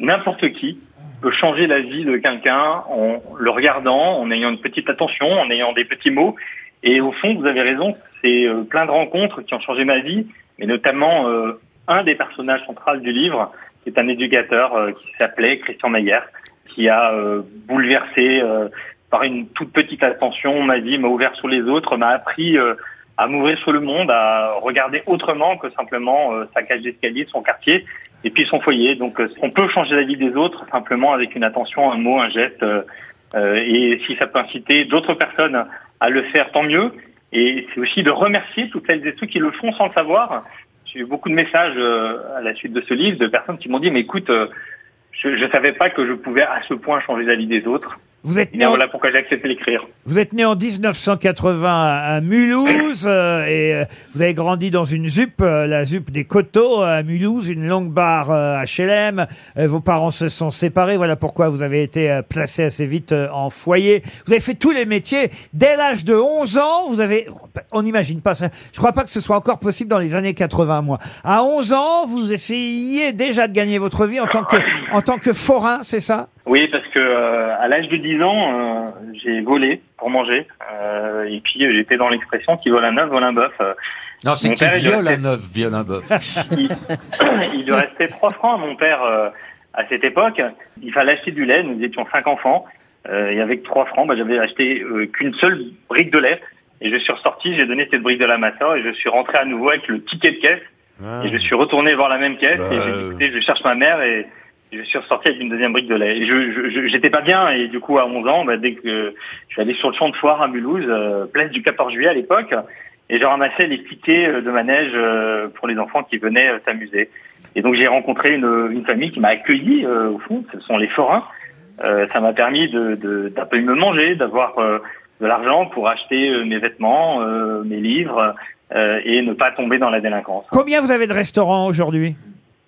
S12: n'importe qui peut changer la vie de quelqu'un en le regardant, en ayant une petite attention, en ayant des petits mots. Et au fond, vous avez raison, c'est euh, plein de rencontres qui ont changé ma vie, mais notamment euh, un des personnages centrales du livre, qui est un éducateur euh, qui s'appelait Christian Meyer, qui a euh, bouleversé euh, par une toute petite attention ma vie, m'a ouvert sur les autres, m'a appris euh, à m'ouvrir sur le monde, à regarder autrement que simplement euh, sa cage d'escalier, son quartier et puis son foyer. Donc euh, on peut changer la vie des autres simplement avec une attention, un mot, un geste. euh, euh, et si ça peut inciter d'autres personnes à le faire, tant mieux. Et c'est aussi de remercier toutes celles et ceux qui le font sans le savoir. J'ai eu beaucoup de messages euh, à la suite de ce livre de personnes qui m'ont dit, mais écoute, euh, je ne savais pas que je pouvais à ce point changer la vie des autres.
S2: Vous êtes
S12: Et
S2: né
S12: bien
S2: en
S12: voilà pourquoi j'ai accepté d'écrire.
S2: Vous êtes né en 1980 à à Mulhouse euh, et euh, vous avez grandi dans une ZUP, euh, la ZUP des Coteaux euh, à Mulhouse, une longue barre euh, HLM. Euh, vos parents se sont séparés, voilà pourquoi vous avez été euh, placé assez vite euh, en foyer. Vous avez fait tous les métiers. Dès l'âge de 11 ans, vous avez... On n'imagine pas ça. Je crois pas que ce soit encore possible dans les années 80, moi. À 11 ans, vous essayez déjà de gagner votre vie en tant que, en tant que forain, c'est ça
S12: Oui, parce que euh, à l'âge de 10 ans, euh, j'ai volé pour manger. Euh, et puis euh, j'étais dans l'expression qui vole un œuf, vole un bœuf. Euh,
S6: Non, c'est
S12: mon
S6: qui
S12: père, il
S6: viole
S12: restait-
S6: un œuf, viole un bœuf.
S12: il lui restait 3 francs à mon père euh, à cette époque. Il fallait acheter du lait, nous étions cinq enfants. Euh, et avec 3 francs, bah, j'avais acheté euh, qu'une seule brique de lait. Et je suis ressorti, j'ai donné cette brique de lait à ma soeur et je suis rentré à nouveau avec le ticket de caisse. Et je suis retourné voir la même caisse
S9: Ah. Bah,
S12: et j'ai dit,
S9: euh.
S12: écoutez, je cherche ma mère et je suis ressorti avec une deuxième brique de lait. Et je- je- je- J'étais pas bien et du coup à 11 ans, bah, dès que je suis allé sur le champ de foire à Mulhouse, euh, place du 14 juillet à l'époque, et j'ai ramassé les tickets euh, de manège euh, pour les enfants qui venaient euh, s'amuser. Et donc j'ai rencontré une, une famille qui m'a accueilli euh, au fond, ce sont les forains. Euh, ça m'a permis de de- d'un peu me manger, d'avoir euh, de l'argent pour acheter euh, mes vêtements, euh, mes livres euh, et ne pas tomber dans la délinquance.
S2: Combien vous avez de restaurants aujourd'hui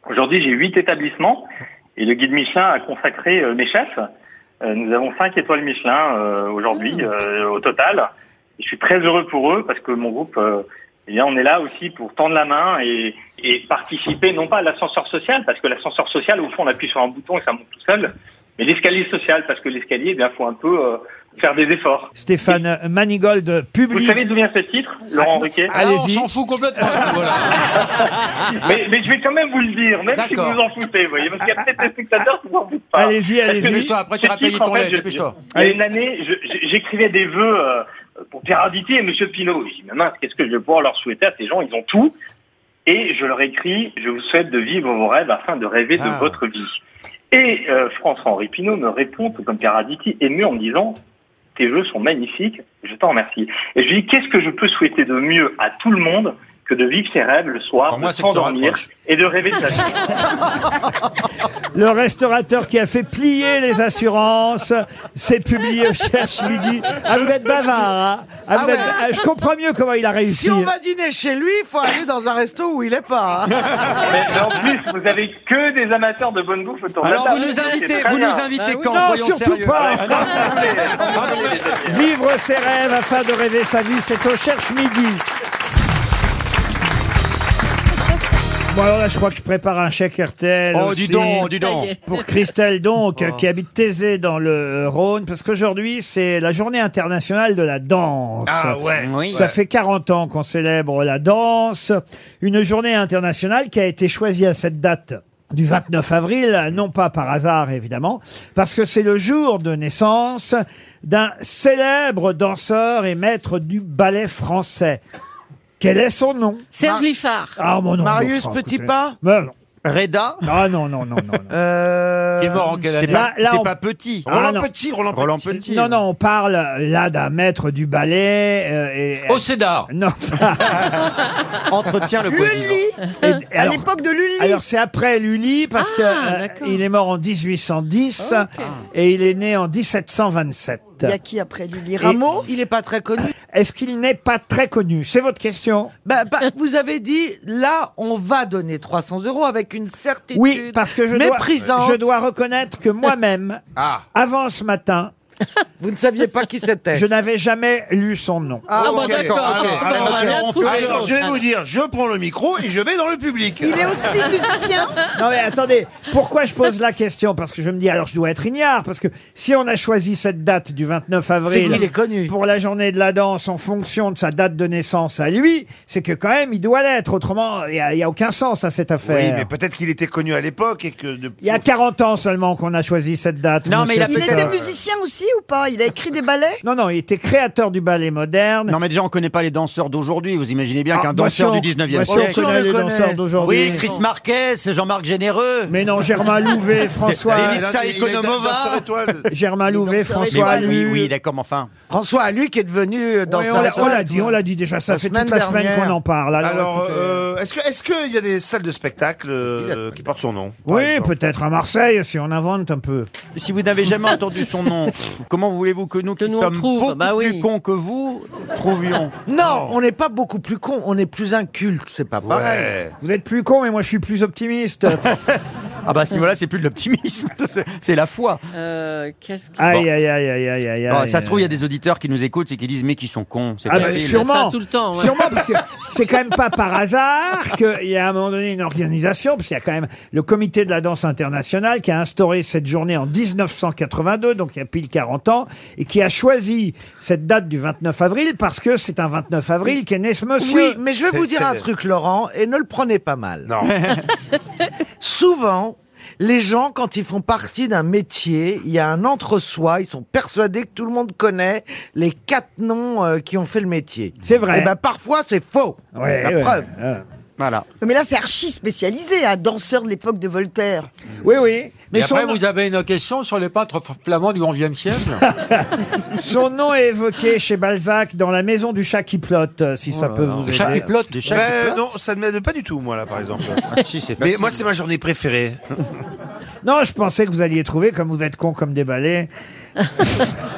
S12: Aujourd'hui, j'ai huit établissements et le guide Michelin a consacré euh, mes chefs. Euh, nous avons cinq étoiles Michelin euh, aujourd'hui euh, au total. Et je suis très heureux pour eux parce que mon groupe, euh, eh bien, on est là aussi pour tendre la main et, et participer non pas à l'ascenseur social parce que l'ascenseur social, au fond, on appuie sur un bouton et ça monte tout seul, mais l'escalier social parce que l'escalier, eh bien, faut un peu euh, faire des efforts.
S2: Stéphane Manigold publie.
S12: Vous savez d'où vient ce titre, Laurent Ruquier
S2: Allez-y. Ah, on s'en
S6: fout complètement.
S12: mais, mais je vais quand même vous le dire, même si vous
S6: D'accord.
S12: vous en foutez, vous voyez, parce qu'il y a peut-être des spectateurs qui vous en foutent pas.
S2: Allez-y, allez-y. Dépêche-toi,
S6: après, tu
S12: Ce
S6: vas payer
S12: titre,
S6: ton
S12: en fait,
S6: lait,
S12: je-
S6: dépêche-toi.
S12: Il y a une année, je- je- j'écrivais des vœux euh, pour Pierre Arditi et Monsieur Pinault. Je dis, mais mince, qu'est-ce que je vais pouvoir leur souhaiter à ces gens Ils ont tout. Et je leur écris, je vous souhaite de vivre vos rêves afin de rêver de votre vie. Et euh, François-Henri Pinault me répond, tout comme Pierre Arditi, ému en me disant, tes vœux sont magnifiques, je t'en remercie. Et je lui dis, qu'est-ce que je peux souhaiter de mieux à tout le monde que de vivre ses rêves le soir, de
S6: moi, c'est que t'en
S12: s'endormir
S6: rapproches.
S12: et de rêver de sa vie
S2: Le restaurateur qui a fait plier les assurances, c'est publié au Cherche Midi. Ah, vous êtes bavard, hein Ah, vous
S7: Ah
S2: êtes-
S7: ouais.
S2: ah, Je comprends mieux comment il a réussi.
S7: Si on va dîner chez lui, il faut aller dans un resto où il est pas. hein.
S12: Mais en plus, vous avez que des amateurs de bonne bouffe autour
S3: Alors,
S12: de la
S7: Ah,
S3: vous
S12: table.
S3: nous
S12: C'est
S3: invitez-
S12: très
S3: vous
S12: bien.
S3: nous invitez
S7: Bah
S3: quand, Ah,
S2: Non, voyons surtout sérieux. Ah, pas.
S12: Ouais, non, non, non, non, non.
S2: Vivre ses rêves afin de rêver sa vie, c'est au Cherche Midi. Bon alors là, je crois que je prépare un chèque RTL.
S3: Oh, dis
S2: aussi.
S3: donc, dis donc. Oh. Ça y est.
S2: Pour Christelle donc, qui habite Thésée dans le Rhône, parce qu'aujourd'hui c'est la journée internationale de la danse.
S3: Ah ouais. Oui.
S2: Ça
S3: Ouais.
S2: fait 40 ans qu'on célèbre la danse. Une journée internationale qui a été choisie à cette date du 29 avril, non pas par hasard évidemment, parce que c'est le jour de naissance d'un célèbre danseur et maître du ballet français. Quel est son nom
S8: Serge Liffard.
S2: Ah, mon nom,
S7: Marius
S2: mon frère,
S7: Petit
S2: écoutez.
S7: Pas
S2: Ben, non.
S3: Reda
S2: Ah non, non, non, non. non.
S7: Euh,
S6: Qui est mort en quelle
S2: C'est
S6: année
S2: pas- là,
S3: C'est
S2: on-
S3: pas petit.
S2: Ah, non.
S3: Roland, Petit.
S2: Non, non, on parle euh, là d'un maître du ballet. euh, et,
S6: Au Cédar.
S2: Non.
S3: Entretien le poids vivant.
S5: Lully
S2: Et-
S5: À
S2: alors-
S5: l'époque de Lully
S2: Alors c'est après Lully parce
S7: Ah,
S2: que euh, il est mort en 1810 et il est né en 1727.
S5: Il y a qui après Lully
S2: Et-
S5: Rameau
S7: Il est pas très connu.
S2: Est-ce qu'il n'est pas très connu C'est votre question
S7: Bah, bah, vous avez dit, là, on va donner 300 euros avec une certitude.
S2: Oui, parce que je dois,
S7: méprisante.
S2: je dois reconnaître que moi-même, avant ce matin,
S7: Ah. Vous ne saviez pas qui c'était.
S2: je n'avais jamais lu son nom.
S7: Ah,
S9: Ah,
S7: bon,
S9: ok.
S7: d'accord,
S9: Ah,
S7: ok.
S9: alors,
S7: Ah,
S9: alors,
S7: ok.
S9: alors, on
S7: Tout
S9: peut-
S7: le
S9: alors,
S7: monde.
S9: je vais vous dire, je prends le micro et je vais dans le public.
S5: Il est aussi musicien
S2: Non mais attendez, pourquoi je pose la question Parce que je me dis alors je dois être ignare parce que si on a choisi cette date du 29 avril
S7: qu'il est connu.
S2: pour la journée de la danse en fonction de sa date de naissance à lui, c'est que quand même il doit l'être. Autrement, il n'y a, il y a aucun sens à cette affaire.
S9: Oui, mais peut-être qu'il était connu à l'époque et que de-
S2: Il y a 40 ans seulement qu'on a choisi cette date.
S3: Non, mais il a
S5: Il
S2: monsieur
S5: était
S2: Pierre.
S5: musicien aussi ou pas Il a écrit des ballets
S2: Non, non, il était créateur du ballet moderne.
S3: Non mais déjà on connaît pas les danseurs d'aujourd'hui, vous imaginez bien
S2: Ah,
S3: qu'un
S2: bah, si
S3: danseur
S2: on-
S3: du 19e
S2: bah, si on
S3: siècle.
S2: connaît les danseurs d'aujourd'hui.
S3: Oui, Chris Marquez, Jean-Marc Généreux.
S2: Mais non, Germain Louvet, François,
S3: David
S9: Il a été danseur
S3: Economova.
S9: étoile.
S2: Germain Louvet,
S3: Mais
S2: François
S3: oui,
S2: Allu.
S3: oui, d'accord, mais enfin.
S7: François Allu qui est
S3: euh,
S7: devenu dans
S2: Oui, on l'a- on l'a dit, on l'a dit déjà. Ça
S7: La
S2: fait
S7: semaine
S2: toute la semaine
S7: dernière.
S2: qu'on en parle. Alors,
S9: Alors,
S2: écoutez.
S9: euh, est-ce que est-ce qu'il y a des salles de spectacle euh, qui portent son nom par
S2: oui,
S9: exemple
S2: peut-être à Marseille si on invente un peu.
S3: Si vous n'avez jamais entendu son nom, pff, comment voulez-vous que nous, qui
S8: nous, on
S3: sommes
S8: trouve,
S3: beaucoup
S8: bah oui.
S3: plus cons que vous, trouvions
S7: Non, on n'est pas beaucoup plus con, on est plus inculte, c'est pas pareil.
S9: Ouais.
S2: Vous êtes plus con, mais moi je suis plus optimiste.
S3: Ah bah à ce niveau-là, c'est plus de l'optimisme, c'est- c'est la foi.
S8: Euh, Qu'est-ce que.
S2: Aïe, aïe, aïe, aïe, aïe, aïe,
S3: Bon,
S2: aïe.
S3: ça se trouve, il y a des auditeurs qui nous écoutent et qui disent mais qui sont cons. C'est
S2: Ah bah,
S3: facile.
S2: sûrement, sûrement parce que c'est quand même pas par hasard qu'il y a à un moment donné une organisation, parce qu'il y a quand même le comité de la danse internationale qui a instauré cette journée en 1982, donc il y a pile 40 ans, et qui a choisi cette date du 29 avril parce que c'est un 29 avril qu'est né ce monsieur.
S7: Oui, mais je vais vous dire un truc, Laurent, et ne le prenez pas mal. Non. Souvent, les gens, quand ils font partie d'un métier, il y a un entre-soi, ils sont persuadés que tout le monde connaît les quatre noms euh, qui ont fait le métier.
S2: C'est vrai.
S7: Et ben parfois, c'est faux. La preuve.
S3: Ah,
S2: Ah.
S3: Voilà.
S5: Mais là, c'est archi spécialisé, un danseur de l'époque de Voltaire.
S2: Oui, oui.
S6: Mais
S2: Mais
S6: Et
S2: son-
S6: après, vous avez une question sur les peintres flamands du XIe siècle
S2: Son nom est évoqué chez Balzac dans La maison du chat qui plotte, euh, si ça
S9: Oh
S2: peut
S9: là là.
S2: vous
S9: Le
S2: aider.
S9: chat qui plotte,
S2: Du
S9: du chat qui Ben,
S3: Euh,
S9: plotte non, ça ne m'aide pas du tout, moi, là, par exemple.
S2: Ah, si, c'est
S9: Mais
S2: facile.
S9: moi, c'est ma journée préférée.
S2: Non, je pensais que vous alliez trouver, comme vous êtes con comme des balais.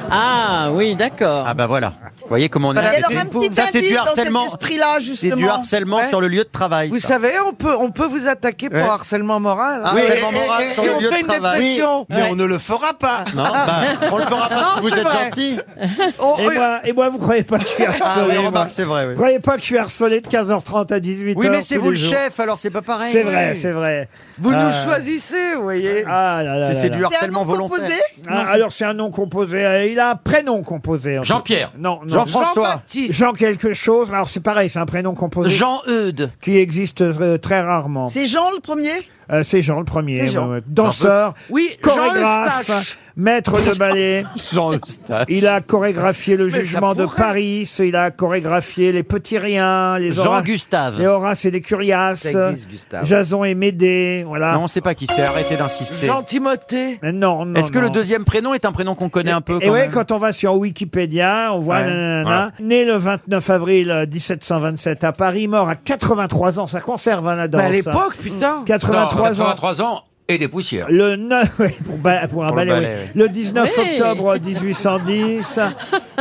S8: Ah oui, d'accord.
S3: Ah bah voilà. Vous voyez comment on
S8: Bah,
S3: est.
S8: et alors, un petit
S3: ça c'est
S8: indice
S3: du
S8: dans cet
S3: harcèlement.
S8: esprit-là,
S3: C'est du
S8: justement.
S3: harcèlement
S7: Ouais.
S3: sur le lieu de travail.
S7: Vous
S3: ça.
S7: savez, on peut, on peut vous attaquer pour
S3: Ouais.
S7: harcèlement moral. hein.
S3: Ah, Oui, harcèlement
S7: et-
S3: moral
S7: et- et
S3: sur
S7: si
S3: le
S7: on
S3: lieu
S7: fait
S3: de
S7: une
S3: travail.
S7: dépression.
S3: Oui, mais on ne
S7: le fera pas.
S3: Non, bah, on le fera pas si vous êtes gentil.
S2: et, moi, et moi, vous croyez pas que je suis
S3: Oh, Ah, oui,
S2: harcelé
S3: remarque,
S2: moi.
S3: c'est vrai, oui.
S2: Vous croyez pas que je suis harcelé de 15h30 à 18h
S3: Oui, mais c'est
S2: tous
S3: vous le
S2: les jours.
S3: chef, alors c'est pas pareil.
S2: C'est
S3: Oui.
S2: vrai, c'est vrai.
S7: Vous nous
S2: Ah.
S7: choisissez, vous voyez.
S2: Ah là là
S3: Si
S2: là
S3: c'est
S2: là.
S3: du harcèlement volontaire.
S2: Ah, alors c'est un nom composé. euh, Il a un prénom composé. en fait.
S3: Jean-Pierre.
S2: Non, non.
S3: Jean-François.
S2: Jean quelque chose. Alors c'est pareil, c'est un prénom composé.
S3: Jean-Eudes.
S2: Qui existe euh, très rarement.
S5: C'est Jean le premier
S2: Euh, c'est Jean le premier.
S5: C'est Jean.
S2: ouais, ouais. Danseur,
S5: Oui, Jean
S2: chorégraphe,
S5: Eustache.
S2: maître de ballet.
S3: Jean Eustache.
S2: Il a chorégraphié le
S3: Mais ça
S2: jugement de
S3: pourrait.
S2: Paris. Il a chorégraphié les petits riens, les
S3: Jean
S2: Horace-
S3: Gustave.
S2: les Horace et les Curiaces,
S3: Ça existe, Gustave.
S2: Jason et Médée. Voilà.
S3: Non, on sait pas qui c'est. Arrêtez d'insister.
S7: Timothée.
S2: Non, non.
S3: Est-ce que le
S2: non.
S3: deuxième prénom est un prénom qu'on connaît un peu
S2: Et
S3: quand
S2: ouais,
S3: même
S2: quand on va sur Wikipédia, on voit
S3: Ouais.
S2: nanana, né le 29 avril euh, 1727 à Paris, mort à 83 ans, ça conserve hein, un adolescent.
S7: Bah, à l'époque, putain.
S2: 83 ans.
S6: 83 ans et des poussières.
S2: Le 9, oui, pour, ba- pour un
S6: Pour le
S2: ballet,
S6: ballet,
S2: oui.
S6: oui.
S2: Le 19
S6: Oui.
S2: octobre 1810,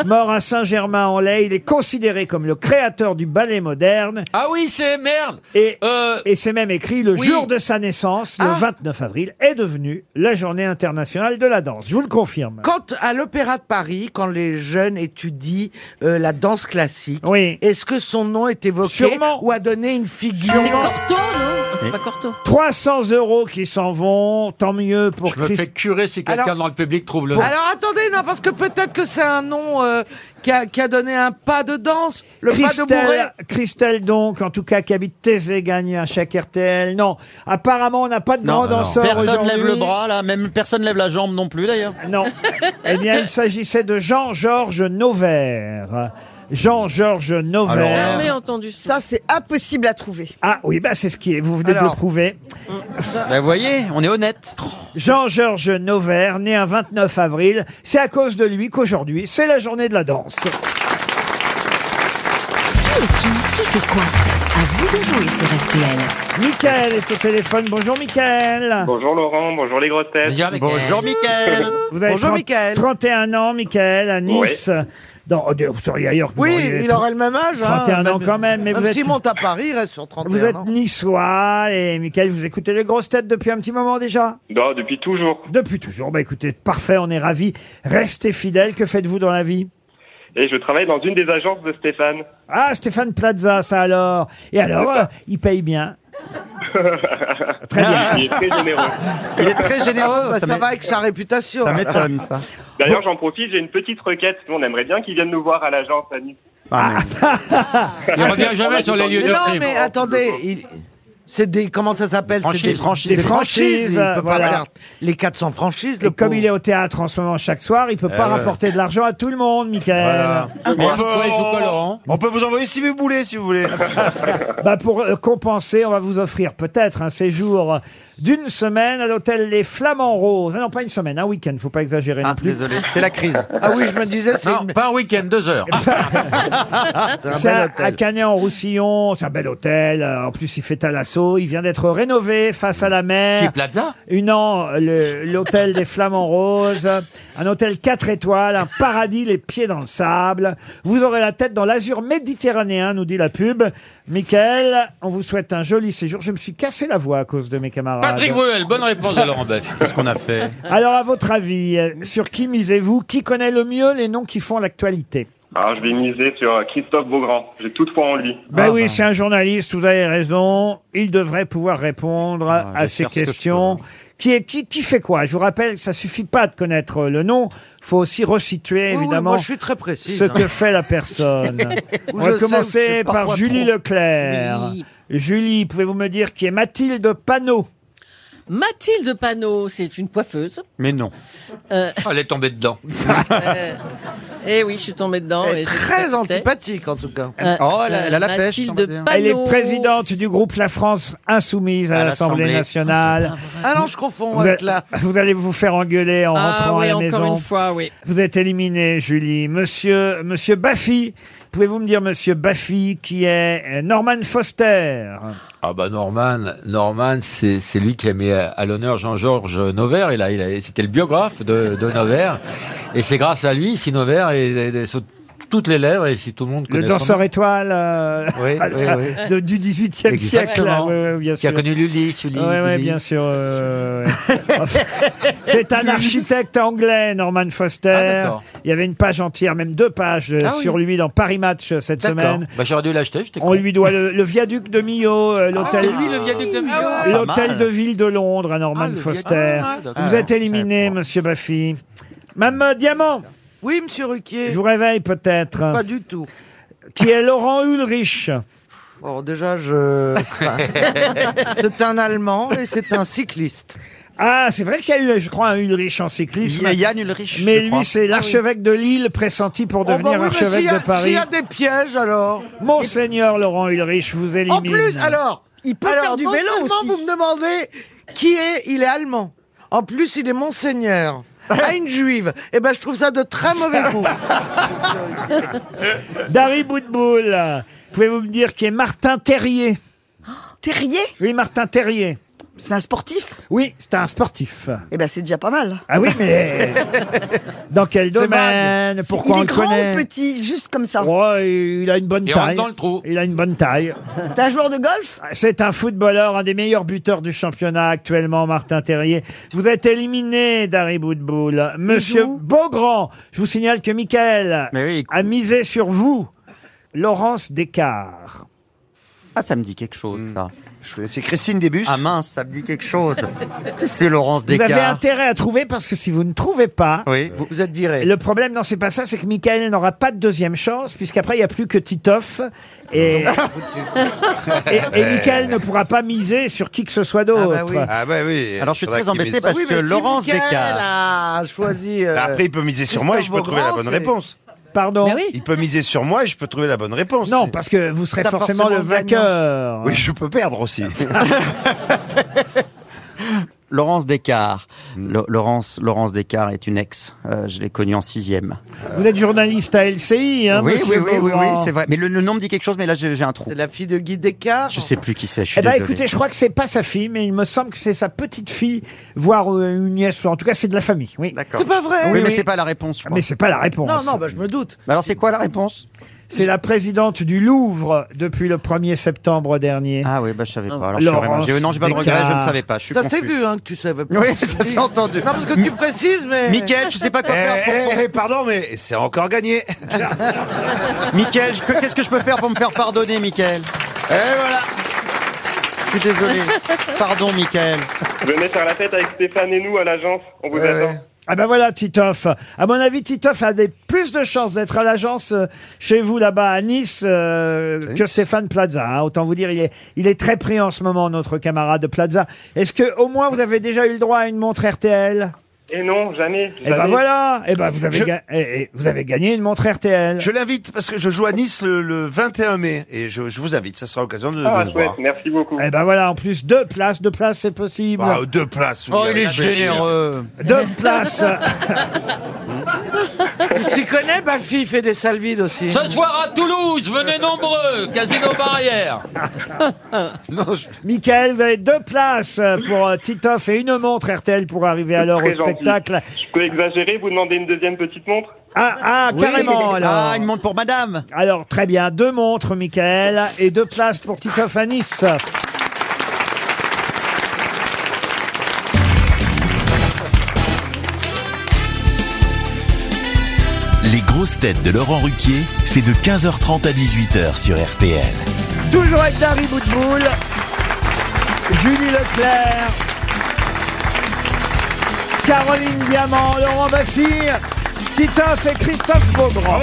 S2: mort à Saint-Germain-en-Laye, il est considéré comme le créateur du ballet moderne.
S6: Ah oui, c'est merde
S2: Et, et c'est même écrit le
S6: oui.
S2: jour de sa naissance, le
S7: Ah.
S2: 29 avril, est devenu la journée internationale de la danse. Je vous le confirme.
S7: Quand à l'Opéra de Paris, quand les jeunes étudient euh, la danse classique, est-ce que son nom est évoqué
S2: Sûrement.
S7: ou a donné une figure
S2: Sûrement.
S8: Corto, non C'est
S2: Oui.
S8: pas Corto.
S2: 300 euros qui s'en vont, tant mieux pour
S6: Je me fais
S2: Christ-
S6: curer si quelqu'un
S7: Alors-
S6: dans le public trouve le nom.
S7: Alors attendez, non, parce que peut-être que c'est un nom euh, qui, a, qui a donné un pas de danse, le pas de bourré.
S2: Christelle, Christelle donc, en tout cas, qui habite Thésée, gagne un chèque RTL. Non, apparemment, on n'a pas de
S3: Non,
S2: grand
S3: non, non.
S2: danseur
S3: Personne
S2: aujourd'hui.
S3: lève le bras là, même personne lève la jambe non plus d'ailleurs.
S2: Non. Eh bien, il s'agissait de Jean-Georges Nauvert. Jean-Georges Nauvert.
S8: Jamais entendu ça.
S5: Ça, c'est impossible à trouver.
S2: Ah oui, bah c'est ce qui est, vous venez de
S5: Alors.
S2: le prouver.
S3: Bah, vous voyez, on est honnête.
S2: Jean-Georges Nauvert, né un 29 avril, c'est à cause de lui qu'aujourd'hui, c'est la journée de la danse.
S10: Qui est qui Qui fait quoi À vous de jouer sur RTL.
S2: Michael est au téléphone. Bonjour Michael.
S12: Bonjour Laurent, bonjour les grosses têtes.
S3: Bonjour Mickaël.
S2: Vous avez 30 31 ans, Michael, à Nice. Dans, oh, Dieu, vous seriez ailleurs que vous
S7: Oui,
S2: auriez
S7: il
S2: tr-
S7: aurait le même âge. hein,
S2: 31 ans quand même, mais vous
S7: s'il
S2: êtes-
S7: monte à Paris, il reste sur 31
S2: Vous êtes
S7: ans.
S2: niçois et Michael, vous écoutez les grosses têtes depuis un petit moment déjà
S12: Non, depuis toujours.
S2: Depuis toujours. Bah écoutez, parfait, on est ravis. Restez fidèles. Que faites-vous dans la vie
S12: Et je travaille dans une des agences de Stéphane.
S2: Ah, Stéphane Plaza, ça alors. Et alors, euh, il paye bien. Très bien.
S12: Il est très généreux.
S3: Il est très généreux.
S7: Ah, bah,
S3: ça
S7: ça
S3: m'é-
S7: va avec sa réputation.
S3: ça m'étonne ça.
S12: D'ailleurs, j'en profite, j'ai une petite requête. Nous, on aimerait bien qu'ils viennent nous voir à l'agence à Nice.
S3: Ah, mais-
S6: Il revient jamais sur les lieux
S7: Mais
S6: de
S7: non,
S6: crime.
S7: mais attendez, il- c'est des comment ça s'appelle C'est
S6: franchises.
S7: Des franchises.
S2: Des
S7: Des franchises. Il
S2: franchises,
S7: peut
S2: voilà.
S7: pas faire les 400 franchises.
S2: Et
S7: Le
S2: comme
S7: pauvre. Eh
S2: il est au théâtre en ce moment chaque soir, il peut pas
S7: ouais.
S2: rapporter de l'argent à tout le monde, Michael.
S9: On peut,
S6: pourquoi il joue pas,
S9: on-
S6: Laurent
S9: on peut vous envoyer Stevie Boulet si vous voulez.
S2: Bah pour euh, compenser, on va vous offrir peut-être un séjour d'une semaine à l'hôtel Les Flamands Roses. Ah Non, pas une semaine, un week-end, faut pas exagérer non plus.
S3: Ah, Désolé, c'est la crise.
S7: Ah oui, je me disais, c'est
S6: Non,
S7: une-
S6: pas un week-end, deux heures.
S7: c'est un
S2: C'est
S7: bel
S2: à,
S7: hôtel.
S2: à Canet-en-Roussillon, c'est un bel hôtel. Euh, En plus, il fait à l'assaut. Il vient d'être rénové face à la mer.
S6: Qui Plaza
S2: Une an, le- l'hôtel des Flamands Roses. Un hôtel 4 étoiles, un paradis, les pieds dans le sable. Vous aurez la tête dans l'azur méditerranéen, nous dit la pub. Michael, on vous souhaite un joli séjour. Je me suis cassé la voix à cause de mes camarades.
S6: Patrick Bruel, bonne réponse de Laurent Baffy. Qu'est-ce qu'on a fait
S2: Alors, à votre avis, euh, sur qui misez-vous Qui connaît le mieux les noms qui font l'actualité
S12: Alors, Ah, je vais miser sur euh, Christophe Beaugrand. J'ai toute foi en lui.
S2: Ben oui, c'est un journaliste, vous avez raison. Il devrait pouvoir répondre à ces
S12: faire ce que Ah, je
S2: questions. qui, est, qui, qui fait quoi Je vous rappelle, ça suffit pas de connaître euh, le nom. faut aussi resituer,
S7: Oui, oui,
S2: évidemment,
S7: moi, je suis très précise,
S2: ce
S7: hein.
S2: que fait la personne.
S7: Ou
S2: On
S7: je
S2: va
S7: sais, ou je
S2: commencer
S7: sais
S2: par
S7: parfois
S2: Julie
S7: trop.
S2: Leclerc.
S8: Oui.
S2: Julie, pouvez-vous me dire qui est Mathilde Panot
S8: Mathilde Panot, c'est une coiffeuse.
S6: Mais non.
S8: Euh,
S6: Ah, Elle est tombée dedans.
S8: euh, eh oui, je suis tombée dedans.
S7: Elle est
S8: et je
S7: très
S8: sais pas qui c'est.
S7: antipathique en tout cas.
S8: Euh, Oh, elle a- elle a la pêche, Mathilde on va dire. Panot.
S2: Elle est présidente du groupe La France Insoumise à,
S7: À
S2: l'Assemblée
S7: l'Assemblée.
S2: nationale.
S7: Ah non, je confonds
S2: Vous,
S7: avec
S2: a-
S7: la.
S2: vous allez vous faire engueuler en
S7: Ah
S2: rentrant
S7: oui,
S2: à la
S7: encore
S2: maison.
S7: une
S8: fois, oui.
S2: Vous êtes éliminé, Julie. Monsieur, monsieur Baffy, pouvez-vous me dire, monsieur Baffy, qui est euh, Norman Foster
S6: Ah bah Norman, Norman, c'est c'est lui qui a mis à, à l'honneur Jean-Georges Nover. Il a, il a- c'était le biographe de, de Nover, et c'est grâce à lui si Nover est, est- est sur toutes les lèvres et si tout le monde
S2: Le
S6: connaît
S2: danseur étoile euh,
S6: Oui, oui, oui.
S2: de- du 18e siècle. là.
S6: Exactement.
S2: Ouais, ouais, bien
S6: Qui a
S2: sûr.
S6: connu Lully, Lully,
S2: Ouais, ouais,
S6: Lully.
S2: bien sûr. euh, ouais. C'est un architecte anglais, Norman Foster.
S6: Ah, d'accord.
S2: Il y avait une page entière, même deux pages euh,
S6: Ah oui.
S2: sur lui dans Paris Match euh, cette
S6: D'accord.
S2: semaine.
S6: Bah, j'aurais dû l'acheter. j'étais
S2: On
S6: con.
S2: lui doit le, le viaduc de Millau, euh, l'hôtel.
S6: Ah, lui, le viaduc de Millau. Ah ouais. Pas
S2: L'hôtel
S6: mal.
S2: de ville de Londres à
S6: Ah,
S2: Norman
S6: le viaduc.
S2: Foster.
S6: Ah, ouais, d'accord.
S2: Vous êtes éliminé, monsieur Baffy. Mme euh, Diamant,
S7: Oui, monsieur Ruquier.
S2: je vous réveille peut-être.
S7: Pas du tout.
S2: Qui est Laurent Ulrich.
S7: Bon, déjà, je. c'est un Allemand et c'est un cycliste.
S2: Ah, c'est vrai qu'il y a eu, je crois, un Ulrich en cyclisme.
S7: Il y a Yann Ulrich,
S2: Mais
S7: je
S2: lui,
S7: crois.
S2: c'est l'archevêque de Lille pressenti pour
S7: Oh, bah
S2: devenir
S7: oui, mais s'il
S2: archevêque
S7: y a-
S2: de Paris.
S7: S'il y a des pièges, alors.
S2: Monseigneur Laurent Ulrich vous élimine.
S7: En plus, alors, il peut
S5: faire du vélo aussi.
S7: Vous me demandez qui est, il est allemand. En plus, il est monseigneur à une juive. Eh ben, je trouve ça de très mauvais goût.
S2: Dari Boudboul, pouvez-vous me dire qui est Martin Terrier Terrier Oui, Martin Terrier. C'est un sportif Oui, c'est un sportif.
S5: Eh ben, c'est déjà pas mal.
S2: Ah oui, mais dans quel
S5: C'est
S2: domaine
S5: vague.
S2: Pourquoi
S5: Il
S2: on le
S5: est grand
S2: connaît
S5: ou petit, juste comme ça
S2: Oh, il a une bonne
S6: Il rentre
S2: taille.
S6: dans le trou.
S2: Il a une bonne taille.
S5: T'es un joueur de golf
S2: C'est un footballeur, un des meilleurs buteurs du championnat actuellement, Martin Terrier. Vous êtes éliminé, Dari Boudboul. Monsieur Beaugrand, je vous signale que Michael a misé sur vous. Laurence Descartes.
S3: Ah, ça me dit quelque chose, ça. C'est Christine Débus. Ah mince, ça me dit quelque chose. Qui c'est Laurence
S2: Vous avez
S3: Descartes
S2: intérêt à trouver parce que si vous ne trouvez pas,
S3: Oui, vous, êtes viré.
S2: le problème, non, c'est pas ça, c'est que Michael n'aura pas de deuxième chance, puisqu'après, il n'y a plus que Titoff. Et, et, et Michael ne pourra pas miser sur qui que ce soit d'autre.
S9: Ah bah oui.
S3: Alors, je suis
S9: Faudrait
S3: très
S9: qu'il
S3: embêté
S9: mise-
S3: parce que Laurence Descartes-
S7: Ah, choisi. euh,
S9: Après, il peut miser sur moi et je peux
S7: Christophe
S9: trouver la
S7: Beaugrand,
S9: bonne
S7: c'est-
S9: réponse.
S2: Pardon
S7: Ben
S9: Il peut miser sur moi et je peux trouver la bonne réponse.
S2: Non, parce que vous serez
S9: T'as
S2: forcément,
S9: forcément
S2: le
S9: gagnant.
S2: vainqueur.
S9: Oui, je peux perdre aussi.
S3: Laurence Descartes. Lo- Laurence, Laurence Descartes est une ex. Euh, je l'ai connue en sixième.
S2: Vous êtes journaliste à LCI, hein,
S3: bah oui, oui,
S2: monsieur
S3: oui, oui,
S2: Beaugrand.
S3: oui, c'est vrai. Mais le, le nom me dit quelque chose, mais là, j'ai j'ai un trou.
S7: C'est la fille de Guy Descartes.
S3: Je sais plus qui c'est, je suis
S2: Eh ben,
S3: désolé.
S2: écoutez, je crois que c'est pas sa fille, mais il me semble que c'est sa petite fille, voire euh, une nièce, ou en tout cas, c'est de la famille. Oui.
S3: D'accord. C'est pas vrai Oui, mais c'est pas la réponse, je
S2: Ah, Mais c'est pas la réponse.
S7: Non, non, bah, je me doute.
S3: Alors, c'est quoi la réponse
S2: C'est la présidente du Louvre depuis le 1er septembre dernier.
S3: Ah oui, bah je savais pas.
S2: Laurence
S3: Alors, je suis vraiment- j'ai- non, j'ai pas de regret, je ne savais pas. Je suis
S7: Ça s'est
S3: confus.
S7: vu, hein, que tu savais pas.
S3: Oui, ça s'est entendu.
S7: Non, parce que tu précises, mais.
S3: Mickaël, je sais pas quoi faire pour-
S9: Eh, eh, pardon, mais c'est encore gagné.
S3: Mickaël, je- qu'est-ce que je peux faire pour me faire pardonner, Mickaël Eh
S12: Ah, bah.
S3: voilà Je suis désolé. Pardon, Mickaël.
S12: Venez faire la fête avec Stéphane et nous à l'agence. On vous attend.
S2: Ah ben voilà, Titoff. À mon avis, Titoff a des plus de chances d'être à l'agence euh, chez vous là-bas à Nice euh, que Stéphane Plaza. hein. Autant vous dire, il est, il est très pris en ce moment, notre camarade Plaza. Est-ce que au moins vous avez déjà eu le droit à une montre RTL
S12: Et non, jamais.
S2: Eh ben
S12: jamais.
S2: voilà, eh ben vous avez,
S12: Je-
S2: ga- eh, eh, vous avez gagné une montre RTL.
S9: Je l'invite parce que je joue à Nice le, le 21 mai et je, je vous invite. Ça sera l'occasion de,
S12: Ah,
S9: de nous
S12: chouette,
S9: voir.
S12: merci beaucoup.
S2: Eh ben voilà, en plus deux places, deux places c'est possible.
S9: Ah, deux places. oui,
S3: Oh, il
S9: avec
S3: est
S9: plaisir.
S3: généreux.
S2: Deux places.
S7: Il s'y connaît, ma fille fait des salles vides aussi.
S6: Ce soir à Toulouse, venez nombreux, Casino Barrière.
S2: Michael, vous avez deux places euh, pour euh, Titoff et une montre RTL pour arriver à l'heure au
S12: Très gentil.
S2: spectacle.
S12: Je peux exagérer, vous demandez une deuxième petite montre
S2: Ah, ah,
S12: Oui.
S2: carrément alors.
S12: Ah,
S3: une montre pour madame.
S2: Alors, très bien. Deux montres, Michael, et deux places pour Titoff à Nice.
S1: Les grosses têtes de Laurent Ruquier, c'est de 15h30 à 18h sur RTL.
S2: Toujours avec Dari Boutboul, Julie Leclerc, Caroline Diamant, Laurent Baffy, Titoff et Christophe Beaugrand.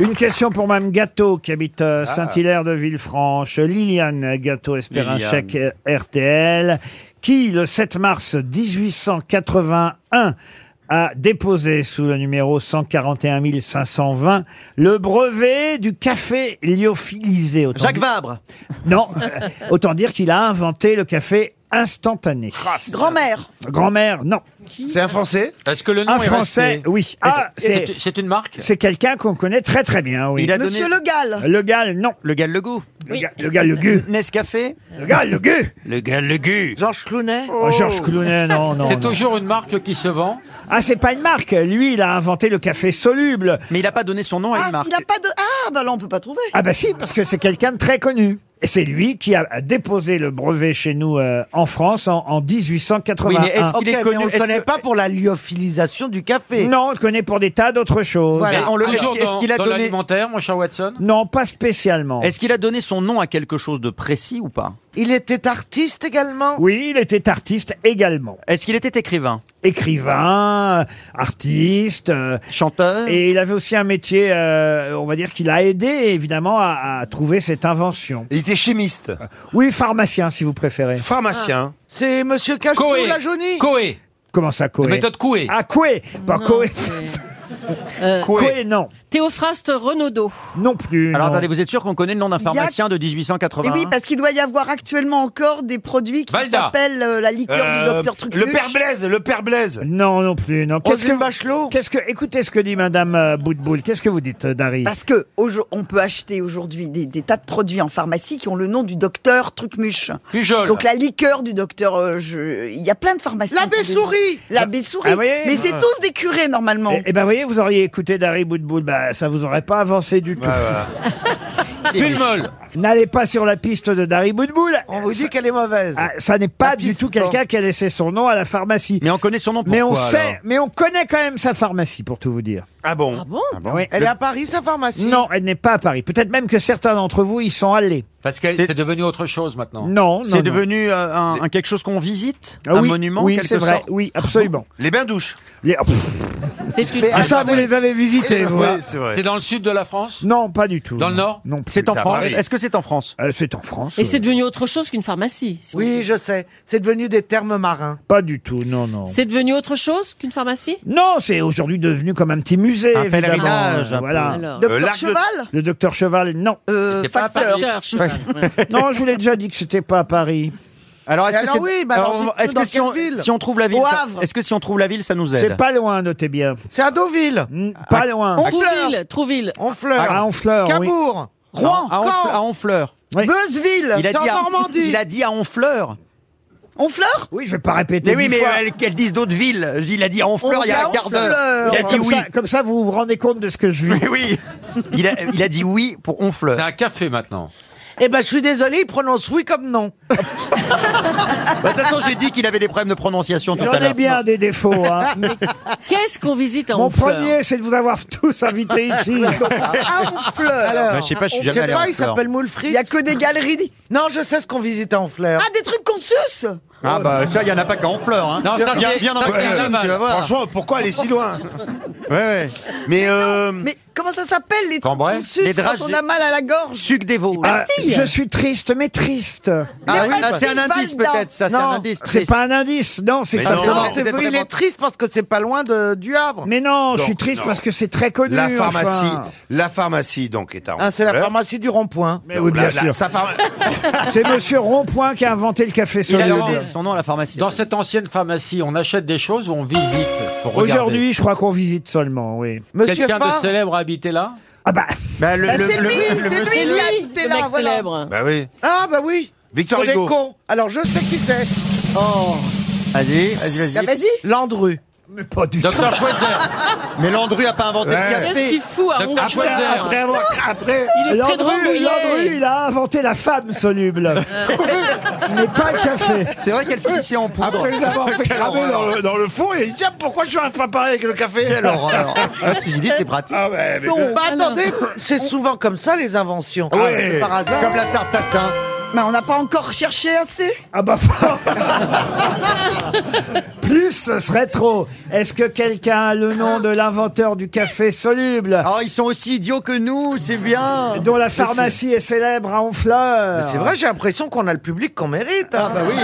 S2: Une question pour Mme Gâteau qui habite euh, Saint-Hilaire de Villefranche. Liliane Gâteau espère un
S13: Liliane.
S2: chèque euh, RTL. Qui, le 7 mars 1881, a déposé sous le numéro 141 520 le brevet du café lyophilisé. Autant
S3: Jacques
S2: dire-
S3: Vabre.
S2: Non, euh, autant dire qu'il a inventé le café instantané.
S5: Grand-mère.
S2: Grand-mère, non.
S6: C'est un Français Est-ce que le nom
S2: Un
S6: est
S2: Français,
S6: resté
S2: oui.
S6: Est-ce-
S2: Ah,
S6: c'est-
S2: c'est-
S6: c'est une marque
S2: C'est quelqu'un qu'on connaît très très bien, oui.
S3: Il a Monsieur donné- Le Gall.
S2: Le Gall, non.
S3: Le Gall Le Goût.
S2: Le Gall- le Gall Le Gu.
S3: Nescafé.
S2: Le Gall Le Gu.
S3: Le Gall Le Gu.
S7: Georges Clounet.
S2: Oh, Georges Clounet, non, non.
S6: C'est
S2: non.
S6: toujours une marque qui se vend
S2: Ah, c'est pas une marque. Lui, il a inventé le café soluble.
S3: Mais il n'a pas donné son nom
S5: Ah, il a pas de. Ah, bah là, on peut pas trouver.
S2: Ah bah si, parce que c'est quelqu'un de très connu. Et c'est lui qui a déposé le brevet chez nous euh, en France en, en 1881.
S7: Oui, Ah, mais est-ce qu'il est connu On ne connaît
S2: que-
S7: pas pour la lyophilisation du café.
S2: Non, on le connaît pour des tas d'autres choses.
S6: Mais toujours dans, dans l'alimentaire, mon cher Watson
S2: Non, pas spécialement.
S3: Est-ce qu'il a donné son nom à quelque chose de précis ou pas
S7: Il était artiste également
S2: Oui, il était artiste également.
S3: Est-ce qu'il était écrivain
S2: Écrivain, artiste, euh,
S3: chanteur.
S2: Et il avait aussi un métier, euh, on va dire, qu'il a aidé évidemment à, à trouver cette invention.
S9: Il était chimiste.
S2: Oui, pharmacien si vous préférez.
S9: Pharmacien.
S7: Ah. C'est Monsieur Cachou,
S2: Coé.
S7: la jaunie
S6: Coé.
S2: Comment ça, Coé
S6: La méthode Coué.
S2: Ah, Coué Pas
S8: Non,
S2: Coé
S8: Euh,
S2: Coué, non.
S8: Théophraste Renaudot.
S2: Non plus.
S3: Alors
S2: non.
S3: attendez, vous êtes sûr qu'on connaît le nom d'un pharmacien de 1880
S5: Et Eh
S7: Eh
S5: oui,
S7: bah-
S5: parce qu'il doit y avoir actuellement encore des produits qui
S3: bah, hein. Valda.
S5: s'appellent euh, la liqueur du docteur Trucluche.
S2: Blaise, le père Blaise. Non, non plus, non.
S5: Roselyne
S2: Bachelot Qu'est-ce que, écoutez ce que dit Madame euh, Boutboul. Qu'est-ce que vous dites, euh, Dari
S5: Parce que aujo- on peut acheter aujourd'hui des, des tas de produits en pharmacie qui ont le nom du docteur Trucmuche.
S6: Pujol.
S5: Donc la liqueur du docteur, euh, je- il y a plein de pharmacies.
S7: L'abbé
S5: qui ont des noms.
S7: Souris
S5: L'abbé souris.
S2: Ah, voyez
S5: Mais c'est
S2: Ah.
S5: tous des curés normalement.
S2: Eh eh ben, voyez, vous auriez écouté Dari Boutboul, bah, ça vous aurait pas avancé du tout.
S6: Pulmol.
S2: N'allez pas sur la piste de Dari Boudboul.
S7: On vous dit qu'elle est mauvaise.
S2: Ah, ça n'est pas du tout quelqu'un qui a laissé son nom à la pharmacie.
S3: Mais on connaît son nom
S2: mais on
S3: pourquoi, alors
S2: sait, mais on connaît quand même sa pharmacie pour tout vous dire.
S9: Ah bon
S7: Ah bon,
S2: Oui.
S7: Elle
S2: Le-
S7: est à Paris, sa pharmacie
S2: Non, elle n'est pas à Paris. Peut-être même que certains d'entre vous y sont allés.
S6: Parce que c'est devenu autre chose maintenant.
S2: Non, non,
S3: C'est
S2: non.
S3: devenu euh, un, un quelque chose qu'on visite
S2: Ah
S3: Un
S2: oui,
S3: monument
S2: oui,
S3: quelque
S2: c'est vrai.
S3: sorte
S2: Oui, absolument.
S9: Les bains douches.
S2: Les- oh, pff,
S8: C'est une.
S2: Ah, ça, vous les avez visités, vous. hein
S9: c'est vrai.
S6: C'est dans le sud de la France
S2: Non, pas du tout.
S6: Dans le
S2: non.
S6: nord
S2: Non plus.
S3: C'est en
S9: C'est à
S3: France
S9: Paris.
S3: Est-ce que c'est en France
S2: Euh, c'est en France.
S8: Et
S2: oui.
S8: c'est devenu autre chose qu'une pharmacie. si vous
S7: Oui,
S8: voulez.
S7: je sais. C'est devenu des termes marins.
S2: Pas du tout, non, non.
S8: C'est devenu autre chose qu'une pharmacie
S2: Non, c'est aujourd'hui devenu comme un petit musée,
S3: Un
S2: évidemment.
S3: pèlerinage, un
S2: Euh,
S3: peu.
S2: Voilà.
S8: Alors.
S5: Docteur
S9: Euh, l'arc de-
S5: Cheval
S2: Le docteur Cheval, non.
S5: euh,
S6: C'est pas à
S5: Facteur.
S6: Paris.
S8: Docteur, je sais pas. Ouais.
S2: non, je vous l'ai déjà dit que c'était pas à Paris.
S3: Alors Ah, est-ce que
S7: Alors
S3: c'est-
S7: oui, bah alors
S3: on-
S7: dites-nous
S3: est-ce que
S7: dans
S3: si on,
S7: quelle ville
S3: si on trouve la ville
S5: Au
S3: ça-
S5: Havre.
S3: Est-ce que si on trouve la ville ça nous
S2: C'est
S3: aide Ah,
S2: pas loin, notez bien.
S7: C'est à Deauville.
S2: Mm, Pas loin.
S8: Trouville, Trouville.
S7: On fleur.
S2: Ah, À Honfleur, oui.
S7: Cabourg. Rouen.
S3: à, Honfle- à
S7: Caen.
S3: Honfleur.
S2: Oui.
S5: Beuzeville.
S3: Il a
S7: C'est en
S3: dit à,
S7: Normandie.
S3: il a dit à Honfleur.
S5: On fleure
S2: Oui, je vais pas répéter.
S3: Mais oui,
S2: dix
S3: mais
S2: fois.
S3: elles- qu'elles disent d'autres villes. Il a dit à Honfleur il y a un quart d'heure. Il a dit
S2: Comme
S3: oui.
S2: ça, comme ça, vous vous rendez compte de ce que je vis.
S3: Mais oui. Il a, il a dit oui pour
S6: C'est
S3: Honfleur.
S6: un café maintenant.
S7: Eh ben, je suis désolé, il prononce oui comme non.
S3: Bah, De toute façon, j'ai dit qu'il avait des problèmes de prononciation tout
S2: J'en
S3: à
S2: ai
S3: l'heure.
S2: bien des défauts. hein.
S8: Qu'est-ce qu'on visite à
S2: Mon
S8: Honfleur
S2: premier, c'est de vous avoir tous invités ici.
S5: Ah, on fleure.
S7: Alors,
S3: Bah, je sais pas, je suis
S7: on-
S3: jamais allé à
S7: pas, il
S3: Honfleur.
S7: s'appelle
S5: Il
S7: Moulfrit.
S5: y a que des galeries.
S7: Non, je sais ce qu'on visite à Honfleur.
S5: Ah, des trucs qu'on suce.
S3: Ah bah ça, il y en a pas qu'à Honfleur. Hein.
S6: Non, ça,
S3: viens,
S6: c'est-
S3: viens dans
S6: ça,
S3: ma
S6: c'est
S3: cuisine,
S6: Laval.
S3: tu vas voir.
S9: Franchement, pourquoi aller si loin
S3: Ouais, ouais.
S9: Mais euh,
S5: Mais comment ça s'appelle les trucs
S6: Cambrai
S5: qu'on suce
S3: Les
S5: quand
S3: drages-
S5: on a mal à la gorge
S3: Suc des veaux.
S2: Ah,
S8: Bastille.
S2: je suis triste, mais triste.
S3: Ah oui, ah, c'est un
S5: Valda.
S3: indice peut-être, ça, c'est un
S7: Non,
S3: indice.
S2: C'est pas un indice, non, c'est
S9: Mais
S2: que ça
S9: non.
S2: fait-
S7: Non,
S3: Non,
S7: c'est-
S3: vous êtes
S7: oui, il
S3: vraiment-
S7: est triste parce que c'est pas loin de, du Havre.
S2: Mais non, je suis
S9: Non,
S2: triste
S9: non.
S2: parce que c'est très connu.
S9: la pharmacie,
S2: enfin. Ah,
S9: la pharmacie donc est à
S7: Hein, c'est la
S9: Honfleur.
S7: pharmacie du rond-point.
S2: Mais oui, bien
S9: La- la-
S2: sûr.
S9: sa pharma-
S2: C'est Monsieur Rond-Point qui a inventé le café
S3: Il a
S2: soluble.
S3: donné son nom à la pharmacie.
S6: Dans cette ancienne pharmacie, on achète des choses ou on visite pour regarder
S2: Aujourd'hui, je crois qu'on visite seulement, oui.
S7: Monsieur
S6: Quelqu'un
S7: Farr,
S6: de célèbre a habité là
S2: Ah bah,
S3: Bah, le-
S5: Bah,
S3: le-
S5: C'est
S3: le-
S5: lui, c'est
S3: le-
S5: lui
S8: C'est
S5: qui
S8: lui,
S5: a habité
S8: le
S5: là,
S8: mec
S5: voilà.
S8: célèbre.
S9: Bah oui.
S7: Ah bah oui.
S9: Victor
S7: Pour les
S9: Hugo.
S7: cons. Alors je sais qui c'est. Oh.
S3: Vas-y, vas-y,
S5: Ah,
S3: vas-y.
S5: Vas-y.
S7: Landru.
S2: Mais pas du
S3: Docteur
S2: tout.
S3: Schweitzer. Mais Landru a pas inventé
S2: Ouais.
S3: le café.
S2: Qu'est-ce qu'il fout à hein Docteur
S3: Après-
S2: Schweitzer
S3: après avoir- après-
S2: Landru, Landru, il a inventé la femme soluble. Mais pas le café.
S3: C'est vrai qu'elle finissait en poudre.
S9: Après les avoir fait
S3: Quelle
S9: cramer dans
S3: horreur.
S9: le, dans le four, il a dit Tiens, pourquoi je suis pas pareil avec le café
S3: Quelle horreur. Ah, si j'ai dit, c'est pratique.
S9: Ah
S2: Eh,
S9: ouais, mais
S7: Non,
S9: je-
S7: bah attendez, c'est souvent comme ça les inventions. hein,
S9: Ah ouais.
S7: Par hasard.
S3: Comme la tarte tatin.
S5: Mais on n'a pas encore cherché assez.
S2: Ah bah Plus ce serait trop. Est-ce que quelqu'un a le nom de l'inventeur du café soluble
S3: Ah, ils sont aussi idiots que nous, c'est bien.
S2: Dont la pharmacie est célèbre à Honfleur.
S7: Mais C'est vrai, j'ai l'impression qu'on a le public qu'on mérite. hein.
S3: Ah bah oui.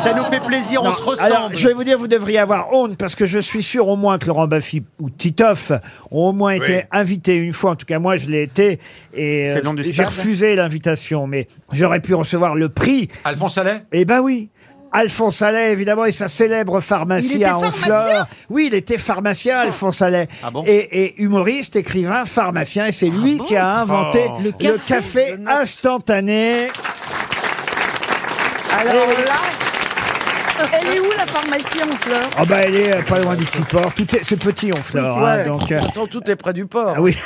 S3: Ça nous fait plaisir, on
S2: Non,
S3: se ressemble.
S2: Alors, je vais vous dire, vous devriez avoir honte, parce que je suis sûr au moins que Laurent Baffy ou Titoff ont au moins été invités une fois. En tout cas, moi, je l'ai été. Et
S9: C'est le nom
S2: euh,
S9: du
S2: j'ai
S9: stade
S2: refusé l'invitation, mais j'aurais pu recevoir le prix.
S6: Alphonse Allais
S2: Eh ben oui. Alphonse Allais, évidemment, et sa célèbre pharmacie
S5: Il était
S2: à Honfleur.
S5: pharmacien
S2: Oui, il était pharmacien, Alphonse Allais.
S3: Ah bon
S2: et, et humoriste, écrivain, pharmacien. Et c'est lui qui a inventé
S9: Ah Oh.
S2: le,
S8: Le
S2: café, instantané.
S5: Alors Oh là, elle est où la pharmacie en fleurs
S2: Ah bah, elle est euh, pas loin du petit port. Tout est, c'est petit, Honfleur.
S7: Ouais,
S2: hein, donc,
S7: de
S2: euh,
S7: toute façon, tout est près du port.
S2: ah oui.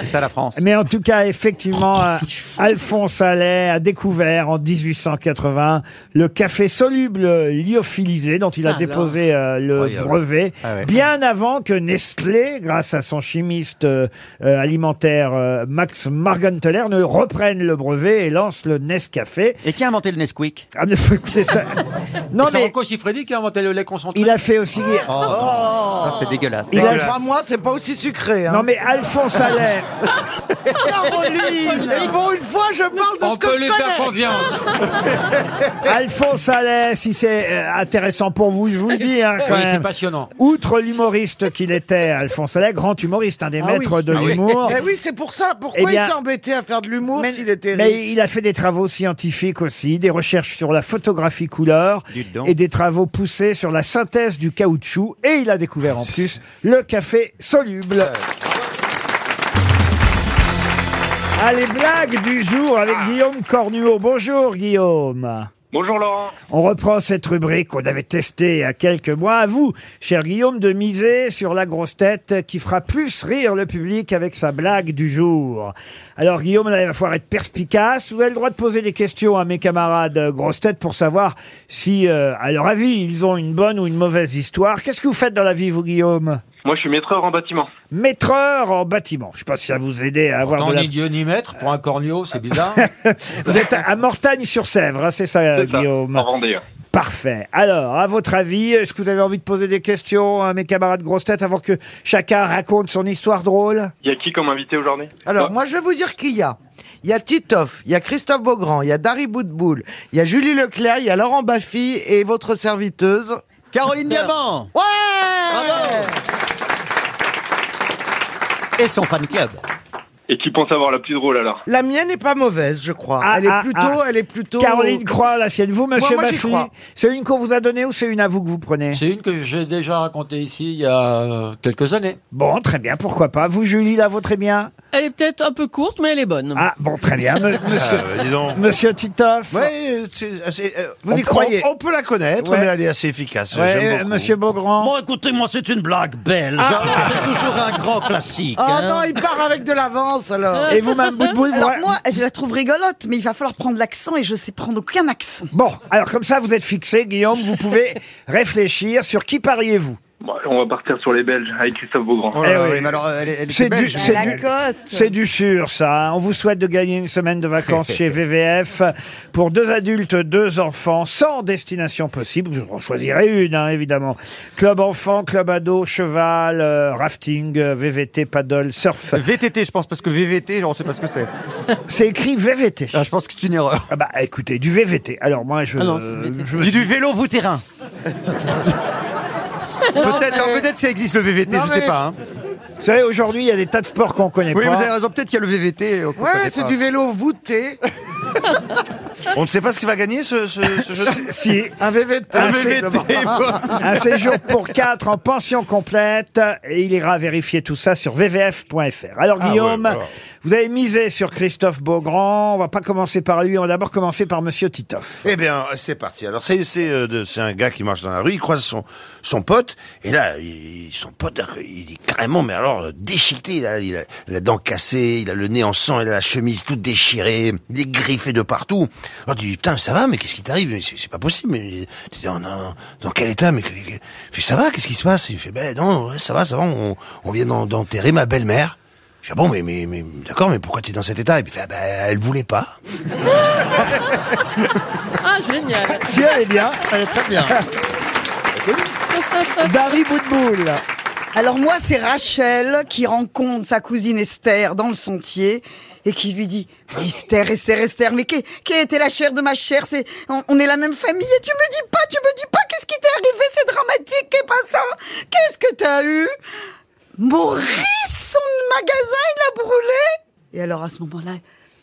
S3: C'est ça la France. Ah,
S2: Mais en tout cas, effectivement, euh, Alphonse Allais a découvert en 1880 le café soluble lyophilisé dont il a
S8: Ça,
S2: déposé euh, le
S6: Incroyable.
S2: brevet,
S3: Ah ouais.
S2: bien avant que Nestlé, grâce à son chimiste euh, euh, alimentaire euh, Max Margenthaler, ne reprenne le brevet et lance le Nescafé.
S3: Et qui a inventé le Nesquik
S2: Ah, mais faut écouter ça. Non
S6: C'est
S2: mais
S6: Rocco Siffredi qui a inventé le lait concentré.
S2: il a fait aussi.
S3: Oh, ça c'est dégueulasse.
S2: Il a-
S7: Enfin, moi, c'est pas aussi sucré. Hein.
S2: Non mais Alphonse Allais.
S7: Caroline Mais bon, une fois, je parle de
S6: On
S7: ce que
S6: peut
S7: je
S6: lui faire
S7: connais.
S6: confiance.
S2: Alphonse Allais, si c'est euh, intéressant pour vous, je vous le dis. hein, quand
S6: Oui, c'est
S2: même.
S6: passionnant.
S2: Outre l'humoriste qu'il était, Alphonse Allais, grand humoriste, un des
S7: Ah
S2: maîtres
S7: oui.
S2: de
S7: Ah oui.
S2: l'humour.
S7: Eh oui, c'est pour ça. Pourquoi
S2: Eh bien-
S7: il s'est embêté à faire de l'humour
S2: Mais,
S7: s'il était riche
S2: mais il a fait des travaux scientifiques aussi, des recherches sur la photographie couleur
S3: Dites donc.
S2: et des travaux poussés sur la synthèse du caoutchouc. Et il a découvert en plus le café soluble. Ah, les blagues du jour avec Guillaume Cornuau. Bonjour Guillaume.
S12: Ah. Bonjour Laurent.
S2: On reprend cette rubrique qu'on avait testée il y a quelques mois. À vous, cher Guillaume, de miser sur la grosse tête qui fera plus rire le public avec sa blague du jour. Alors Guillaume, là, il va falloir être perspicace. Vous avez le droit de poser des questions à mes camarades euh, grosses têtes pour savoir si, euh, à leur avis, ils ont une bonne ou une mauvaise histoire. Qu'est-ce que vous faites dans la vie, vous, Guillaume
S12: Moi, je suis maîtreur en bâtiment.
S2: Maîtreur en bâtiment. Je ne sais pas si ça vous aider à avoir
S6: Pourtant,
S2: de la...
S6: ni Dieu ni maître pour un corneau, c'est bizarre.
S2: Vous êtes à- à Mortagne-sur-Sèvre, hein, c'est ça,
S12: C'est ça,
S2: Guillaume
S12: en Vendée.
S2: Parfait. Alors, à votre avis, est-ce que vous avez envie de poser des questions à mes camarades grosses têtes avant que chacun raconte son histoire drôle
S12: Il y a qui comme invité aujourd'hui
S7: Alors,
S12: Bah,
S7: moi, je vais vous dire qui y a. Il y a Titoff, il y a Christophe Beaugrand, il y a Dari Boutboul, il y a Julie Leclerc, il y a Laurent Baffy et votre serviteuse. Euh,
S3: Caroline Diamant
S7: Ouais
S3: Bravo et son fan club.
S12: Et qui pense avoir la plus drôle alors
S7: La mienne n'est pas mauvaise, je crois.
S2: Ah,
S7: elle, est
S2: ah,
S7: plutôt,
S2: ah.
S7: elle est plutôt.
S2: Caroline Croix, la sienne. Vous, monsieur
S7: moi, j'y
S2: Baffy,
S7: crois.
S2: c'est une qu'on vous a donnée ou c'est une à vous que vous prenez
S6: C'est une que j'ai déjà racontée ici il y a euh, quelques années.
S2: Bon, très bien, pourquoi pas. Vous, Julie, la vôtre est bien
S8: Elle est peut-être un peu courte, mais elle est bonne.
S2: Ah, bon, très bien. Me- monsieur,
S9: Ah, bah, dis donc.
S2: monsieur Titoff
S9: Ouais, euh, c'est assez- euh,
S2: Vous
S9: on
S2: y
S9: peut-
S2: croyez
S9: on, on peut la connaître,
S2: Ouais.
S9: mais elle est assez
S3: Ah,
S9: efficace.
S2: Ouais,
S9: J'aime
S2: euh,
S9: beaucoup.
S2: Monsieur Beaugrand Ah.
S3: écoutez, moi, c'est une blague belge. hein. C'est toujours un grand classique.
S7: Oh non, il part avec de l'avance alors.
S2: Et vous, Mme Boutboul vous-
S5: Alors moi, je la trouve rigolote, mais il va falloir prendre l'accent et je sais prendre aucun accent.
S2: Bon, alors comme ça, vous êtes fixé, Guillaume. Vous pouvez réfléchir sur qui pariez-vous
S12: Bon, On va partir sur les Belges avec Christophe Beaugrand.
S3: Oh là là,
S2: Eh oui.
S3: oui, mais alors, euh, elle, est- elle
S2: C'est
S3: était belge.
S2: du- c'est
S5: la
S2: du-
S5: cote.
S2: C'est du sûr, ça. hein. On vous souhaite de gagner une semaine de vacances chez VVF pour deux adultes, deux enfants, sans destination possible. Vous en choisirez une, hein, évidemment. Club enfant, club ado, cheval, euh, rafting, euh, VVT, paddle, surf.
S3: VTT, je pense, parce que VVT, on ne sait pas ce que c'est.
S2: C'est écrit VVT.
S3: Ah, je pense que c'est une erreur.
S2: Ah bah écoutez, du VVT. Alors moi, je... je me
S3: Du, du vélo vous terrain. peut-être, non, peut-être ça existe le VVT,
S7: Non,
S3: je sais
S7: mais-
S3: pas. hein.
S2: Vous savez, aujourd'hui, il y a des tas de sports qu'on connaît
S3: Oui, vous
S2: pas.
S3: avez raison, peut-être il y a le VVT. euh, qu'on
S7: Ouais,
S3: connaît
S7: c'est
S3: pas.
S7: du vélo voûté.
S9: On ne sait pas ce qui va gagner ce, ce, ce jeu de-
S2: Si.
S7: Un VVT.
S2: Un sé- Un séjour pour 4 en pension complète. Et il ira vérifier tout ça sur vvf.fr. Alors,
S13: Ah
S2: Guillaume,
S13: ouais, voilà.
S2: vous avez misé sur Christophe Beaugrand. On va pas commencer par lui. On va d'abord commencer par Monsieur Titoff.
S9: Eh bien, c'est parti. Alors, c'est c'est, euh, de- c'est un gars qui marche dans la rue, il croise son, son pote, et là, il, son pote, il est carrément, mais alors, euh, déchiqueté, il a, il, a, la dent cassée, il a le nez en sang, il a la chemise toute déchirée, il est griffé de partout. Alors, tu dis, putain, mais ça va, mais qu'est-ce qui t'arrive Mais C'est c'est pas possible. Mais, tu dis, Oh, non, dans quel état Mais que- que- fait, ça va, qu'est-ce qui se passe Il fait, ben non, ouais, ça va, ça va, on, on vient d'en- d'enterrer ma belle-mère. Je dis, Ah bon, mais, mais, mais d'accord, mais pourquoi t'es dans cet état Et puis, il fait, Ah, ben, elle voulait pas.
S8: Ah, génial.
S2: Si elle est bien.
S9: Elle est très bien.
S2: Dari Boudboul.
S5: Alors moi, c'est Rachel qui rencontre sa cousine Esther dans le sentier et qui lui dit Mais Esther, Esther, Esther, mais qui, qui était la chair de ma chair C'est on, on est la même famille et tu me dis pas, tu me dis pas qu'est-ce qui t'est arrivé C'est dramatique, qu'est pas ça Qu'est-ce que t'as eu Maurice, son magasin, il a brûlé Et alors à ce moment-là,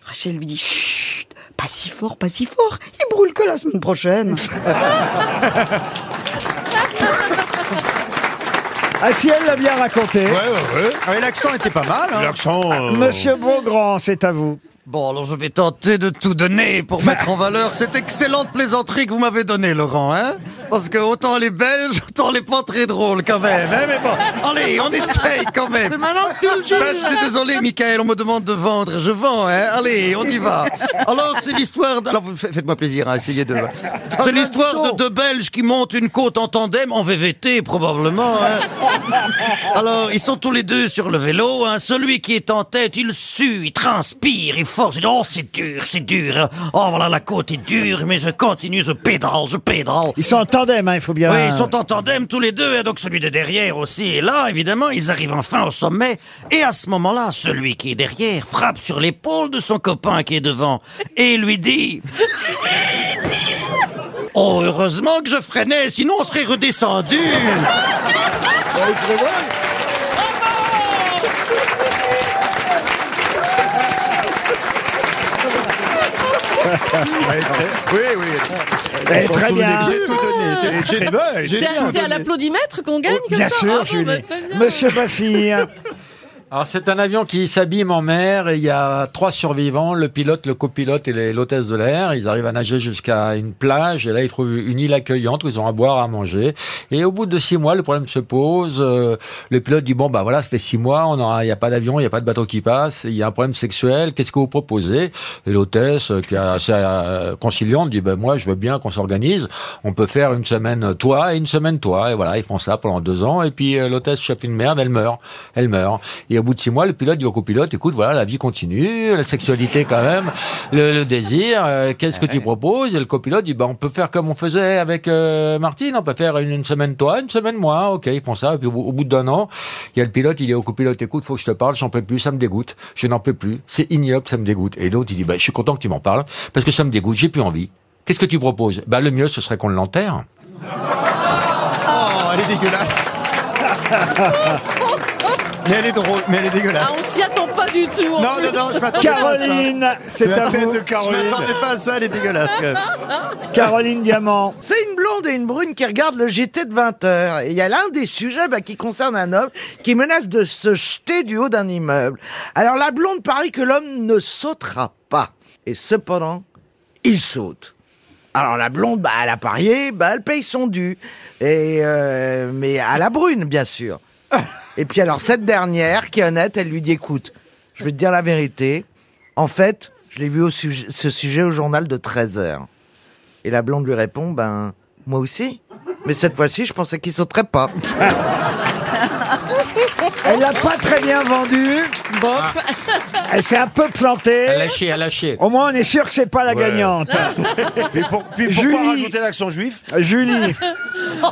S5: Rachel lui dit Chut, pas si fort, pas si fort, il brûle que la semaine prochaine.
S2: Ah, si elle l'a bien raconté. Ah,
S3: l'accent était pas mal.
S2: hein. Monsieur Beaugrand, c'est à vous. Bah.
S3: Bon, alors je vais tenter de tout donner pour mettre en valeur cette excellente plaisanterie que vous m'avez donnée, Laurent, hein Parce que autant les Belges, autant les pas très drôles quand même, hein Mais bon, allez, on essaye quand même.
S7: C'est maintenant que tu le dis.
S3: Ben, je suis désolé, Michael, on me demande de vendre, je vends, hein Allez, on y va. Alors, c'est l'histoire... de- Alors, vous- fa- faites-moi plaisir, hein, essayez de...
S7: Ah,
S3: C'est l'histoire de deux Belges qui montent une côte en tandem, en VVT probablement, hein alors, ils sont tous les deux sur le vélo. hein. Celui qui est en tête, il sue, il transpire, il force. Il dit, oh, c'est dur, c'est dur. Oh, voilà, la côte est dure, mais je continue, je pédale, je pédale.
S2: Ils sont en tandem, hein, il faut bien.
S3: Oui, ils sont en tandem tous les deux, et donc celui de derrière aussi. Et là, évidemment, ils arrivent enfin au sommet. Et à ce moment-là, celui qui est derrière frappe sur l'épaule de son copain qui est devant et lui dit Oh, heureusement que je freinais, sinon on serait redescendu.
S6: Ah,
S9: oui, oui.
S2: Eh, très bien.
S8: C'est à, c'est à l'applaudimètre qu'on
S3: Oh,
S8: gagne comme
S2: Bien
S8: ça
S2: sûr,
S6: hein,
S8: Bravo, bah,
S2: Julie.
S8: très bien.
S2: Monsieur Baffy.
S6: Alors c'est un avion qui s'abîme en mer et il y a trois survivants, le pilote, le copilote et les- l'hôtesse de l'air. Ils arrivent à nager jusqu'à une plage et là ils trouvent une île accueillante où ils ont à boire, à manger. Et au bout de six mois, le problème se pose. Euh, le pilote dit bon bah voilà, ça fait six mois, on aura, il n'y a pas d'avion, il n'y a pas de bateau qui passe, il y a un problème sexuel. Qu'est-ce que vous proposez Et l'hôtesse, euh, qui est assez euh, conciliante, dit ben moi je veux bien qu'on s'organise. On peut faire une semaine toi et une semaine toi. Et voilà, ils font ça pendant deux ans et puis euh, l'hôtesse chope une merde, elle meurt, elle meurt. Et au bout de six mois, le pilote dit au copilote, écoute, voilà, la vie continue, la sexualité quand même, le, le désir, euh, qu'est-ce que tu proposes Et le copilote dit, bah, on peut faire comme on faisait avec euh, Martine, on peut faire une, une semaine toi, une semaine moi, ok, ils font ça. Et puis au, bout- au bout d'un an, il y a le pilote, il dit au copilote, écoute, faut que je te parle, j'en peux plus, ça me dégoûte, je n'en peux plus, c'est ignoble, ça me dégoûte. Et l'autre, il dit, bah, je suis content que tu m'en parles, parce que ça me dégoûte, j'ai plus envie. Qu'est-ce que tu proposes Bah le mieux, ce serait qu'on l'enterre.
S3: Oh, elle est dégueulasse. mais elle est drôle, mais elle est dégueulasse.
S8: Ah, on s'y attend pas du tout. en
S3: Non,
S8: plus.
S3: non, non, je m'attendais pas à ça.
S2: Caroline, c'est
S3: La
S2: à
S3: tête
S2: vous.
S3: de Caroline. Je m'attendais pas à ça, elle est dégueulasse. quand même.
S2: Caroline Diamant.
S7: C'est une blonde et une brune qui regardent le JT de 20h. Et il y a l'un des sujets bah, qui concerne un homme qui menace de se jeter du haut d'un immeuble. Alors la blonde parie que l'homme ne sautera pas. Et cependant, il saute. Alors la blonde, bah, elle a parié, bah, elle paye son dû. Et euh, mais à la brune, bien sûr. Et puis alors cette dernière, qui est honnête, elle lui dit, écoute, je vais te dire la vérité. En fait, je l'ai vu au sujet- ce sujet au journal de 13h. Et la blonde lui répond, ben, moi aussi. Mais cette fois-ci, je pensais qu'il sauterait pas.
S2: Elle l'a pas très bien vendu.
S3: Ah.
S2: Elle s'est un peu plantée.
S6: Elle a lâché, elle a lâché.
S2: Au moins, on est sûr que c'est pas la gagnante.
S9: Mais pour- puis pourquoi
S2: Julie.
S9: rajouter l'accent juif
S2: Julie.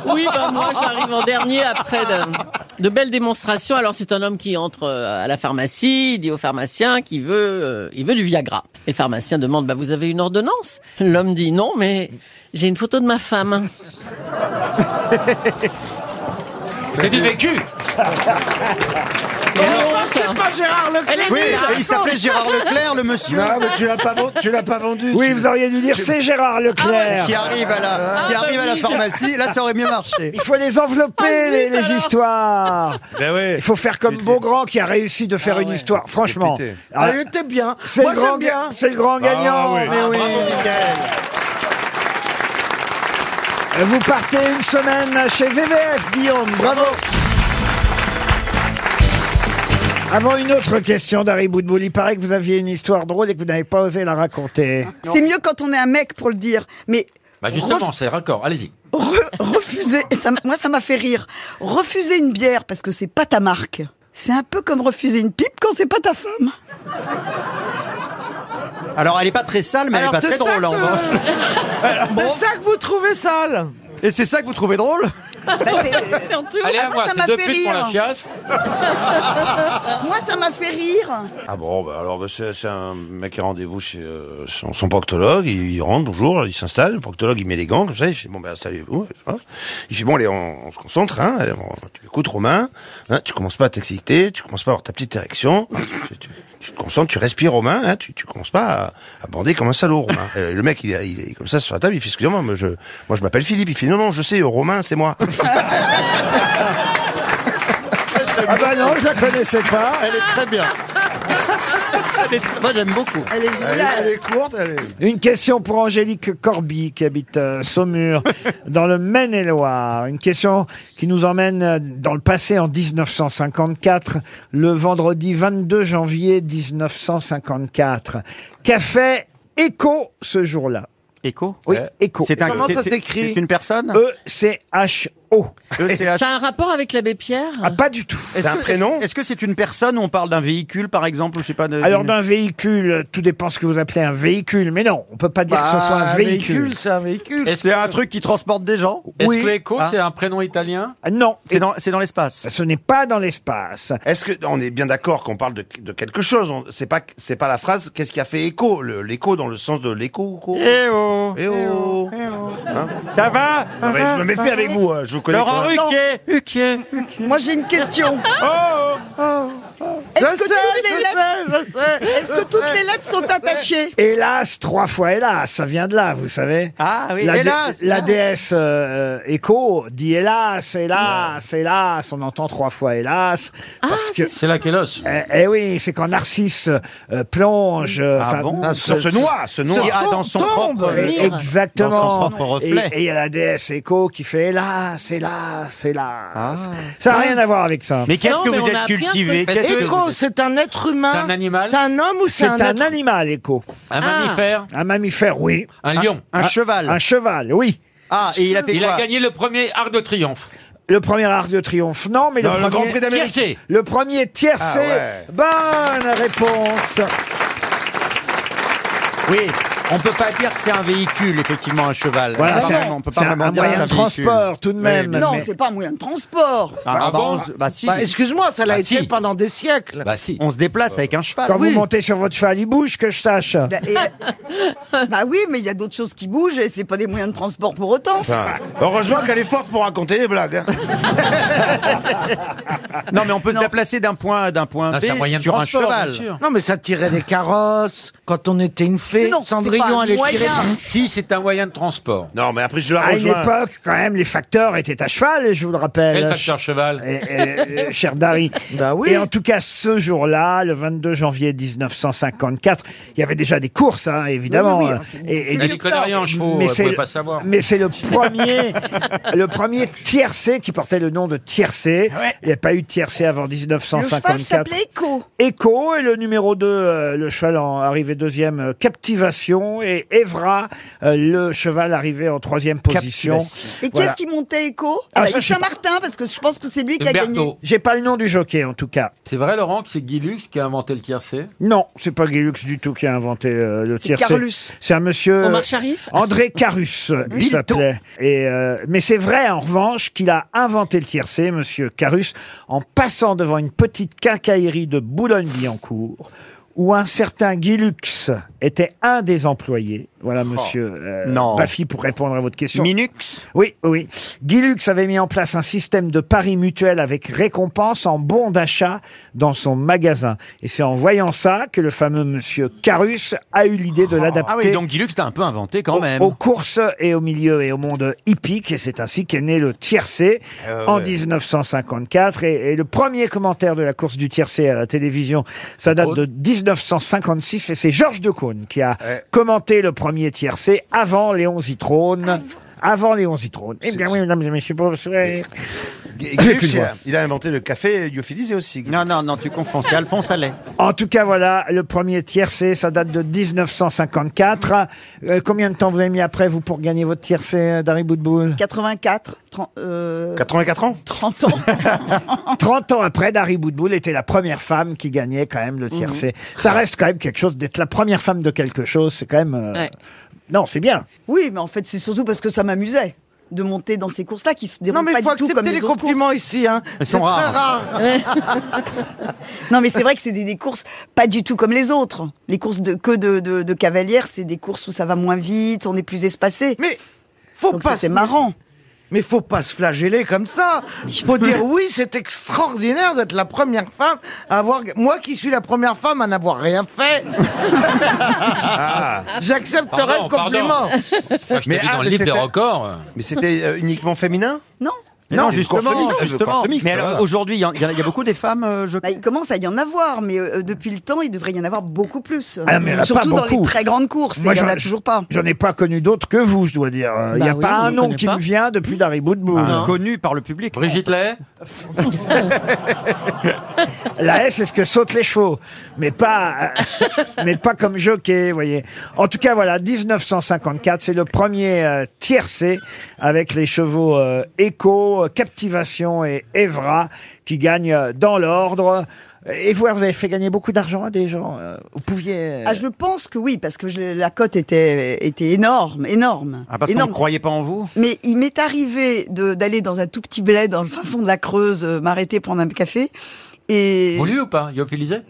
S8: Oui, bah, moi j'arrive en dernier après de, de belles démonstrations. Alors c'est un homme qui entre euh, à la pharmacie, il dit au pharmacien qu'il veut, euh, il veut du Viagra. Et le pharmacien demande, bah vous avez une ordonnance L'homme dit non, mais j'ai une photo de ma femme.
S6: C'est du vécu
S8: Quelle honte
S7: Gérard Leclerc
S3: Oui, et il s'appelait Gérard Leclerc, le monsieur.
S13: Non, mais tu l'as pas, ven- tu l'as pas vendu.
S2: Oui,
S13: tu-
S2: vous auriez dû dire
S13: tu-
S2: c'est Gérard Leclerc. Ah
S3: Ah
S2: bah
S3: Qui arrive à la, qui arrive à la pharmacie, là ça aurait mieux marché.
S2: Il faut les envelopper, les, les histoires. Il faut faire comme Beaugrand qui a réussi de faire une histoire. Franchement.
S7: Pitié.
S2: Ah,
S7: Ah, il était bien.
S2: C'est
S7: Moi,
S2: le, grand
S7: j'aime bien.
S2: ga- c'est le grand gagnant.
S13: oui.
S2: mais
S13: Ah,
S2: oui.
S13: bravo,
S2: Vous partez une semaine chez VVF, Guillaume. Bravo. Avant une autre question d'Harry Boudboul, il paraît que vous aviez une histoire drôle et que vous n'avez pas osé la raconter.
S5: C'est mieux quand on est un mec pour le dire. Mais
S6: Bah justement, c'est raccord. Allez-y.
S5: re- refuser, et ça, moi ça m'a fait rire. Refuser une bière parce que c'est pas ta marque. C'est un peu comme refuser une pipe quand c'est pas ta femme.
S3: Alors elle est pas très sale, mais
S7: Alors,
S3: elle est
S7: c'est
S3: pas très
S7: ça
S3: drôle en
S7: que-
S3: revanche.
S7: C'est ça que vous trouvez sale
S3: Et c'est ça que vous trouvez drôle
S6: Allez à moi,
S5: ça m'a
S6: c'est deux
S5: fait
S6: putes pour
S5: rire.
S6: la chiasse.
S5: Moi ça m'a fait rire.
S9: Ah bon, bah alors bah, c'est c'est un mec qui a rendez-vous chez euh, son, son proctologue, il, il rentre, bonjour, il s'installe, le proctologue il met les gants comme ça, il fait bon bah installez-vous, voilà. il fait bon allez on, on se concentre, hein, allez, bon, tu écoutes Romain, hein, tu commences pas à t'exciter, tu commences pas à avoir ta petite érection, tu, tu- tu te concentres, tu respires Romain, hein, tu, tu commences pas à, à bander comme un salaud Romain. Euh, le mec il, est- il est comme ça sur la table, il fait excusez-moi, mais je, moi je m'appelle Philippe, il fait non non je sais euh, Romain c'est moi.
S2: Ah bah non, je la connaissais pas.
S3: Elle est très bien. Elle est- Moi j'aime beaucoup.
S5: Elle est
S13: Elle est,
S5: géniale.
S13: elle est courte, elle est.
S2: Une question pour Angélique Corby qui habite euh, Saumur dans le Maine-et-Loire. Une question qui nous emmène euh, dans le passé en 1954, le vendredi 22 janvier 1954. Qu'a fait Echo ce jour-là
S3: Écho
S2: Oui, Echo.
S3: Euh,
S2: E
S3: C'est un-
S7: Comment ça
S3: c'est-
S7: s'écrit
S3: C'est une personne
S2: E-C-H-O.
S3: ECH.
S8: Ça a un rapport avec l'abbé Pierre
S2: Ah, pas du tout.
S3: Est-ce
S9: C'est un
S3: que-
S9: prénom
S3: Est-ce est-ce que c'est une personne ou on parle d'un véhicule par exemple ou je sais pas de-
S2: Alors
S3: d'une-
S2: d'un véhicule, tout dépend ce que vous appelez un véhicule, mais non, on peut pas dire que ce soit un véhicule.
S7: c'est un véhicule.
S3: Bah, C'est un truc qui transporte des gens
S6: Est-ce
S2: Oui.
S6: que Echo,
S3: Ah.
S6: c'est un prénom italien
S2: Ah, Non,
S3: C'est dans, c'est dans l'espace.
S2: ce n'est pas dans l'espace.
S9: Est-ce que on est bien d'accord qu'on parle de, de quelque chose on- C'est pas c'est pas la phrase. Qu'est-ce qui a fait écho Le- L'écho dans le sens de l'écho. quoi
S3: Eh oh
S9: Eh oh. Hein
S3: Ça va
S5: Ah,
S9: Non, mais je me méfie avec vous. hein, je vous connais.
S3: Laurent
S9: pas.
S3: Ruquier Ruquier Oh,
S5: Moi j'ai une question. Oh,
S7: Je
S5: Est-ce que,
S7: sais,
S5: toutes les lettres-
S7: je sais, je sais.
S5: est-ce que toutes les lettres sont attachées
S2: Hélas, trois fois hélas, ça vient de là, vous savez.
S3: Ah oui,
S2: la, dé-
S3: hélas
S2: la déesse euh, euh, Echo dit hélas, hélas, hélas, on entend trois fois hélas.
S8: Ah,
S2: Parce que.
S6: C'est la Kélos.
S2: Eh, eh oui, c'est quand Narcisse euh, plonge. euh, enfin,
S3: Ah bon
S9: Se, se noie, se noie.
S3: Qui a ah, dans son propre...
S2: eh,
S8: Mire.
S2: Exactement.
S3: Dans son propre reflet.
S2: Et et il y a la déesse Echo qui fait hélas, hélas, hélas. Ça n'a rien à voir avec ça.
S3: Ah. Mais qu'est-ce
S8: Non,
S3: que
S8: mais
S3: vous
S8: on a
S3: êtes
S8: appris un
S3: cultivé
S6: truc.
S3: Qu'est-ce que vous
S7: Écho,
S3: êtes-
S7: Eh, c'est un être humain.
S6: C'est un animal
S7: C'est un homme ou c'est
S2: C'est
S7: un,
S2: un
S7: être
S2: animal, Echo.
S6: Un mammifère
S2: Un mammifère, oui.
S6: Un lion
S3: Un cheval.
S2: Un cheval, oui.
S3: Ah, et il a fait
S6: Il
S3: quoi
S6: a gagné le premier Arc de Triomphe.
S2: Le premier Arc de Triomphe, non, mais
S9: Non,
S2: le
S9: le Grand
S2: premier...
S9: Prix d'Amérique.
S6: Tiercé
S2: Le premier tiercé.
S9: Ah ouais.
S2: Bonne réponse.
S3: Oui, on peut pas dire que c'est un véhicule, effectivement, un cheval.
S2: Voilà,
S3: Ah
S2: c'est un-
S3: non, on peut
S2: c'est
S3: pas
S2: un-
S3: vraiment
S2: un
S3: dire
S2: moyen
S3: que c'est
S2: de transport,
S3: véhicule.
S2: tout de même.
S3: Oui,
S5: Non,
S3: mais-
S5: c'est pas un moyen de transport.
S3: Ah,
S6: Ah
S3: bah,
S6: bon
S3: on- bah, si.
S7: Bah, Excuse-moi, ça l'a
S6: Ah,
S7: été
S6: si.
S7: pendant des siècles.
S6: Bah si.
S3: on se déplace avec un cheval.
S2: Quand
S3: Oui.
S2: vous montez sur votre cheval, il bouge, que je sache.
S5: Bah, et- bah oui, mais il y a d'autres choses qui bougent et c'est pas des moyens de transport pour autant.
S9: Enfin, heureusement qu'elle est forte pour raconter les blagues. hein.
S3: Non, mais on peut se déplacer d'un point A d'un point
S6: Non,
S3: B
S6: C'est un moyen de
S3: sur un
S6: transport, bien
S3: cheval.
S6: sûr.
S7: Non, mais ça tirait des carrosses. Quand on était une
S5: Mais
S7: fée,
S5: non, c'est pas
S7: Cendrillon
S5: un
S7: allait tirer.
S5: moyen.
S6: Si, c'est un moyen de transport.
S9: Non, mais après je la
S2: À une
S9: rejoins.
S2: époque, quand même, les facteurs étaient à cheval, je vous le rappelle.
S6: Quel facteur cheval
S2: Eh, eh, eh, cher Dari.
S7: Bah oui.
S2: Et en tout cas, ce jour-là, le 22 janvier 1954, il y avait déjà des courses, hein, évidemment.
S5: Oui, oui, oui,
S2: euh,
S5: c'est
S2: et- et
S6: Elle
S2: des-
S6: n'y connaît rien en chevaux,
S2: Mais
S6: elle ne
S2: c'est
S6: pouvait
S2: le-
S6: pas savoir.
S2: Mais c'est le premier, le premier tiercé qui portait le nom de tiercé. Il n'y a pas eu de tiercé avant
S5: Le cheval
S2: 1954.
S5: s'appelait Echo.
S2: Echo et le numéro 2, le cheval en arrivé deuxième, euh, Captivation et Evra, euh, le cheval arrivé en troisième position.
S5: Et
S2: Voilà.
S5: qu'est-ce qui montait Echo
S2: Ah,
S5: ah, bah,
S2: ça,
S5: Yves
S2: je sais
S5: Saint-Martin, parce que je pense que c'est lui qui a gagné.
S6: Berthaud.
S2: J'ai pas le nom du jockey en tout cas.
S6: C'est vrai, Laurent, que c'est Guy Lux qui a inventé le tiercé
S2: Non, c'est pas Guilux du tout qui a inventé euh, le
S5: C'est
S2: tiercé.
S5: Carlus.
S2: C'est un monsieur
S8: Omar Sharif
S2: André Carus, euh, il
S3: Bilto.
S2: s'appelait. Et euh, mais c'est vrai en revanche qu'il a inventé le tiercé, Monsieur Carus, en passant devant une petite quincaillerie de Boulogne-Billancourt où un certain Guilux Minux était un des employés.
S14: Oh,
S2: Voilà, monsieur euh,
S3: non.
S2: Baffy, pour répondre à votre question.
S3: Minux
S2: Oui, oui. Guy Lux avait mis en place un système de paris mutuel avec récompense en bons d'achat dans son magasin. Et c'est en voyant ça que le fameux monsieur Carus a eu l'idée de l'adapter
S14: Ah oui, donc Guilux t'as un peu inventé quand
S2: au-
S14: même.
S2: Aux courses et au milieu et au monde hippique. Et c'est ainsi qu'est né le tiercé
S14: Euh,
S2: en
S14: ouais.
S2: 1954. Et, et le premier commentaire de la course du tiercé à la télévision, ça date de 1956. Et c'est Georges Decaune qui a commenté le premier tiercé avant Léon Zitrone. Avant Léon Zitrone. Eh bien oui, mesdames et messieurs, bonsoir.
S9: il,
S2: Excuse-moi.
S9: a, il a inventé le café lyophilisé aussi.
S3: Non, non, non, tu confonds, c'est Alphonse Allais.
S2: En tout cas, voilà, le premier tiercé, ça date de 1954. Euh, combien de temps vous avez mis après, vous, pour gagner votre tiercé, euh, Dari Boudboul
S5: 84, 30, euh,
S9: 84 ans
S5: 30 ans.
S2: 30 ans après, Dari Boudboul était la première femme qui gagnait quand même le tiercé. Ça reste quand même quelque chose d'être la première femme de quelque chose. C'est quand même. euh, Non, c'est bien.
S5: Oui, mais en fait, c'est surtout parce que ça m'amusait de monter dans ces courses-là qui se déroulent
S7: mais
S5: pas
S7: faut
S5: du tout comme
S7: accepter
S5: les,
S7: les
S5: autres
S7: compliments
S5: courses.
S7: ici, hein. Ils
S5: C'est
S7: sont
S5: très
S7: rares.
S5: rare. non, mais c'est vrai que c'est des, des courses pas du tout comme les autres. Les courses de, que de, de, de cavalières, c'est des courses où ça va moins vite, on est plus espacé.
S7: Mais faut
S5: Donc
S7: pas
S5: C'était
S7: se-
S5: marrant.
S7: Mais faut pas se flageller comme ça. Il faut dire oui, c'est extraordinaire d'être la première femme à avoir. Moi qui suis la première femme à n'avoir rien fait,
S15: Ah.
S7: j'accepterai
S6: Pardon,
S7: le compliment.
S6: pardon. Moi, je t'ai
S9: Mais,
S6: vu
S9: ah,
S6: dans le
S9: mais
S6: livre des
S9: c'était-
S6: records.
S9: Mais c'était euh, uniquement féminin
S5: Non.
S9: Non, une course mixte, je veux
S14: justement.
S9: course mixte,
S14: Mais
S9: voilà.
S14: alors, aujourd'hui, il y, en- il y en a- il y a beaucoup des femmes. euh, je...
S5: Bah, il commence à y en avoir, mais euh, depuis le temps, il devrait y en avoir beaucoup plus.
S2: Ah, mais il y en a pas
S5: Surtout dans les
S2: beaucoup.
S5: très grandes courses, et
S2: Moi,
S5: il y en
S2: j'en-
S5: a toujours pas.
S2: J'en ai pas connu d'autres que vous, je dois dire. Il
S5: Bah
S2: n'y a
S5: oui,
S2: pas
S5: je
S2: un
S5: les
S2: nom
S5: connais
S2: qui
S5: pas.
S2: me vient depuis Dari Boudboul.
S14: Ah, Connues par le public.
S6: Brigitte Lay
S2: La S, c'est ce que sautent les chevaux, mais pas, euh, mais pas comme jockey, vous voyez. En tout cas, voilà, 1954, c'est le premier euh, tiercé avec les chevaux euh, Echo, Captivation et Evra qui gagnent euh, dans l'ordre. Et vous, vous avez fait gagner beaucoup d'argent à des gens. euh, vous pouviez.
S5: Ah, je pense que oui, parce que je- la cote était, était énorme, énorme.
S14: Ah, parce qu'on
S5: énorme.
S14: ne croyait pas en vous
S5: Mais il m'est arrivé de- d'aller dans un tout petit bled dans le fin fond de la Creuse, euh, m'arrêter prendre un café. Et,
S6: Voulu ou pas Lyophilisé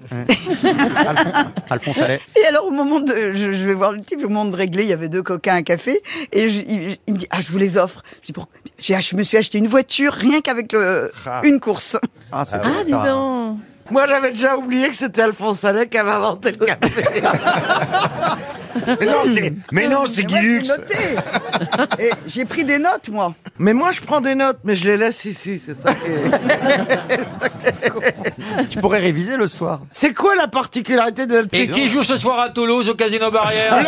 S14: Alphonse Allais.
S5: et alors au moment de, je, je vais voir le type, au moment de régler, il y avait deux coquins à un café, et je- il, il me dit ah je vous les offre. Je dis pourquoi J'ai ach- je me suis acheté une voiture rien qu'avec le
S7: Ah.
S5: une course.
S14: Ah,
S7: c'est Ah, vrai, dis ça. donc. Moi, j'avais déjà oublié que c'était Alphonse Allais qui avait inventé le café.
S9: Mais non, c'est-
S5: Hmm.
S9: mais non, c'est Guy Lux.
S5: Et J'ai pris des notes moi.
S7: Mais moi, je prends des notes, mais je les laisse ici, c'est ça. qui est-
S14: Tu pourrais réviser le soir.
S7: c'est quoi la particularité de
S6: Et qui joue ce soir à Toulouse au Casino Barrière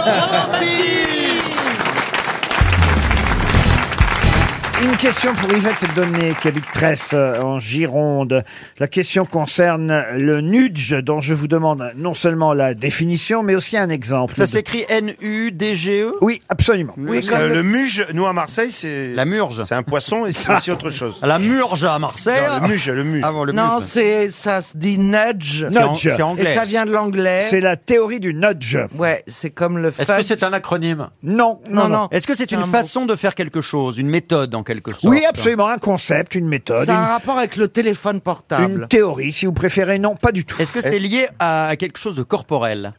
S2: Une question pour Yvette Donné, qui habite Tresse, euh, en Gironde. La question concerne le nudge, dont je vous demande non seulement la définition, mais aussi un exemple.
S14: Ça s'écrit N-U-D-G-E
S2: Oui, absolument.
S9: E? Parce que le muge, nous à Marseille, c'est. La
S14: murge.
S9: C'est un poisson et c'est aussi autre chose.
S14: La murge à Marseille
S9: Non, le muge, le muge.
S7: non, c'est ça se dit nudge.
S2: C'est en- Nudge. c'est
S7: Et
S2: anglais.
S7: ça vient de l'anglais.
S2: C'est la théorie du nudge.
S7: Ouais, c'est comme le
S6: Est-ce que c'est un acronyme
S2: Non, non, non.
S14: Est-ce que c'est une façon de faire quelque chose, une méthode en quelque sorte
S2: Oui, absolument, un concept, une méthode,
S7: Ça a un
S2: une,
S7: rapport avec le téléphone portable.
S2: une théorie, si vous préférez. Non, pas du tout. Eh,
S14: Est-ce que c'est lié à quelque chose de corporel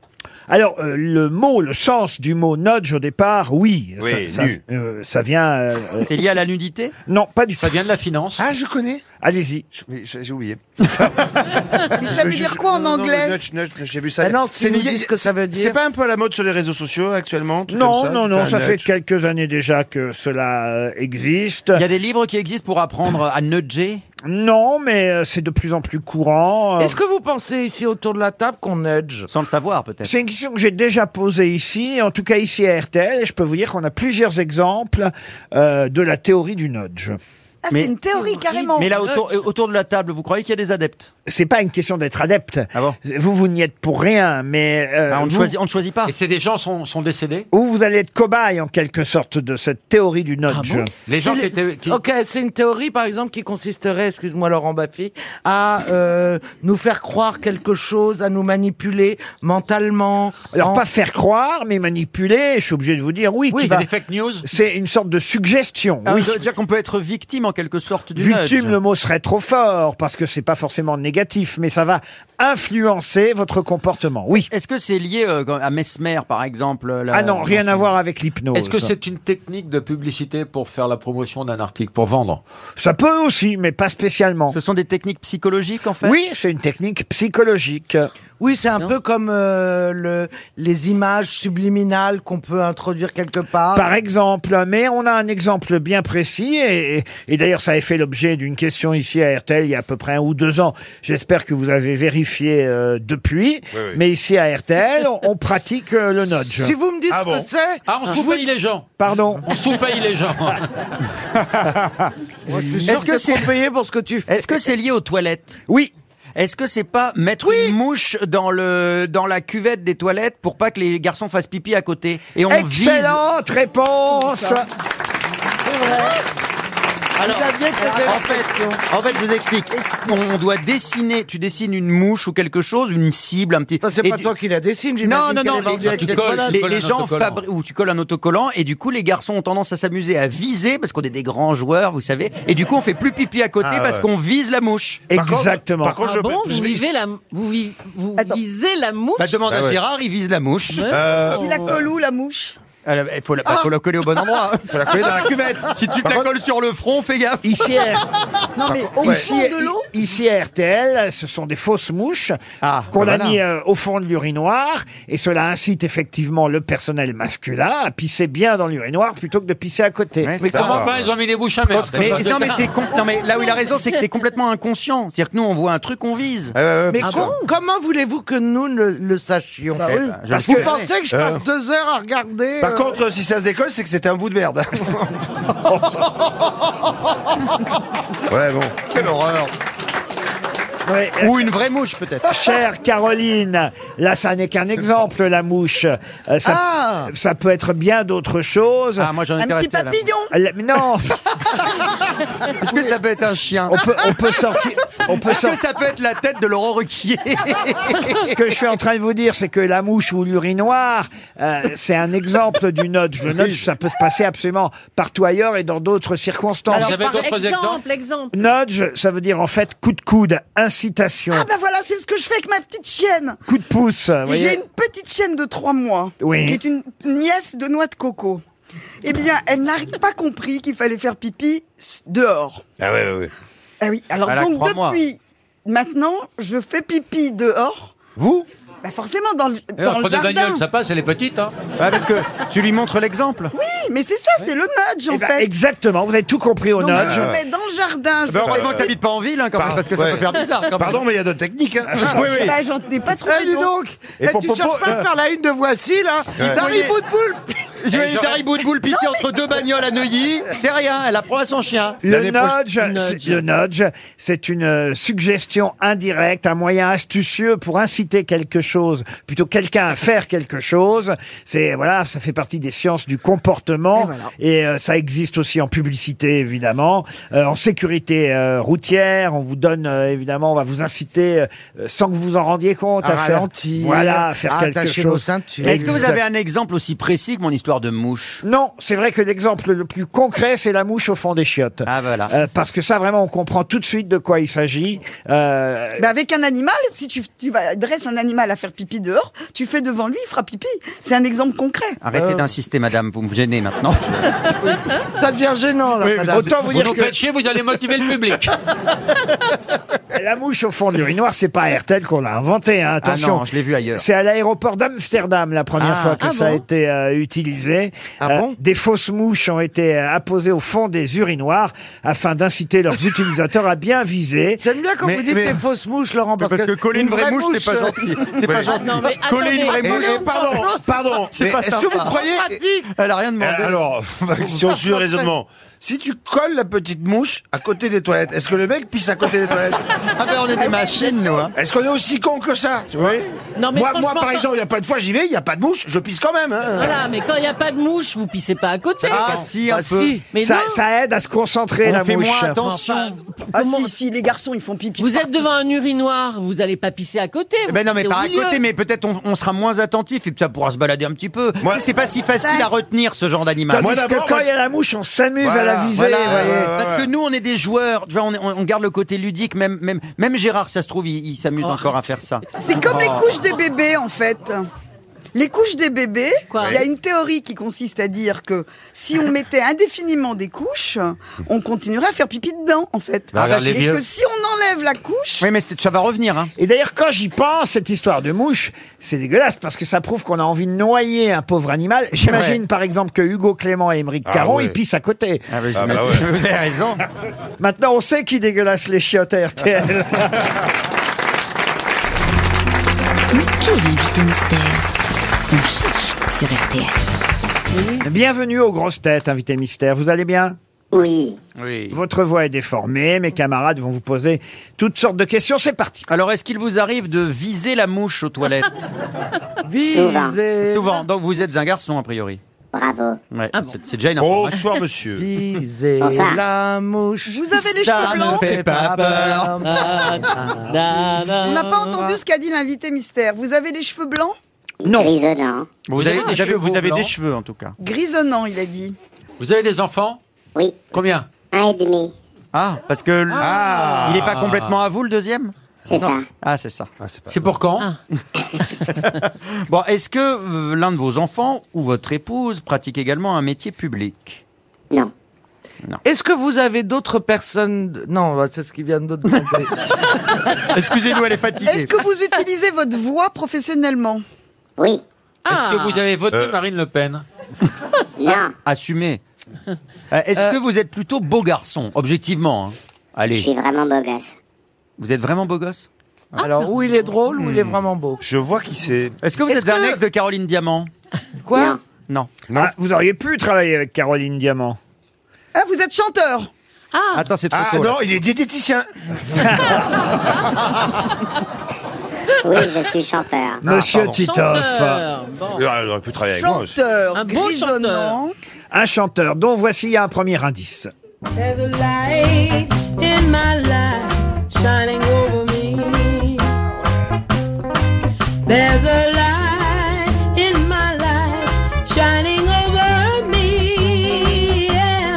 S2: Alors, euh, le mot, le sens du mot nudge au départ, oui.
S14: Oui,
S2: ça, ça,
S14: nu.
S2: euh, ça vient... euh,
S14: C'est lié à la nudité
S2: Non, pas du tout.
S6: Ça vient de la finance.
S9: Ah, je connais.
S2: Allez-y.
S9: Mais J'ai j'ai oublié.
S5: Mais ça veut dire quoi en
S9: Non, non,
S5: anglais
S9: mais nudge, nudge, J'ai vu ça.
S7: Ah non, si
S9: C'est
S7: nous
S9: lié-
S7: disent ce que ça veut dire.
S9: C'est pas un peu à la mode sur les réseaux sociaux actuellement tout
S2: Non,
S9: comme ça,
S2: non,
S9: tu
S2: non,
S9: fais un
S2: ça fait
S9: nudge.
S2: quelques années déjà que cela euh, existe.
S14: Il y a des livres qui existent pour apprendre à nudger
S2: Non, mais euh, c'est de plus en plus courant. euh,
S7: Est-ce que vous pensez ici autour de la table qu'on nudge
S14: Sans le savoir peut-être.
S2: C'est une question que j'ai déjà posée ici, en tout cas ici à RTL, et je peux vous dire qu'on a plusieurs exemples euh, de la théorie du nudge.
S5: Ah,
S14: Mais-
S5: c'est une théorie carrément.
S14: Mais là, autour, euh, autour de la table, vous croyez qu'il y a des adeptes
S2: C'est pas une question d'être adepte. vous, vous n'y êtes pour rien, mais... euh,
S14: Ah, on, ne
S2: vous-
S14: choisit, on ne choisit pas.
S6: Et ces des gens sont, sont décédés
S2: Ou vous allez être cobaye en quelque sorte de cette théorie du
S14: Ah
S2: nudge.
S6: Les gens qui étaient. qui-
S7: Ok, c'est une théorie par exemple qui consisterait, excuse-moi Laurent Baffy, à euh, nous faire croire quelque chose, à nous manipuler mentalement.
S2: Alors
S7: en-
S2: pas faire croire, mais manipuler, je suis obligé de vous dire oui.
S7: Oui,
S2: qui
S7: il y a
S2: va-
S6: des fake news.
S2: C'est une sorte de suggestion.
S14: Ah,
S2: Bah, oui.
S14: ça veut dire qu'on peut être victime en
S3: en quelque sorte du nudge.
S2: Victime, le mot serait trop fort parce que c'est pas forcément négatif, mais ça va influencer votre comportement. Oui.
S3: Est-ce que c'est lié euh, à Mesmer, par exemple la-
S2: Ah non, rien à voir avec l'hypnose.
S6: Est-ce que c'est une technique de publicité pour faire la promotion d'un article, pour vendre
S2: Ça peut aussi, mais pas spécialement.
S3: Ce sont des techniques psychologiques, en fait
S2: Oui, c'est une technique psychologique.
S7: Oui, c'est un peu comme euh, le, les images subliminales qu'on peut introduire quelque part.
S2: Par exemple, mais on a un exemple bien précis, et, et- et d'ailleurs ça a fait l'objet d'une question ici à RTL il y a à peu près un ou deux ans. J'espère que vous avez vérifié euh, depuis, mais ici à RTL, on, on pratique euh, le nudge.
S7: Si vous me dites ce que c'est...
S6: Ah, on sous-paye les gens
S2: Pardon
S6: On sous-paye les gens
S3: Est-ce que c'est payé pour ce que tu Est-ce que c'est lié aux toilettes
S2: Oui.
S3: Est-ce que c'est pas mettre une mouche dans le dans la cuvette des toilettes pour pas que les garçons fassent pipi à côté et on vise-
S2: Excellente réponse
S3: Alors, en fait, en fait, je vous explique. On doit dessiner. Tu dessines une mouche ou quelque chose, une cible, un petit.
S7: c'est
S3: et
S7: pas
S3: du-
S7: toi qui la dessine,
S3: Non, non,
S7: j'imagine qu'elle
S3: non.
S7: est vendue avec des toilettes.
S3: les- les gens fabri- ou tu colles un autocollant et du coup les garçons ont tendance à s'amuser à viser parce qu'on est des grands joueurs, vous savez. Et du coup on fait plus pipi à côté
S9: Ah,
S3: parce
S9: ouais.
S3: qu'on vise la mouche.
S9: Par contre- Exactement. par contre,
S8: Ah bon, vous, vivez la, vous, vi- vous visez la mouche
S3: Bah, demande
S9: Ah
S3: à
S9: ouais.
S3: Gérard, il vise la mouche.
S8: Ouais. Oh.
S3: Euh,
S5: Il la colle où, la mouche
S3: elle- Il faut la, bah, faut la coller au bon endroit. hein.
S9: Faut la coller dans la
S5: cuvette.
S3: Si tu te la colles sur le front, fais gaffe.
S2: Ici, elle-
S5: Non, mais au
S2: Ouais.
S5: fond de l'eau
S2: i- Ici à RTL, ce sont des fausses mouches qu'on
S3: bah
S2: a
S3: voilà.
S2: mis euh, au fond de l'urinoir et cela incite effectivement le personnel masculin à pisser bien dans l'urinoir plutôt que de pisser à côté.
S3: Ouais, c'est
S6: Mais
S3: ça.
S6: comment pas Ils ont mis des bouches à merde.
S3: Mais, non, mais c'est com- non, mais là où il a raison, c'est que c'est complètement inconscient. C'est-à-dire que nous, on voit un truc, on vise.
S7: Mais com- comment voulez-vous que nous le, le sachions
S9: Bah,
S3: Eh oui. ben, je
S7: Parce
S3: le
S7: que- Vous
S3: sais.
S7: pensez que je
S9: Euh.
S7: passe deux heures à regarder
S9: Par
S7: euh,
S9: contre, si ça se décolle, c'est que c'était un bout de merde. ouais, bon. Quelle horreur.
S2: Ouais, euh,
S3: Ou une vraie mouche, peut-être.
S2: Chère Caroline, là, ça n'est qu'un exemple, la mouche. Euh, ça,
S3: Ah.
S2: ça peut être bien d'autres choses.
S3: Ah, moi, j'en étais Un petit resté à la papillon.
S2: La- Non,
S3: Est-ce que ça peut être un chien
S2: on peut, on peut sortir. On peut
S3: Est-ce que
S2: sortir.
S3: ça peut être la tête de Laurent Ruquier
S2: Ce que je suis en train de vous dire, c'est que la mouche ou l'urinoir, euh, c'est un exemple du nudge. Le nudge, ça peut se passer absolument partout ailleurs et dans d'autres circonstances.
S8: Alors,
S6: avez
S8: par
S6: d'autres exemples
S8: exemple, exemple.
S2: Nudge, ça veut dire en fait coup de coude, incitation,
S5: Ah bah voilà, c'est ce que je fais avec ma petite chienne.
S2: coup de pouce. Bah, vous
S5: J'ai
S2: voyez.
S5: une petite chienne de 3 mois,
S2: Oui.
S5: qui est une nièce de noix de coco. Eh bien, elle n'a pas compris qu'il fallait faire pipi s- dehors.
S9: Ah ouais, ouais, ouais.
S5: Ah oui, alors
S9: Elle a
S5: donc
S9: trois mois.
S5: depuis maintenant, je fais pipi dehors.
S3: Vous
S5: Bah forcément, dans le,
S6: Eh, on
S5: dans le
S6: prend des
S5: jardin.
S6: bagnoles, ça passe, elle est petite. Hein.
S3: Ouais, Parce que tu lui montres l'exemple.
S5: Oui, mais c'est ça, c'est le nudge en
S2: Eh ben,
S5: fait.
S2: exactement, vous avez tout compris au
S5: Donc
S2: nudge.
S5: je le mets dans le jardin. je
S3: Ben, heureusement
S5: fais
S3: que t'habites pas en ville, hein, quand même, parce que ça
S9: ouais.
S3: peut faire bizarre. Quand
S9: Pardon,
S3: même.
S9: mais il y a d'autres techniques. hein.
S3: Ah, oui, oui.
S5: Bah, j'en ai pas trouvé.
S7: Ah, dis
S5: d'autres.
S7: donc
S9: Et
S7: Eh,
S9: pour-
S7: Tu
S9: pour-
S7: cherches
S9: pour-
S7: pas à faire la une de Voici, là
S3: Si vous
S7: Dari
S3: euh, voyez-
S7: Boutboul
S3: Si vous voyez
S6: Eh, j'aurais-
S3: Dari Boudboul pisser entre deux bagnoles à Neuilly, c'est rien, elle apprend à son chien.
S2: Le
S9: L'année
S2: nudge,
S9: prochaine-
S2: c'est- le nudge, c'est une euh, suggestion indirecte, un moyen astucieux pour inciter quelque chose, plutôt quelqu'un à faire quelque chose. C'est voilà, ça fait partie des sciences du comportement et, euh, ça existe aussi en publicité évidemment, Euh, en sécurité euh, routière. On vous donne euh, évidemment, on va vous inciter euh, sans que vous en rendiez compte
S7: À
S2: à faire,
S7: ralentir,
S2: voilà, à faire
S7: à
S2: quelque
S7: attacher
S2: chose.
S7: nos ceintures.
S3: Est-ce que vous
S2: Exact-
S3: avez un exemple aussi précis que mon histoire de mouche
S2: non, c'est vrai que l'exemple le plus concret, c'est la mouche au fond des chiottes.
S3: Ah voilà.
S2: Euh, parce que ça, vraiment, on comprend tout de suite de quoi il s'agit. Euh,
S5: Bah, avec un animal, si tu, tu vas- dresses un animal à faire pipi dehors, tu fais devant lui, il fera pipi. C'est un exemple concret. Euh,
S3: Arrêtez d'insister, madame, vous me gênez maintenant.
S7: hein, Ça devient gênant, là, madame.
S2: autant vous
S6: Vous
S2: dire
S6: nous
S2: que
S6: faites chier, vous allez motiver le public.
S2: la mouche au fond de l'urinoir, c'est pas à RTL qu'on l'a inventé. hein,
S3: Ah
S2: attention.
S3: non, je l'ai vu ailleurs.
S2: c'est à l'aéroport d'Amsterdam la première
S3: Ah.
S2: fois que
S8: Ah
S2: ça a
S8: bon
S2: été euh, utilisé. Euh,
S7: Ah bon
S2: des fausses mouches ont été euh, apposées au fond des urinoirs afin d'inciter leurs utilisateurs à bien viser.
S7: J'aime bien quand
S3: Mais-
S7: vous dites
S3: mais-
S7: des fausses mouches, Laurent, parce,
S3: Parce que coller une vraie mouche, c'est pas
S7: euh,
S3: gentil. C'est pas gentil. eh,
S8: Non, mais
S3: Coller une
S8: attendez.
S3: vraie
S9: Et,
S3: mouche.
S9: et pardon, pardon.
S3: C'est
S9: mais
S3: pas
S9: Est-ce que
S3: sympa.
S9: vous croyez Euh,
S3: Elle a rien demandé.
S9: Alors, si on suit le raisonnement, si tu colles la petite mouche à côté des toilettes, est-ce que le mec pisse à côté des toilettes
S3: Ah ben on est des machines, nous. Hein.
S9: Est-ce qu'on est aussi con que ça tu vois
S8: Non, mais
S9: moi, moi,
S8: franchement,
S9: par
S8: quand-
S9: exemple, il y a pas de fois j'y vais, il y a pas de mouche, je pisse quand même. hein.
S8: Voilà, mais quand il y a a pas de mouche, vous pissez pas à côté.
S2: Ah, si,
S3: Bah,
S5: Bah,
S2: un peu. Ça- ça aide à se concentrer, On la fait mouche. moins attention.
S5: Ah si, si, les garçons, ils font pipi.
S8: Vous êtes devant un urinoir, vous allez pas pisser à côté.
S2: Eh
S8: vous
S3: Ben non, mais
S8: pissez au
S3: par à
S8: milieu.
S3: côté, mais peut-être on, on sera moins attentif et puis ça pourra se balader un petit peu. Tu sais, c'est pas si facile
S2: Ça,
S3: à retenir ce genre d'animal.
S2: Tandis que quand il y a la mouche, on s'amuse à la viser.
S3: voilà,
S2: vous voyez.
S3: ouais, ouais, Parce que nous, on est des joueurs. Tu vois, on, est- on- on garde le côté ludique. Même, même, même Gérard, ça se trouve, il, il s'amuse encore à faire ça.
S5: Oh. C'est comme les
S3: Oh.
S5: couches des bébés en fait. Les couches des bébés,
S3: Quoi
S5: il y a une théorie qui consiste à dire que si on mettait indéfiniment des couches, on continuerait à faire pipi dedans en fait.
S3: Bah, regarde les
S5: Et
S3: vieux.
S5: que si on enlève la couche,
S3: Oui, mais c'est- ça va revenir. Hein.
S2: Et d'ailleurs, quand j'y pense, cette histoire de mouche, c'est dégueulasse parce que ça prouve qu'on a envie de noyer un pauvre animal. J'imagine par exemple que Hugo Clément et Émeric
S3: Ah
S2: Caron,
S3: ouais.
S2: ils pissent à côté.
S3: Ah bah j'imagine. ouais. Vous avez raison.
S2: Maintenant, on sait qui dégueulasse les chiottes à RTL.
S16: Qui est l'invité mystère On cherche sur RTL.
S2: Bienvenue aux grosses têtes, invité mystère. Vous allez bien
S10: Oui.
S2: Votre voix est déformée, mes camarades vont vous poser toutes sortes de questions. C'est parti.
S3: Alors, est-ce qu'il vous arrive de viser la mouche aux toilettes
S10: Souvent.
S3: Souvent. Donc, vous êtes un garçon, a priori.
S10: Bravo.
S3: Ouais, c'est- C'est hein. déjà une Bonsoir,
S9: monsieur.
S3: Viser
S10: Bonsoir.
S7: la mouche. Vous
S5: avez les cheveux blancs
S3: Ah, Bah,
S5: on n'a pas entendu ce qu'a dit l'invité mystère. Vous avez les cheveux blancs
S2: Non.
S10: Grisonnant.
S3: Vous avez,
S10: Ah,
S3: vous avez-
S10: chevaux
S3: vous avez des
S10: blancs.
S3: cheveux, en tout cas.
S5: Grisonnant, il a dit.
S6: Vous avez des enfants
S10: Oui.
S6: Combien
S10: Un et demi.
S3: Ah, parce que l-
S10: Ah.
S3: il n'est pas complètement à vous le deuxième
S10: C'est ça.
S3: Ah, c'est ça.
S6: C'est pour quand
S10: Ah.
S3: Bon, est-ce que euh, l'un de vos enfants ou votre épouse pratique également un métier public
S10: Non.
S7: Est-ce que vous avez d'autres personnes de- Non, bah, c'est ce qui vient de notre tomber.
S3: Excusez-nous, elle est fatiguée.
S5: Est-ce que vous utilisez votre voix professionnellement
S10: Oui.
S7: Ah.
S6: Est-ce que vous avez voté
S3: Euh.
S6: Marine Le Pen
S3: Ah, Assumé. Euh, est-ce que vous êtes plutôt beau garçon, objectivement hein Allez.
S10: Je suis vraiment beau gosse.
S3: Vous êtes vraiment beau gosse
S7: Ah,
S3: Hmm.
S7: Alors, où il est drôle, où il est vraiment beau.
S9: Je vois qui c'est.
S3: Est-ce que vous êtes un ex de Caroline Diamant
S7: Quoi
S3: Non.
S2: Ah, vous auriez pu travailler avec Caroline Diamant.
S5: Ah, vous êtes chanteur
S8: Ah
S3: Attends, c'est trop
S9: Ah
S3: tôt, là.
S9: non, il est diététicien.
S2: Ah,
S10: Oui, je suis chanteur.
S2: Monsieur Titoff.
S10: Chanteur,
S9: Il Ah, aurait pu travailler avec moi aussi.
S5: Chanteur,
S10: Un bon
S5: grisonnant.
S2: Un chanteur dont voici un premier indice.
S15: There's a light in my life shining over me. There's a light in my life shining over me. Yeah.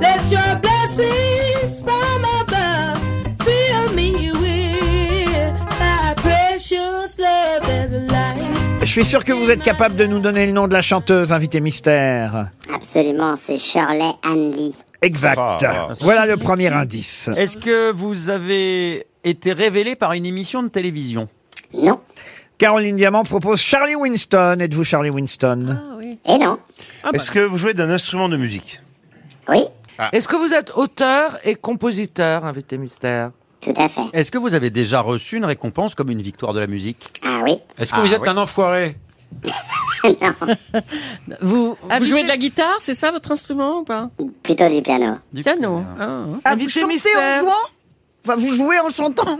S15: Let your blessings from above fill me with thy precious love. There's a light.
S2: Je suis sûr que vous êtes capable de nous donner le nom de la chanteuse, invité mystère.
S10: Absolument, c'est Shirley Hanley.
S2: Exact.
S10: Ah, ah.
S9: bah.
S2: Voilà le premier indice.
S3: Est-ce que vous avez été révélé par une émission de télévision
S10: Non.
S2: Caroline Diamant propose Charlie Winston. Êtes-vous Charlie Winston
S10: Et Eh non.
S9: Est-ce que vous jouez d'un instrument de musique
S10: Oui.
S9: Ah.
S7: Est-ce que vous êtes auteur et compositeur, invité mystère
S10: Tout à fait.
S3: Est-ce que vous avez déjà reçu une récompense comme une victoire de la musique
S10: Ah oui.
S6: Est-ce que vous êtes un enfoiré
S8: Vous, vous jouez de la guitare, c'est ça votre instrument ou pas
S10: Plutôt du piano.
S8: Piano. hein.
S2: euh,
S5: Ah, vous chantez en jouant Enfin, vous jouez en chantant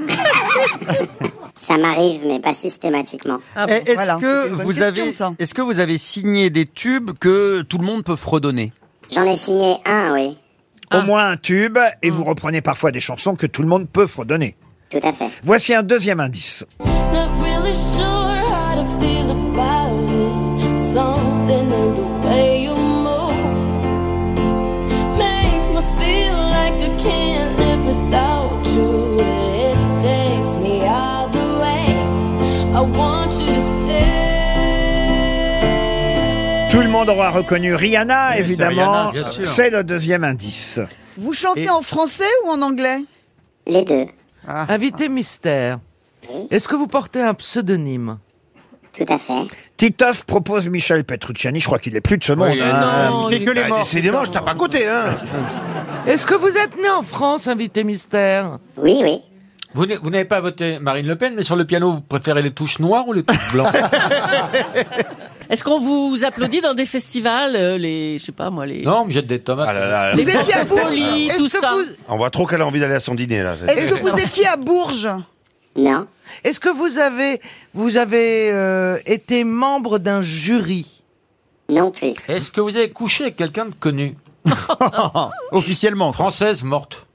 S10: Ça m'arrive, mais pas systématiquement.
S3: Et Est-ce que vous avez, est-ce que vous avez signé des tubes que tout le monde peut fredonner
S10: J'en ai signé un, oui.
S2: Au moins un tube, et vous reprenez parfois des chansons que tout le monde peut fredonner.
S10: Tout à fait.
S2: Voici un deuxième indice.
S15: Not really sure how to feel about it. Something in the way you move makes me feel like I can't live without you. It takes me all the way. I want you to stay.
S2: Tout le monde aura reconnu Rihanna, évidemment.
S10: Rihanna, bien sûr.
S2: C'est le deuxième indice.
S5: Vous chantez en français ou en anglais
S10: Les deux.
S7: Invité mystère. Est-ce que vous portez un pseudonyme
S10: Tout à fait.
S2: Titoff propose Michel Petrucciani. Je crois qu'il est plus de ce monde. hein.
S9: il fait que les morts. Décidément, je tape à côté. Hein.
S7: Est-ce que vous êtes né en France, invité mystère
S10: Oui, oui.
S6: Vous n'avez- vous n'avez pas voté Marine Le Pen, mais sur le piano, vous préférez les touches noires ou les touches blanches
S8: Est-ce qu'on vous applaudit dans des festivals, euh, les, je sais pas moi, les.
S6: Non, mais jette des tomates.
S9: Ah là.
S8: Les Étiabouli,
S5: Est-ce
S8: tout
S5: que
S8: ça.
S5: vous-
S9: On voit trop qu'elle a envie d'aller à son dîner là.
S5: Est-ce que vous étiez à Bourges
S10: Non.
S7: Est-ce que vous avez, vous avez euh, été membre d'un jury
S17: Non plus.
S6: Est-ce que vous avez couché avec quelqu'un de connu Officiellement. Française morte.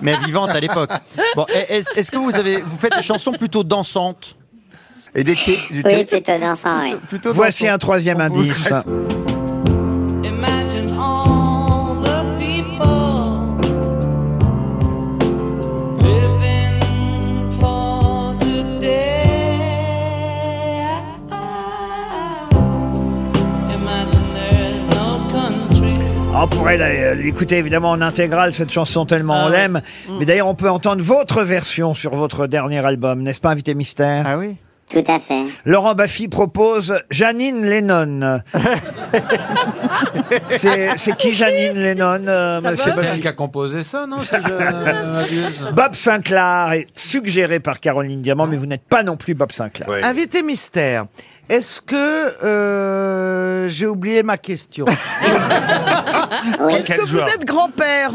S14: mais vivante à l'époque. Bon, est- est- est-ce que vous avez, vous faites des chansons plutôt dansantes
S9: Et des
S17: Oui, plutôt dansant, oui.
S2: Voici un troisième indice.
S15: Imagine all the people living for today. Imagine there's no country.
S2: On pourrait la- euh, l'écouter évidemment en intégrale, cette chanson tellement
S7: Ah
S2: on l'aime.
S7: Mm.
S2: Mais d'ailleurs, on peut entendre votre version sur votre dernier album, n'est-ce pas, Invité Mystère Ah oui
S17: Tout à fait.
S2: Laurent Baffy propose Janine Lennon. c'est c'est qui Janine Lennon, euh, monsieur
S6: C'est
S2: Baffy
S6: qui a composé ça, non si je ne m'abuse
S2: Bob Sinclair est suggéré par Caroline Diamant, mais vous n'êtes pas non plus Bob Sinclair.
S7: Invité mystère. Est-ce que euh, j'ai oublié ma question
S5: Est-ce que vous êtes grand-père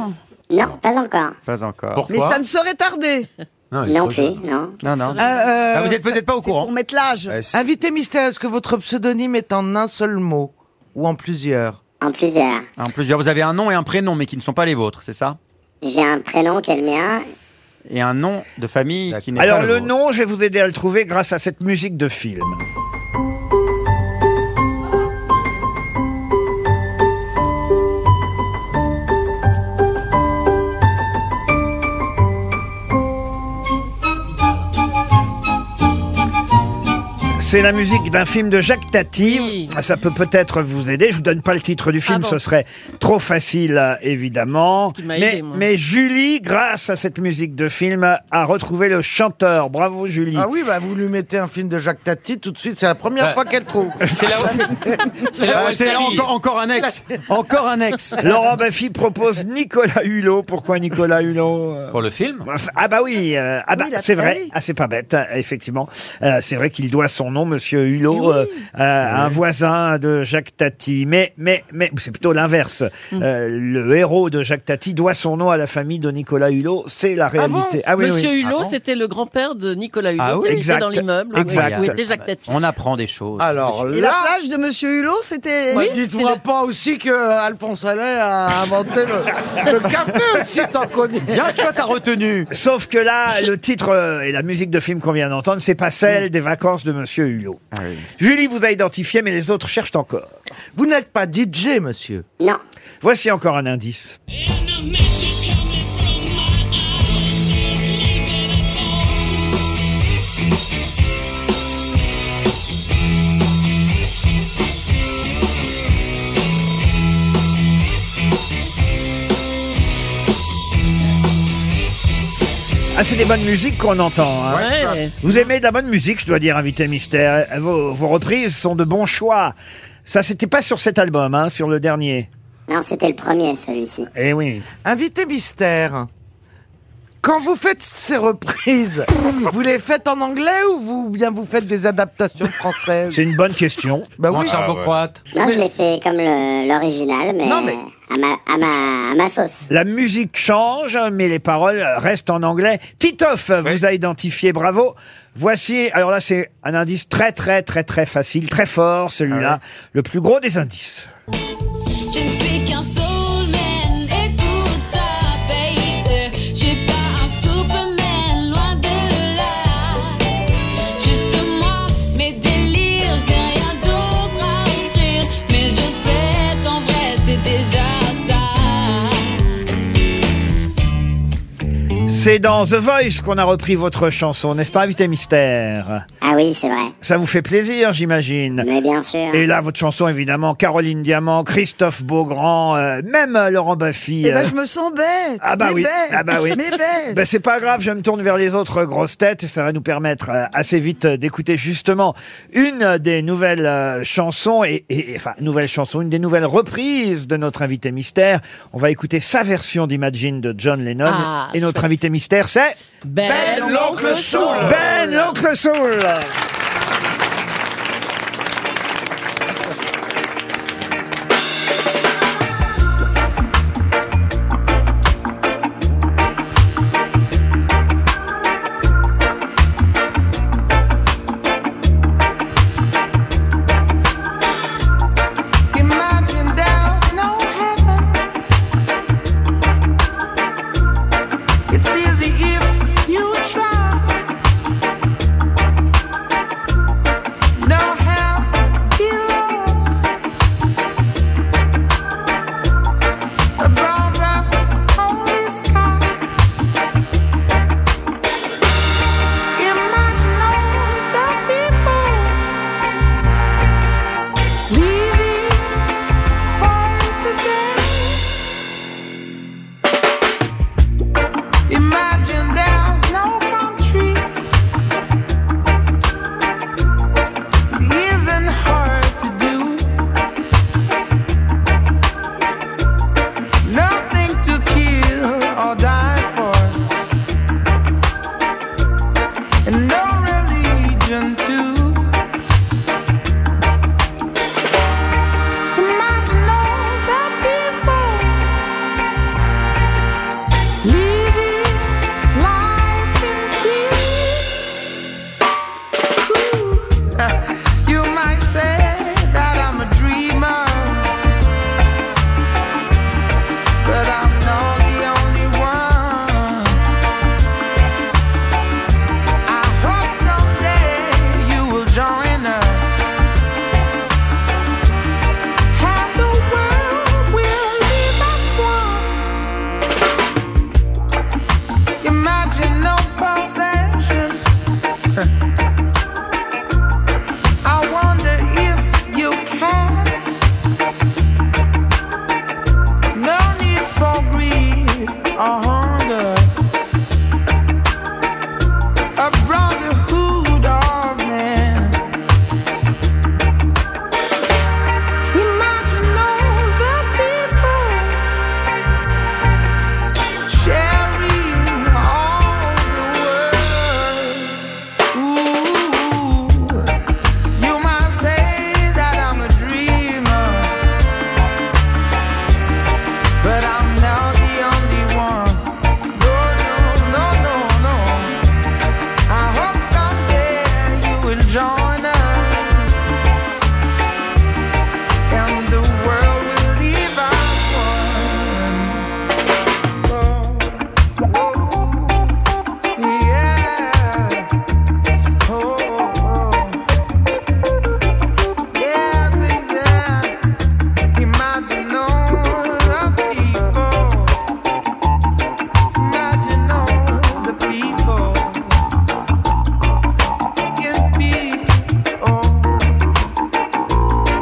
S17: Non, pas encore.
S14: Pas encore.
S5: Mais ça ne saurait tarder.
S14: Non,
S17: Non plus, non.
S14: non, non.
S7: Ah,
S14: vous êtes peut-être pas au courant.
S5: Pour mettre l'âge.
S7: Invité mystère, est-ce que votre pseudonyme est en un seul mot ou en plusieurs
S17: En plusieurs.
S14: En plusieurs, vous avez un nom et un prénom, mais qui ne sont pas les vôtres, c'est ça
S17: J'ai un prénom qui est le mien.
S14: Et un nom de famille qui n'est pas
S2: Alors le
S14: vôtre.
S2: nom, je vais vous aider à le trouver grâce à cette musique de film. C'est la musique d'un film de Jacques Tati. Ça peut peut-être vous aider. Je vous donne pas le titre du film,
S13: Ah bon.
S2: ce serait trop facile, euh, évidemment.
S13: qui m'a
S2: Mais,
S13: aidé, moi.
S2: mais Julie, grâce à cette musique de film, a retrouvé le chanteur. Bravo, Julie.
S7: Ah oui, bah vous lui mettez un film de Jacques Tati tout de suite, c'est la première
S6: Bah,
S2: Ouais.
S7: fois
S14: Euh.
S7: qu'elle trouve.
S2: C'est là c'est là où elle
S14: Ah, c'est
S2: s'habille.
S14: encore, encore un ex. Encore un ex.
S2: Laurent Baffy propose Nicolas Hulot. Pourquoi Nicolas Hulot euh,
S6: Pour le film
S2: Ah bah oui, euh, ah bah,
S6: Oui, la
S2: c'est vrai.
S6: série.
S2: Ah c'est pas bête, euh, effectivement. Euh, c'est vrai qu'il doit son nom, Monsieur Hulot, euh, à un voisin de Jacques Tati. Mais mais mais c'est plutôt l'inverse.
S7: Mm.
S2: Euh, le héros de Jacques Tati doit son nom à la famille de Nicolas Hulot. C'est la
S7: Ah
S2: réalité. Ah oui, oui.
S6: Ah
S8: Monsieur Hulot, c'était le grand-père de Nicolas Hulot
S2: Ah oui,
S8: qui habitait
S2: exact.
S8: dans l'immeuble. hein,
S2: Exact.
S8: Oui, oui, Jacques Tati.
S14: On apprend des choses.
S7: Alors
S5: Et la
S7: là-
S5: plage de Monsieur Hulot, c'était.
S7: Oui, Dites-moi pas aussi que Alphonse Allais a inventé le, le café aussi, t'en connais.
S14: Bien, tu vois, t'as retenu.
S2: Sauf que là, le titre euh, et la musique de film qu'on vient d'entendre, c'est pas celle des vacances de Monsieur Hulot.
S7: Ah
S2: Julie vous a identifié, mais les autres cherchent encore.
S7: Vous n'êtes pas DJ, monsieur.
S17: Non.
S2: Voici encore un indice. Ah, c'est des bonnes musiques qu'on entend. hein.
S8: Ouais.
S2: Vous aimez de la bonne musique, je dois dire, invité mystère. Euh, Vos, vos reprises sont de bons choix. Ça, c'était pas sur cet album, hein, sur le dernier.
S17: Non, c'était le premier, celui-ci.
S2: Eh oui.
S7: Invité mystère. Quand vous faites ces reprises, vous les faites en anglais ou vous, bien vous faites des adaptations françaises
S2: C'est une bonne question.
S7: Bah oui.
S17: Non, je l'ai fait comme le- l'original, mais,
S7: Non, mais-
S17: À, ma, à, ma, à ma sauce.
S2: La musique change, hein, mais les paroles restent en anglais. Titoff vous a identifié, bravo. Voici, alors là, c'est un indice très, très, très, très facile, très fort, celui-là. Le plus gros des indices.
S15: Je ne suis qu'un soulman, écoute ça, baby. Je suis pas un superman, loin de là. Juste moi, mes délires, j'ai rien d'autre à offrir. Mais je sais qu'en vrai, c'est déjà ça.
S2: C'est dans The Voice qu'on a repris votre chanson, n'est-ce pas, Invité Mystère
S17: Ah oui, c'est vrai.
S2: Ça vous fait plaisir, j'imagine.
S17: Mais bien sûr.
S2: Et là, votre chanson, évidemment, Caroline Diamant, Christophe Beaugrand, euh, même euh, Laurent Baffy.
S5: Eh ben,
S2: euh,
S5: je me sens bête.
S2: Ah bah
S5: mais
S2: oui.
S5: bête,
S2: Ah bah oui.
S5: Mais bête.
S2: Ben, c'est pas grave, je me tourne vers les autres grosses têtes et ça va nous permettre euh, assez vite euh, d'écouter justement une euh, des nouvelles euh, chansons et, et- et- enfin nouvelle chanson, une des nouvelles reprises de notre invité mystère. On va écouter sa version d'Imagine de John Lennon
S15: Ah,
S2: et notre invité mystère c'est
S8: Ben,
S15: l'oncle Soul.
S2: Ben l'oncle Soul.
S15: Oh, Oh,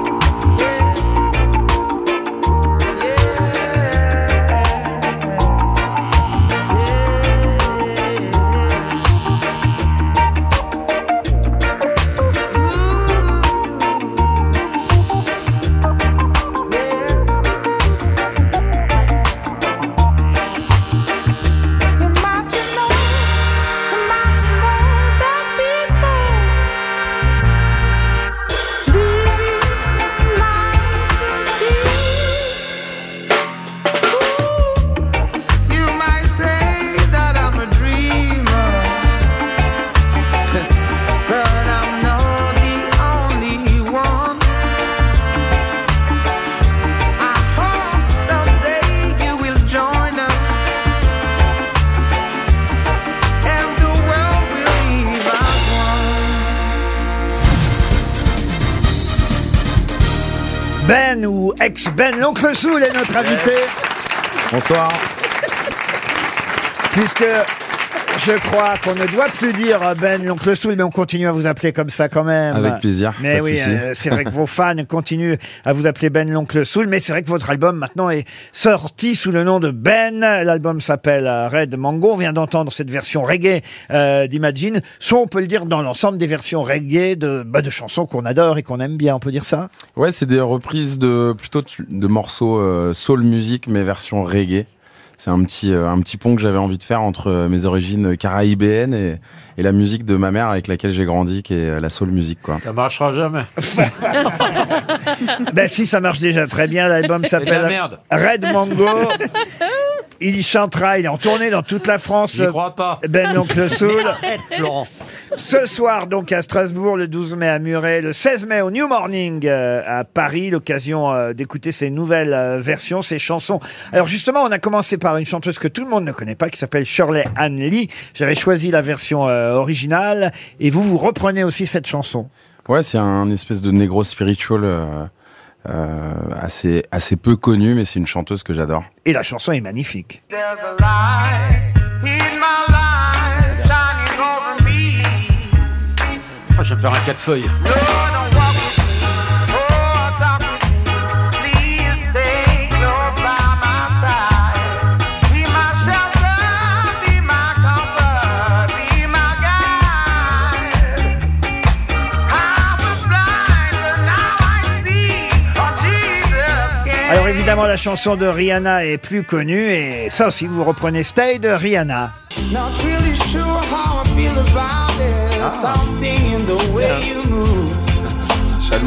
S2: Ben ou ex-Ben. L'oncle Soul est notre invité. Bonsoir. Puisque je crois qu'on ne doit plus dire euh, Ben l'oncle Soul, mais on continue à vous appeler comme ça quand même.
S18: Avec plaisir,
S2: Mais
S18: pas de
S2: oui,
S18: souci.
S2: euh, c'est vrai que vos fans continuent à vous appeler Ben l'oncle Soul, mais c'est vrai que votre album maintenant est sorti sous le nom de Ben. L'album s'appelle euh, Red Mango. On vient d'entendre cette version reggae euh, d'Imagine. Soit on peut le dire dans l'ensemble des versions reggae de, bah, de chansons qu'on adore et qu'on aime bien. On peut dire ça
S18: Ouais, c'est des reprises de plutôt de, de morceaux euh, soul music mais version reggae. C'est un petit euh, un petit pont que j'avais envie de faire entre euh, mes origines caraïbéennes et, et la musique de ma mère avec laquelle j'ai grandi, qui est euh, la soul music quoi.
S6: Ça marchera jamais.
S2: Ben si, ça marche déjà très bien. L'album
S6: C'est de la
S2: s'appelle
S6: merde.
S2: Red Mango. Il y chantera, il est en tournée dans toute la France.
S6: J'y crois pas.
S2: Ben l'oncle Soul.
S6: Mais arrête, Florent.
S2: Ce soir donc à Strasbourg, le 12 mai à Muret, le 16 mai au New Morning euh, à Paris, l'occasion euh, d'écouter ces nouvelles euh, versions, ces chansons. Alors justement, on a commencé par une chanteuse que tout le monde ne connaît pas qui s'appelle Shirley Anne Lee. J'avais choisi la version euh, originale et vous vous reprenez aussi cette chanson.
S18: Ouais, c'est un espèce de négro spiritual euh, euh, assez assez peu connu, mais c'est une chanteuse que j'adore.
S2: Et la chanson est magnifique.
S15: There's a light in my life shining over me.
S6: Oh, je vais me faire un quatre feuilles.
S15: Please stay close by my side. Be my shelter, be my comfort, be my guide. I was blind, but now I see. Oh, Jesus can.
S2: Alors évidemment, la chanson de Rihanna est plus connue et ça aussi, vous reprenez Stay de Rihanna.
S15: Not really sure how I feel about it. Something in the way you move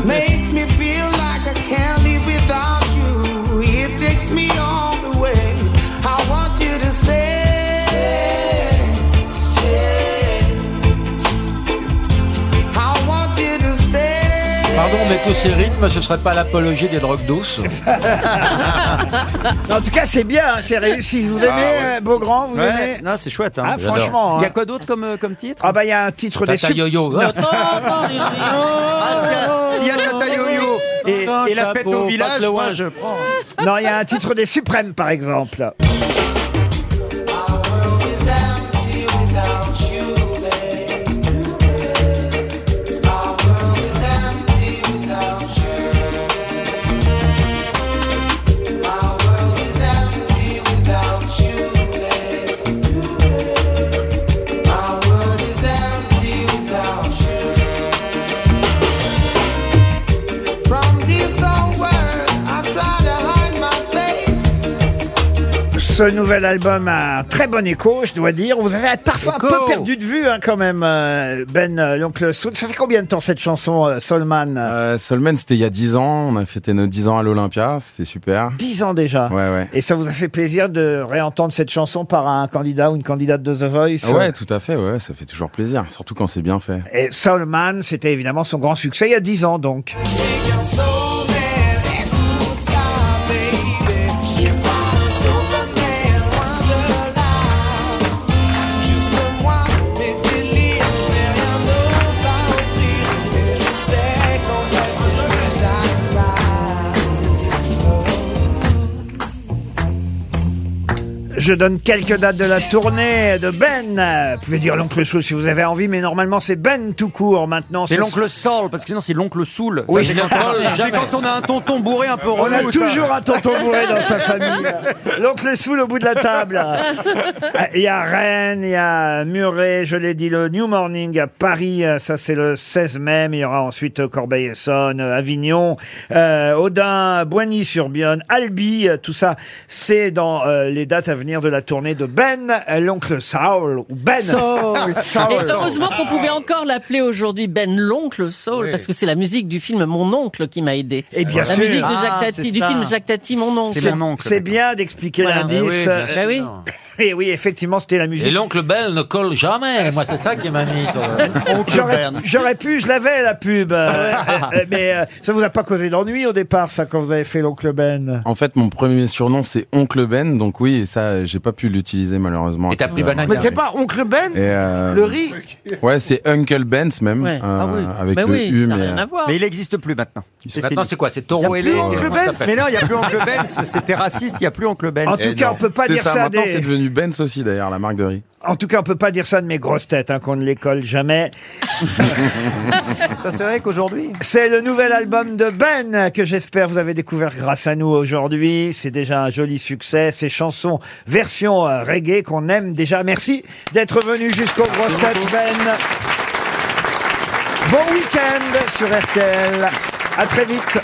S15: makes me feel like I can't live without you. It takes me all the way. I want you to stay. Stay. I want you to stay.
S6: Pardon, mais tous ces rythmes, ce serait pas l'apologie des drogues douces
S2: En tout cas, c'est bien, hein, c'est réussi. Vous aimez
S6: Ah ouais.
S2: euh, Beaugrand Vous
S14: Ouais,
S2: aimez
S14: non, c'est chouette. hein.
S2: Ah, franchement,
S14: Il y a
S2: hein.
S14: quoi d'autre comme, euh, comme titre
S2: Ah bah il y a un titre
S14: Tata
S2: des sup-
S14: Yo-Yo.
S2: Non.
S14: Ah, s'il y a- s'il y a Tata Yo-Yo et, et la fête au village, moi je prends.
S2: Non, il y a un titre des suprêmes, par exemple. Ce nouvel album a un très bon écho, je dois dire. Vous avez parfois un peu perdu de vue, hein, quand même, euh, Ben, euh, l'oncle Soul. Ça fait combien de temps cette chanson, euh, Solman
S18: Euh, Solman, c'était il y a 10 ans. On a fêté nos 10 ans à l'Olympia. C'était super.
S2: 10 ans déjà.
S18: Ouais, ouais.
S2: Et ça vous a fait plaisir de réentendre cette chanson par un candidat ou une candidate de The Voice
S18: Ah Ouais, tout à fait, ouais, ça fait toujours plaisir, surtout quand c'est bien fait.
S2: Et Solman, c'était évidemment son grand succès il y a 10 ans, donc. Je donne quelques dates de la tournée de Ben. Vous pouvez dire l'oncle Soul si vous avez envie, mais normalement c'est Ben tout court maintenant.
S14: C'est
S2: Ce-
S14: l'oncle Sol, parce que sinon c'est l'oncle Soul. Ça,
S2: Oui.
S14: c'est quand, on- c'est quand on a un tonton bourré un peu
S2: On a
S14: relou, ça.
S2: toujours un tonton bourré dans sa famille. L'oncle Soul au bout de la table. Il y a Rennes, il y a Muret, je l'ai dit, le New Morning à Paris, ça c'est le 16 mai, mais il y aura ensuite Corbeil-Essonne, Avignon, euh, Audin, Boigny-sur-Bionne, Albi, euh, tout ça, c'est dans euh, les dates à venir de la tournée de Ben, euh, l'oncle Saul, ou Ben.
S8: Soul.
S2: Saul.
S8: Et heureusement qu'on pouvait encore l'appeler aujourd'hui Ben l'oncle Soul
S2: Oui.
S8: parce que c'est la musique du film Mon oncle qui m'a aidé.
S2: Et bien
S8: la
S2: sûr.
S8: musique de Jacques
S2: Ah,
S8: Tati,
S2: c'est
S8: du
S2: ça.
S8: film Jacques Tati Mon oncle.
S2: C'est bien d'expliquer
S8: Voilà.
S2: l'indice.
S8: Bah oui.
S2: Et oui, effectivement, c'était la musique.
S6: Et l'oncle Bell ne colle jamais. Moi, c'est ça qui m'a mis. sur le-
S2: J'aurais- J'aurais pu, je l'avais la pub,
S8: Ah
S2: euh, euh, mais euh, ça vous a pas causé d'ennui au départ, ça, quand vous avez fait l'oncle Ben.
S18: En fait, mon premier surnom, c'est Oncle Ben. Donc oui, et ça, j'ai pas pu l'utiliser malheureusement. Et t'as
S6: pris Banania.
S7: Mais c'est pas Oncle Ben Le riz
S18: Ouais, c'est Uncle Ben's même. euh,
S7: Ouais. Ah oui.
S18: Avec
S7: Bah
S18: le
S7: oui,
S18: U,
S7: ça a
S18: mais. euh,
S7: rien à voir. Mais il
S18: n'existe plus maintenant.
S6: Maintenant, c'est quoi C'est Taureau et euh, Lé
S14: Oncle
S6: Comment ça
S14: Benz.
S6: s'appelle
S14: Mais non, il n'y a plus Oncle Benz. C'était raciste, il n'y a plus Oncle Ben. Benz.
S2: En tout cas, on peut pas
S18: Eh C'est
S2: dire
S18: ça,
S2: ça à
S18: maintenant,
S2: des-
S18: c'est devenu Benz aussi d'ailleurs, la marque de riz.
S2: En tout cas, on peut pas dire ça de mes grosses têtes, hein, qu'on ne les colle jamais.
S14: Ça, c'est vrai qu'aujourd'hui.
S2: C'est le nouvel album de Ben que j'espère vous avez découvert grâce à nous aujourd'hui. C'est déjà un joli succès. Ces chansons version euh, reggae qu'on aime déjà. Merci d'être venu jusqu'au grosses têtes, Ben. Bon week-end sur RTL. À très vite.